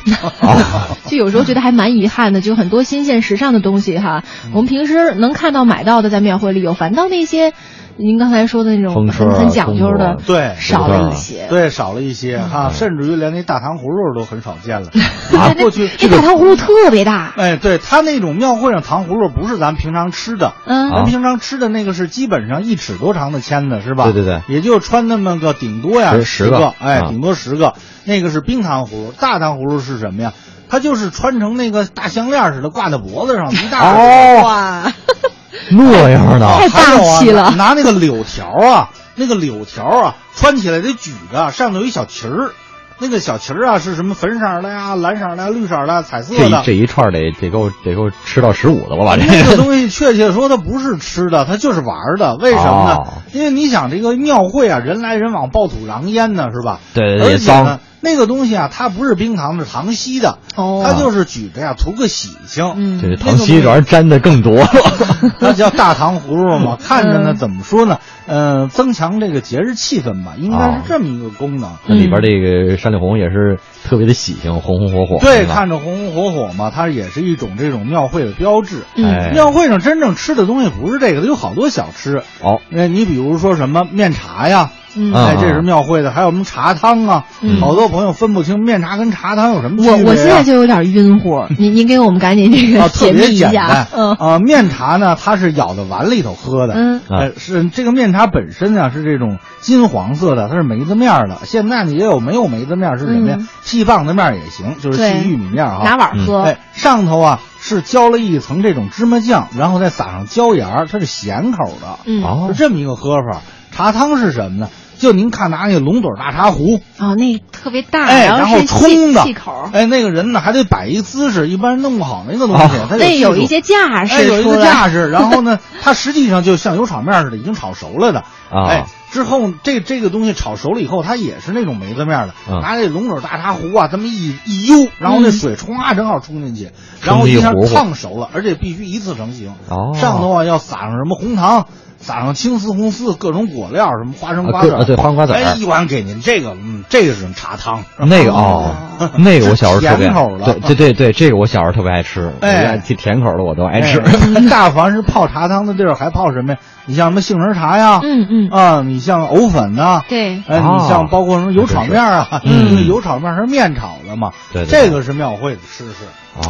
B: 就有时候觉得还蛮遗憾的，就很多新鲜时尚的东西哈，
D: 嗯
B: 我们平时能看到买到的在庙会里有，反倒那些您刚才说的那种
C: 风车
B: 很
C: 啊
B: 很讲究
C: 中
B: 的
C: 国，
D: 对
B: 少了一些。
D: 对，少了一些哈，甚至于连那大糖葫芦都很少 见了。啊
B: 哎，那
D: 过去
B: 那大糖葫芦特别大，
D: 哎，对，它那种庙会上糖葫芦不是咱们平常吃的，
B: 嗯
C: 啊
D: 咱们平常吃的那个是基本上一尺多长的签子是吧？
C: 对对对
D: 也就穿那么个顶多呀
C: 十
D: 十
C: 十个
D: 哎，
C: 啊
D: 顶多十个。那个是冰糖葫芦，大糖葫芦是什么呀？它就是穿成那个大项链似的挂在脖子上，一大
C: 哦
B: 哇，
D: 哎
C: 那样的
B: 太
D: 还有啊
B: 大气了
D: 拿拿那个柳条啊，那个柳条啊，穿起来得举着，上头有一小旗儿。那个小旗儿啊，是什么粉色儿的呀、蓝色儿的、绿色儿的、彩色
C: 这
D: 的
C: 一？这一串儿得得够得够吃到十五的了吧？这
D: 那个东西确切说它不是吃的，它就是玩儿的。为什么呢？
C: 哦
D: 因为你想这个庙会啊，人来人往，爆肚狼烟呢，是吧？
C: 对对
D: 而
C: 也
D: 且呢
C: 脏，
D: 那个东西啊，它不是冰糖，是糖稀的，
B: 哦
D: 它就是举着呀、图个喜庆。
B: 嗯
C: 这糖稀主要是沾的更多
D: 嗯
C: 了。
D: 那叫大糖葫芦 嘛，看着呢，怎么说呢？嗯，增强这个节日气氛吧，应
C: 哦
D: 该是这么一个功能。
C: 那里边这个山里红也是特别的喜庆，红红火火。
D: 对，
C: 是吧
D: 看着红红火火嘛，它也是一种这种庙会的标志。
C: 哎
D: 庙会上真正吃的东西不是这个，它有好多小吃。
C: 哦，
D: 那你比如说什么面茶呀，
B: 嗯
C: 啊
D: 哎，这是庙会的，还有什么茶汤啊？
B: 嗯
D: 好多朋友分不清面茶跟茶汤有什么区别、
B: 我
D: 啊。
B: 我现在就有点晕 乎，您您给我们赶紧这
D: 啊，
B: 个
D: 特
B: 解密
D: 别
B: 一
D: 简
B: 下
D: 单。，
B: 嗯
D: 啊，面茶呢，它是舀到碗里头喝的。
B: 嗯
C: 啊
D: 呃，是这个面茶本身啊是这种金黄色的，它是梅子面儿的。现在呢也有没有梅子面儿是什么呀
B: 嗯？
D: 细棒子面儿也行，就是
B: 对
D: 细玉米面儿啊。
B: 拿碗儿喝
D: 哎，，上头啊是浇了一层这种芝麻酱，然后再撒上椒盐儿，它是咸口的。
B: 嗯
C: 哦
D: 是这么一个喝法。茶汤是什么呢？就您看拿那龙嘴大茶壶，
B: 哦，那特别大，
D: 哎，然
B: 然
D: 后
B: 是
D: 冲
B: 气
D: 的
B: 气口儿，，
D: 哎，那个人呢还得摆一姿势，一般人弄不好那个东西
C: 哦，
D: 它
B: 那有
D: 技术
B: 一些架
D: 哎，
B: 势
D: 有一
B: 出
D: 个
B: 来，
D: 架势，然后呢，它实际上就像油炒面似的，已经炒熟了的。
B: 哦
C: 啊
D: 哎，之后这这个东西炒熟了以后，它也是那种梅子面的，
C: 嗯
D: 拿这龙嘴大茶壶啊，这么一一悠，然后那
B: 嗯
D: 水冲啊，正好冲进去，
C: 冲
D: 然后
C: 一
D: 下
C: 壶壶
D: 烫熟了，而且必须一次成型。
C: 哦
D: 上头啊要撒上什么红糖。撒上青丝、红丝，各种果料，什么花生、
C: 啊
D: 瓜
C: 各
D: 子儿、
C: 啊对花生瓜子儿
D: 哎，一碗给您，这个，嗯，这个是茶汤，
C: 那个哦，那个我小时候特别
D: 甜口的
C: 对对对对，这个我小时候特别爱吃，
D: 哎
C: 这甜口的我都爱 吃。
D: 哎大凡是泡茶汤的地儿，还泡什么呀？你像什么杏仁茶呀？
B: 嗯嗯
D: 啊，你像藕粉呐、
B: 对
D: 哎，
C: 哦
D: 你像包括什么油炒面啊？
C: 真是
D: 因为
C: 嗯
D: 油炒面是面炒的嘛。
C: 对对对
D: 这个是庙会的吃食。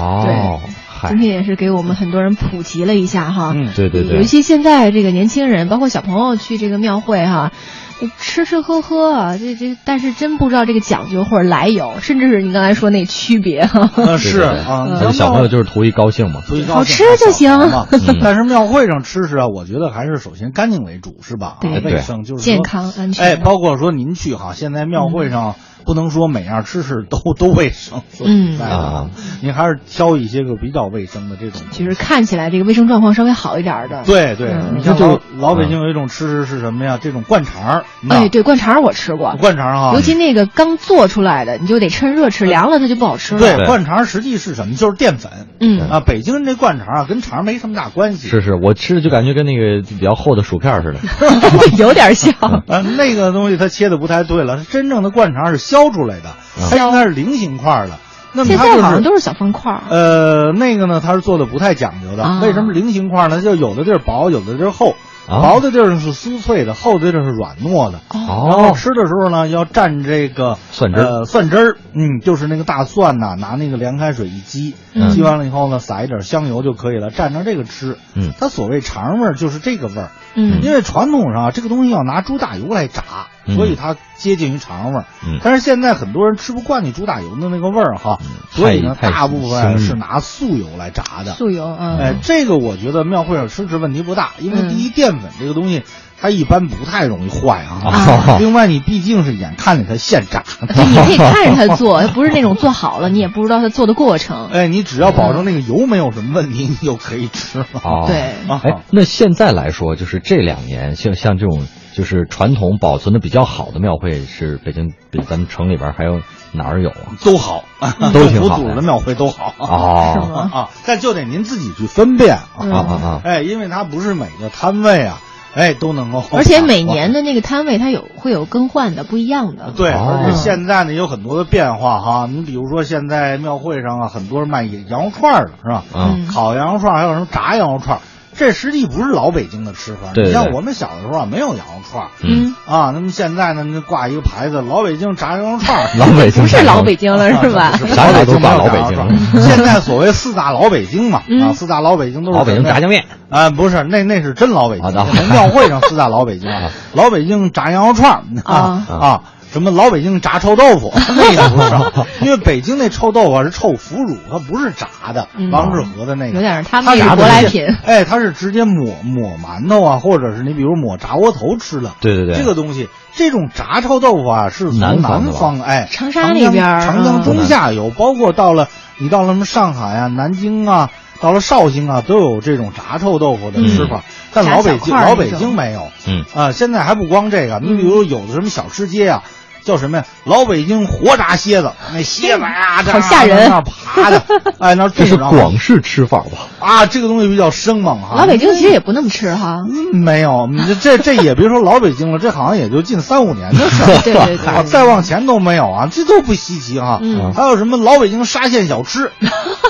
C: 哦，嗨
B: 今，天也是给我们很多人普及了一下哈。
D: 嗯
C: 对对
B: 尤
C: 对，
B: 其现在这个年轻人，包括小朋友去这个庙会哈、就吃吃喝喝啊，这这，但是真不知道这个讲究或者来由，甚至是你刚才说那区别哈、
D: 呃
C: 对
D: 是
C: 对对
D: 啊，嗯
C: 他
D: 你
C: 们
D: 像
C: 小朋
D: 庙
C: 友就是图一高兴嘛。
D: 所以
B: 好
D: 高兴
B: 吃
D: 还
B: 就
D: 小孩
B: 行
D: 嘛
C: 嗯
D: 但是庙会上吃食啊，我觉得还是首先干净为主，是吧？啊
B: 对
D: 卫生就是说
B: 健康安全
D: 哎，包括说您去哈，现在庙会上不能说每样吃食都都卫生。说
B: 嗯
D: 实在的
C: 啊，
D: 您还是挑一些个比较卫生的这种。
B: 就是看起来这个卫生状况稍微好一点儿的。，
D: 对对
B: 嗯，
D: 你像
C: 那就
D: 老老北京有一种吃食是什么呀？这种灌肠儿，
B: 哎，
D: 嗯
B: 对，灌肠儿我吃过，
D: 灌肠儿哈，
B: 尤其那个刚做出来的，你就得趁热吃，凉了它就不好吃了。
D: 对
C: 对
D: 灌肠儿实际是什么？就是淀粉。
B: 嗯
D: 啊，北京人这灌肠儿啊，跟肠儿没什么大关系。
C: 是是，我吃的就感觉跟那个比较厚的薯片似的。
B: 对，嗯有点像。
D: 呃，那个东西它切的不太对了，真正的灌肠是削出来的，
C: 啊
D: 它应该是菱形块儿的。那么
B: 现
D: 它
B: 在好像
D: 就是
B: 都是小方块儿。
D: 呃，那个呢，它是做的不太讲究的。
B: 啊
D: 为什么菱形块呢？就有的地儿薄，有的地儿厚。
C: 啊
D: 薄的地儿是酥脆的，厚的地儿是软糯的。然
C: 哦，
D: 后吃的时候呢，要蘸这个
C: 蒜汁儿
D: 呃，蒜汁儿，嗯，就是那个大蒜呐、拿那个凉开水一激，
B: 嗯
D: 激完了以后呢，撒一点香油就可以了，蘸着这个吃。
C: 嗯
D: 它所谓肠味儿就是这个味儿。
B: 嗯
D: 因为传统上啊这个东西要拿猪大油来炸，
C: 嗯
D: 所以它接近于肠味儿。
C: 嗯
D: 但是现在很多人吃不惯你猪大油的那个味儿哈，
C: 嗯
D: 所以呢，
C: 太太
D: 大部分啊
C: 腥
D: 是拿素油来炸的。
B: 素油， 嗯，
D: 哎，这个我觉得庙会上吃吃问题不大，因为
B: 嗯
D: 第一淀粉这个东西，它一般不太容易坏啊
C: 啊。
D: 另外，你毕竟是眼看着它现 炸的，
B: 就你可以看着它做，不是那种做好了，你也不知道它做的过程。
D: 哎，你只要保证那个油没有什么问题，你就可以吃了。
C: 哦，
B: 对，
D: 啊
C: 哎，那现在来说，就是这两年，像像这种就是传统保存的比较好的庙会，是北京比咱们城里边还有哪儿有啊？
D: 都好，
C: 都挺好的
D: 政府组织的庙会都好
B: 是
C: 哦，
B: 吗
D: 啊，但就得您自己去分辨啊。
C: 啊啊啊！
D: 哎，因为它不是每个摊位啊，哎都能够，
B: 而且每年的那个摊位它有会有更换的，不一样的。
D: 对，
C: 哦
D: 而且现在呢有很多的变化哈。你比如说现在庙会上啊，很多人卖羊肉串儿的是
C: 啊
D: 吧？
B: 嗯
D: 烤羊肉串儿，还有什么炸羊肉串儿，这实际不是老北京的吃法。
C: 对
D: 你像
C: 对
D: 我们小的时候啊，没有羊肉串儿
B: 嗯，
D: 啊，那么现在呢，你就挂一个牌子“老北京炸羊肉串儿”，
C: 老啊北京
B: 不是老北京了是吧？
C: 啥啥都挂老北
D: 京啊
C: 京
D: 没有炸肉串儿。现在所谓四大老北京嘛，啊，
B: 嗯
D: 四大老北京都是
C: 老北京
D: 什么呀
C: 炸酱面，
D: 啊，不是，那那是真老北京，
C: 啊那
D: 咱庙会上四大老北京，啊， 老北京炸羊肉串儿啊
B: 啊
D: 啊，什么老北京炸臭豆 腐，那也不是啊，因为北京那臭豆腐啊是臭腐乳，它不是炸的，
B: 嗯
D: 王致和的那个
B: 有点儿
D: 它
B: 他们那
D: 炸
B: 是
D: 的
B: 舶来
D: 是
B: 品。
D: 哎，它是直接抹抹馒头啊，或者是你比如抹炸窝头吃的，
C: 对对对
D: 这个东西，这种炸臭豆腐啊是从
C: 南方
D: 南
C: 的吧
D: 方哎，
B: 长沙那
D: 江
B: 边儿
D: 长江
B: 嗯
D: 中下游，包括到了你到了什么上海啊、南京啊，到了绍兴啊，都有这种炸臭豆腐的吃法。但老北
B: 嗯炸小
D: 京
B: 块儿那
D: 老北
B: 种嗯
D: 京没有，
C: 嗯
D: 啊，现在还不光这个，你比如有的什么小吃街啊。叫什么呀？老北京活炸蝎子，那蝎子呀，
B: 好吓人
D: 那儿爬 的，哎，那
C: 这是
D: 种
C: 广式吃法吧？
D: 啊，这个东西比较生猛啊哈。
B: 老北京其实也不那么吃哈。
D: 嗯，没有，你这这这也别说老北京了，这好像也就近三五年的事儿，
B: 对 对
D: 啊，
B: 对，
D: 再往前都没有啊，这都不稀奇哈、
B: 嗯
D: 还有什么老北京沙县小 吃，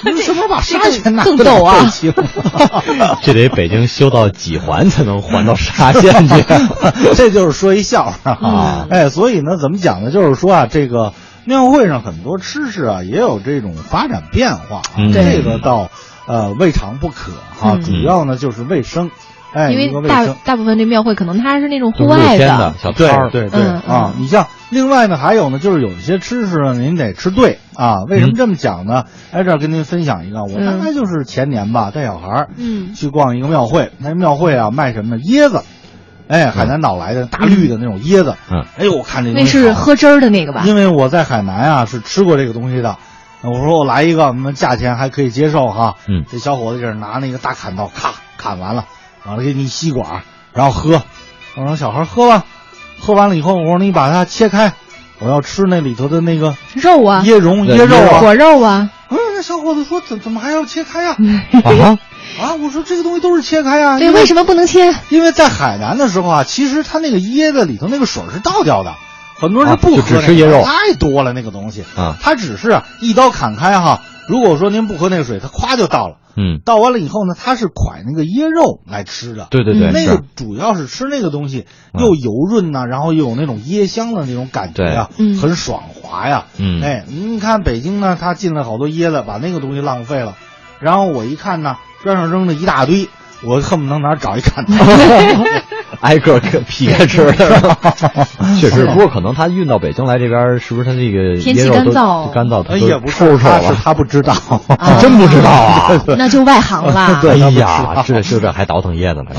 D: 你们什么时候把沙县拿
B: 更
D: 出来
B: 逗啊
D: 配齐 了
C: 这得北京修到几环才能环到沙县 去？
D: 这就是说一笑话
B: 嗯
D: 啊、哎，所以呢，怎么讲呢？就是说啊，这个庙会上很多吃食啊，也有这种发展变化啊，
C: 嗯
D: 这个倒呃未尝不可哈、
B: 嗯
D: 主要呢就是卫生，哎，
B: 因
D: 一个
B: 为
D: 卫
B: 大
D: 生。
B: 大部分这庙会可能它是那种户
C: 露
B: 外
C: 天的小摊儿，
D: 对对对、
B: 嗯
D: 啊！
B: 嗯
D: 你像另外呢，还有呢，就是有一些吃食呢，您得吃对啊。为什么
C: 嗯
D: 这么讲呢？哎，这儿跟您分享一个，我大概就是前年吧，带小孩儿
B: 嗯
D: 去逛一个庙会，那庙会啊卖什么呢椰子，哎，海南岛来的大绿的那种椰子，
C: 嗯，
D: 哎呦，我看这
B: 嗯
D: 东
B: 那
D: 西
B: 是
D: 好
B: 喝汁儿的那个吧？
D: 因为我在海南啊是吃过这个东西的。我说我来一个，我们价钱还可以接受哈。
C: 嗯
D: 这小伙子这是拿那个大砍刀，咔砍完了，完了给你吸管，然后喝。我说小孩喝吧，喝完了以后，我说你把它切开，我要吃那里头的那个
B: 肉啊，
D: 椰蓉、
C: 对
D: 椰肉啊。
B: 果肉啊，
D: 嗯，那小伙子说怎怎么还要切开呀、
C: 啊，
D: 啊？我说这个东西都是切开呀、
B: 对，
D: 因为
B: 为什么不能切？
D: 因为在海南的时候啊，其实它那个椰子里头那个水是倒掉的，很多人是不
C: 啊就
D: 喝、那
C: 只吃椰
D: 个
C: 肉
D: 太多了那个东西
C: 啊
D: 它只是啊一刀砍开哈，如果说您不喝那个水，它咵就倒了。
C: 嗯，
D: 倒完了以后呢，它是蒯那个椰肉来吃的。
C: 对对对，
D: 那
C: 是嗯
D: 个主要是吃那个东西，又油润呐、然后又有那种椰香的那种感觉啊，
B: 对嗯
D: 很爽滑呀、
C: 嗯
D: 哎，你看北京呢，它进了好多椰子，把那个东西浪费了。 然后我一看呢，边上扔了一大堆，我恨不能哪儿找一砍头。
C: 挨个给劈开吃 的，确实。不过可能他运到北京来这边，是不是他这个
B: 天气
C: 腌肉都
B: 干燥
C: 干燥，它
D: 哎
C: 都
D: 也不是
C: 臭臭
D: 他是
C: 了。
D: 他不 知道，
B: 啊
C: 真不知道啊！
B: 那就外行 了，
C: 哎
D: 他不知
C: 呀
D: 道，
C: 这就这还倒腾叶子 呢，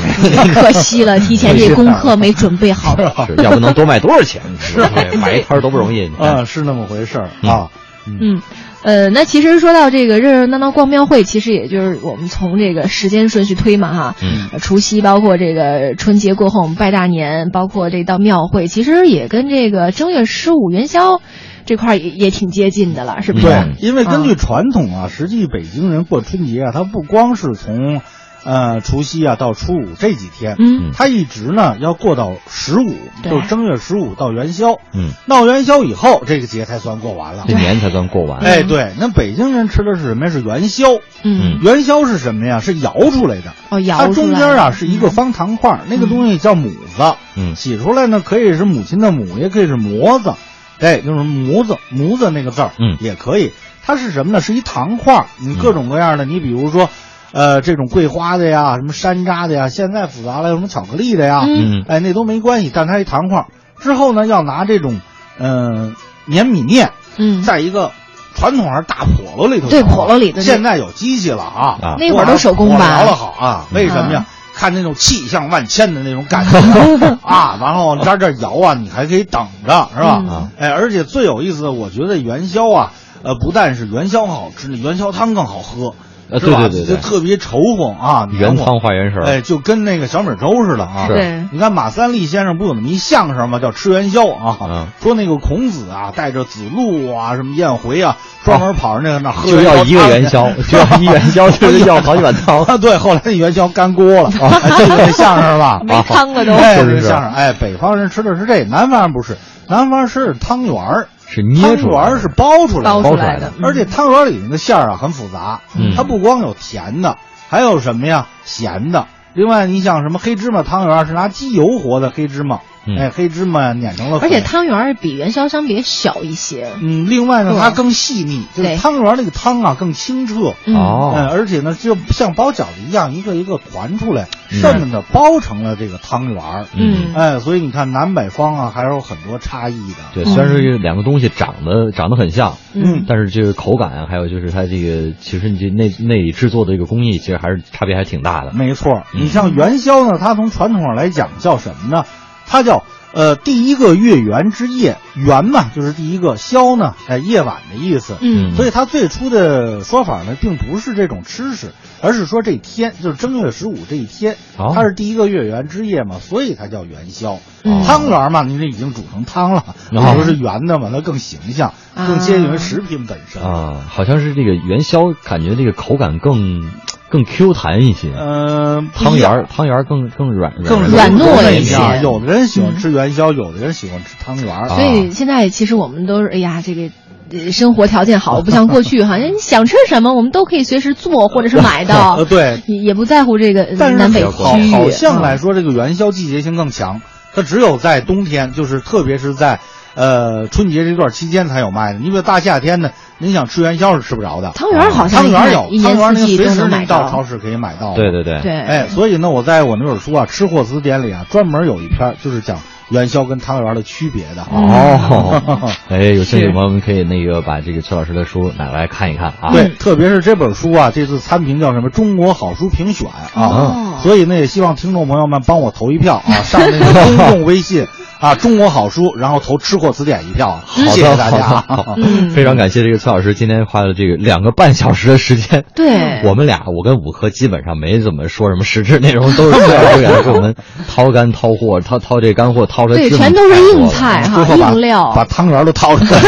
B: 可惜 了，提前这功课没准备好。
C: 是啊要不能多卖多少钱？是摆一摊儿都不容易。你看
D: 啊嗯，是那么回事儿啊。
B: 嗯，呃，那其实说到这个热热闹闹逛庙会，其实也就是我们从这个时间顺序推嘛哈，
C: 嗯
B: 呃除夕包括这个春节过后我们拜大年，包括这到庙会，其实也跟这个正月十五元宵这块儿也也挺接近的了，是不是？
D: 对，因为根据传统
B: 嗯
D: 啊，实际北京人过春节啊，他不光是从，呃，除夕啊到初五这几天，
B: 嗯，
D: 他一直呢要过到十五，
B: 对
D: 就是正月十五到元宵。
C: 嗯，
D: 闹元宵以后，这个节才算过完了
C: 这。年才算过完。
D: 哎，对，那北京人吃的是什么呀？是元宵。
B: 嗯，
D: 元宵是什么呀？是摇出来的。
B: 哦，
D: 它
B: 摇出
D: 中
B: 来嗯
D: 间啊
B: 了
D: 是一个方糖块儿，那个东西叫母子。
C: 嗯
D: 洗出来呢可以是母亲的母，也可以是模子，哎，就是模子模子那个字儿，
C: 嗯
D: 也可以。它是什么呢？是一糖块儿，你各种各样
B: 嗯
D: 的，你比如说，呃，这种桂花的呀，什么山楂的呀，现在复杂了，有什么巧克力的呀，
B: 嗯
C: 嗯
D: 哎，那都没关系，但它一糖块儿。之后呢，要拿这种，嗯、粘米面，
B: 嗯，
D: 在一个传统上大笸箩里头
B: 对
D: 烤
B: 笸箩里的那
D: 现在有机器了啊，
C: 啊嗯
B: 那会儿都手工吧嗯
D: 笸箩了好啊，为什么呀？看那种气象万千的那种感 觉啊，然后在这儿摇啊，你还可以等着是吧？
C: 啊
B: 嗯
D: 哎，而且最有意思的，我觉得元宵啊，呃，不但是元宵好吃，那元宵汤更好喝，
C: 呃
D: 是吧
C: 对对对对
D: 就特别稠乎啊，黏
C: 原
D: 糊
C: 汤化原食儿。
D: 哎，就跟那个小米粥似的啊。
C: 是
B: 对
D: 你看马三立先生不有那么一相声吗？叫吃元宵啊，
C: 嗯
D: 说那个孔子啊，带着子路啊，什么燕回啊，专门跑人家那儿喝
C: 哦就要一个元 宵
D: 汤，去
C: 就要一元宵，就是要好几碗汤。
D: 啊， 对，后来那元宵干锅 了，啊，这个相声吧，
B: 没汤了都。
D: 哎，
C: 是是
D: 这
C: 是
D: 相声，哎，北方人吃的是这，南方人不是，南方人吃的是汤圆儿，
C: 是捏出
D: 汤圆
C: 来的
D: 儿是包出来
B: 包
D: 的，
B: 出
C: 来
B: 的嗯
D: 而且汤圆儿里那个馅儿啊很复杂，
C: 嗯
D: 它不光有甜的，还有什么呀咸的。另外，你像什么黑芝麻汤圆儿是拿鸡油和的黑芝麻，
C: 嗯
D: 哎，黑芝麻碾成了
B: 而
D: 粉，
B: 且汤圆儿比元宵相比也小一些。
D: 嗯，另外呢
B: 对
D: 它更细腻，就是
B: 对
D: 汤圆儿那个汤啊更清澈，
B: 嗯
D: 嗯，
C: 哦，
D: 而且呢就像包饺子一样一个一个团出来，
C: 嗯
D: 这么的包成了这个汤圆儿。
B: 嗯
D: 哎，所以你看南北方啊，还有很多差异的。
C: 对，虽然说这两个东西长得长得很像，
B: 嗯
C: 但是这个口感啊，还有就是它这个，其实你这内内里制作的这个工艺，其实还是差别还挺大的。
D: 没错，
C: 嗯
D: 你像元宵呢，它从传统上来讲叫什么呢？它叫呃第一个月圆之夜，圆嘛就是第一个，宵呢哎夜晚的意思。
B: 嗯
D: 所以它最初的说法呢，并不是这种吃食，而是说这天就是正月十五这一天，
C: 哦
D: 它是第一个月圆之夜嘛，所以它叫元宵。
B: 嗯
D: 汤圆嘛，你这已经煮成汤了，你
C: 哦
D: 说是圆的嘛，它更形象，
B: 啊
D: 更接近于食品本身。
C: 啊，好像是这个元宵，感觉这个口感更更 Q 弹一些，
D: 嗯，不
C: 汤
D: 一样
C: 圆儿汤圆儿更更软
D: 更
B: 软糯一些嗯
D: 点。有的人喜欢吃元宵，有的人喜欢吃汤圆儿。
C: 啊
B: 所以现在其实我们都是，哎呀，这个。呃生活条件好，不像过去，好像你想吃什么，我们都可以随时做或者是买到
D: 呃，，对，
B: 也也不在乎这个呃
D: 但是
B: 南北
D: 好
B: 区域。
D: 好像
B: 嗯
D: 来说，这个元宵季节性更强，它只有在冬天，就是特别是在。呃，春节这段期间才有卖的。你比如大夏天呢，您想吃元宵是吃不着的。
B: 汤圆儿好像
D: 汤圆儿有，
B: 一
D: 汤
B: 年
D: 圆儿
B: 四
D: 您
B: 季
D: 随
B: 都
D: 时
B: 能
D: 您
B: 买
D: 到超
B: 到。
D: 市可以买到。
C: 对对对，
B: 啊对，
D: 哎，所以呢，我在我那本书啊《吃货词典》里啊，专门有一篇儿就是讲元宵跟汤圆儿的区别的。
B: 嗯
C: 哦，哎，有兴趣的朋友们可以那个把这个崔老师的书拿来看一看啊。
D: 对，特别是这本书啊，这次参评叫什么“中国好书评选”
B: 哦
D: 啊，所以呢，也希望听众朋友们帮我投一票啊，上那个公众微信啊“中国好书”，然后投《吃货词典》一票啊，
C: 好的，
D: 谢谢大家啊。
C: 好的好的
B: 嗯
C: 非常感谢这个崔老师今天花了这个两个半小时的时间。
B: 对
C: 我们俩，我跟五科基本上没怎么说什么实质内容，都是崔老师给给我们掏干掏货，掏掏这干货，掏出来
B: 对，
C: 这么
B: 全都是硬
C: 多了
B: 菜哈，
D: 最后把
B: 硬
D: 把
B: 料。
D: 汤圆都掏出 来，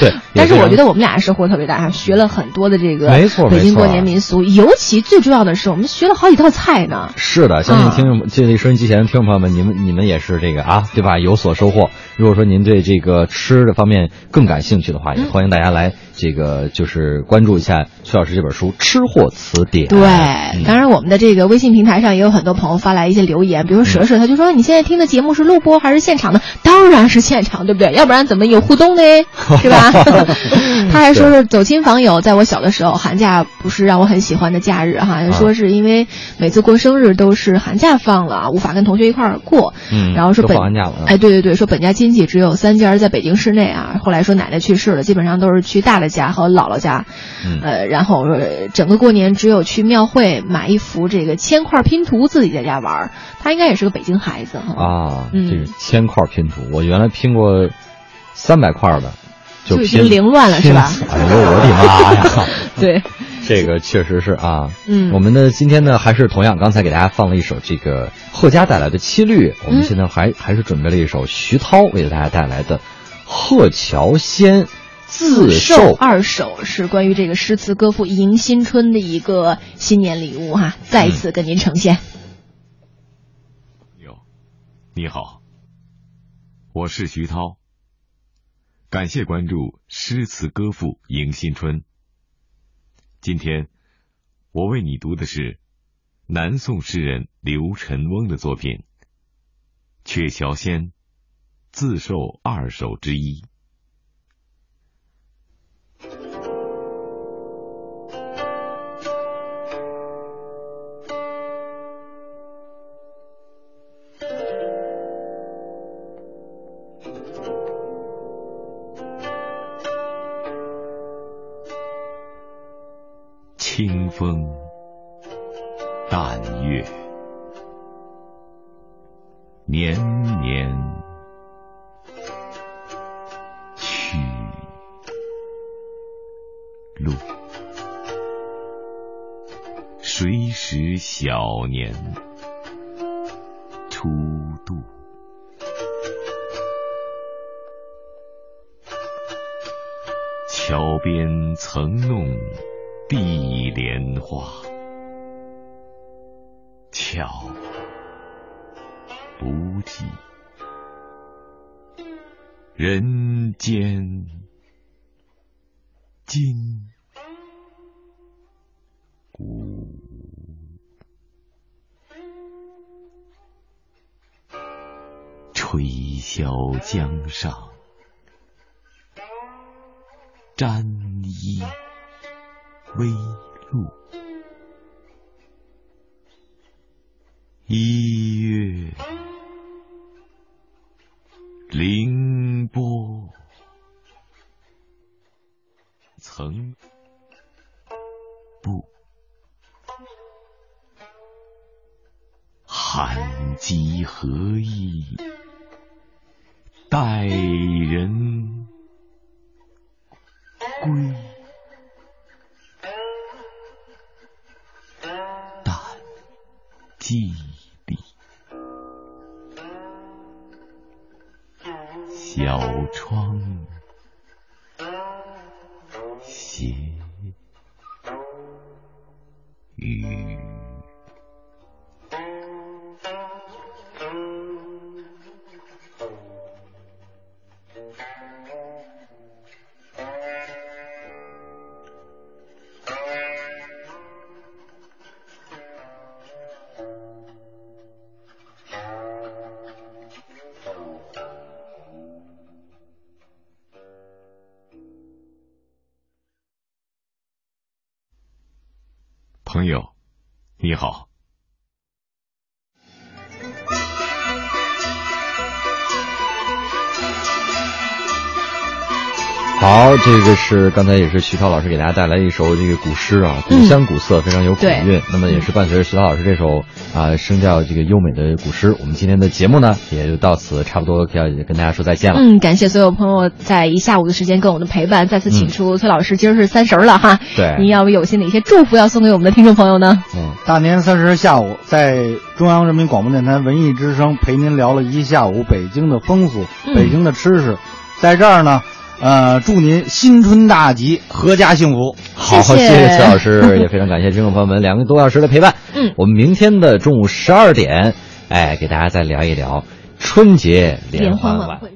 C: 对，
B: 但是我觉
C: 得
B: 得我们俩收获特别大，学了很多的这个
C: 没错
B: 北
C: 没
B: 京
C: 错
B: 过年民俗，尤其最重要的是，我们学了好几道菜呢。
C: 是的，相信
B: 啊
C: 听众、这里收音机前的听众朋友们，你们你们也是这个啊，对吧？有所收获。如果说您对这个吃的方面更感兴趣的话，也欢迎大家来这个就是关注一下崔老师这本书《吃货词典》。
B: 对
C: 嗯，
B: 当然我们的这个微信平台上也有很多朋友发来一些留言，比如蛇蛇，他就说你现在听的节目是录播还是现场的？当然是现场，对不对？要不然怎么有互动呢？是吧？他还说是走亲访友，在我小的时候，寒假不是让我很喜欢的假日哈，说是因为每次过生日都是寒假放了，啊无法跟同学一块儿过，
C: 嗯
B: 然后说
C: 都
B: 本
C: 放寒假了啊
B: 哎，对对对，说本家亲戚只有三家在北京市内啊，后来说奶奶去世了，基本上都是去大的家和姥姥家，
C: 嗯
B: 呃，然后呃整个过年只有去庙会买一幅这个铅块拼图，自己在家玩儿。他应该也是个北京孩子哈，
C: 啊，
B: 嗯
C: 这是铅块拼图，我原来拼过三百块的，
B: 就已
C: 拼
B: 经凌乱了是吧
C: 拼死哎呦我的妈呀！
B: 对，
C: 这个确实是啊，
B: 嗯
C: 我们呢今天呢还是同样刚才给大家放了一首这个贺佳带来的《七律》，我们现在还、还是准备了一首徐涛为大家带来的《贺乔仙自
B: 售
C: 售》。
B: 二手是关于这个诗词歌赋迎新春的一个新年礼物哈，再
C: 嗯
B: 一次跟您呈现。
A: 友，你好，我是徐涛。感谢关注《诗词歌赋迎新春》。今天我为你读的是南宋诗人刘辰翁的作品《鹊桥仙》，自授二首之一。清风淡月，年年去路，谁识小年初度？桥边曾弄碧莲花，巧不济，人间今无。吹箫江上，沾衣微露。一月凌波，曾不寒鸡何意待人归？但记笔，小窗斜雨。朋友，你好。
C: 好，这个是刚才也是徐涛老师给大家带来一首这个古诗啊，古香古色，非常有古
B: 对
C: 韵。那么也是伴随着徐涛老师这首啊、声调这个优美的古诗，我们今天的节目呢也就到此差不多要跟大家说再见了。
B: 嗯，感谢所有朋友在一下午的时间跟我们的陪伴，再次请
C: 嗯
B: 出崔老师，今儿是三十儿了哈，
C: 对
B: 您要不有些哪些祝福要送给我们的听众朋友呢？
C: 嗯，
D: 大年三十下午，在中央人民广播电台文艺之声陪您聊了一下午北京的风俗、
B: 嗯
D: 北京的吃食，在这儿呢，呃，祝您新春大吉，阖家幸福。
C: 好，
B: 谢
C: 谢
B: 谢
C: 谢崔老师，也非常感谢听众朋友们两个多小时的陪伴。
B: 嗯
C: 我们明天的中午十二点，哎，给大家再聊一聊春节联欢
B: 欢
C: 晚
B: 会。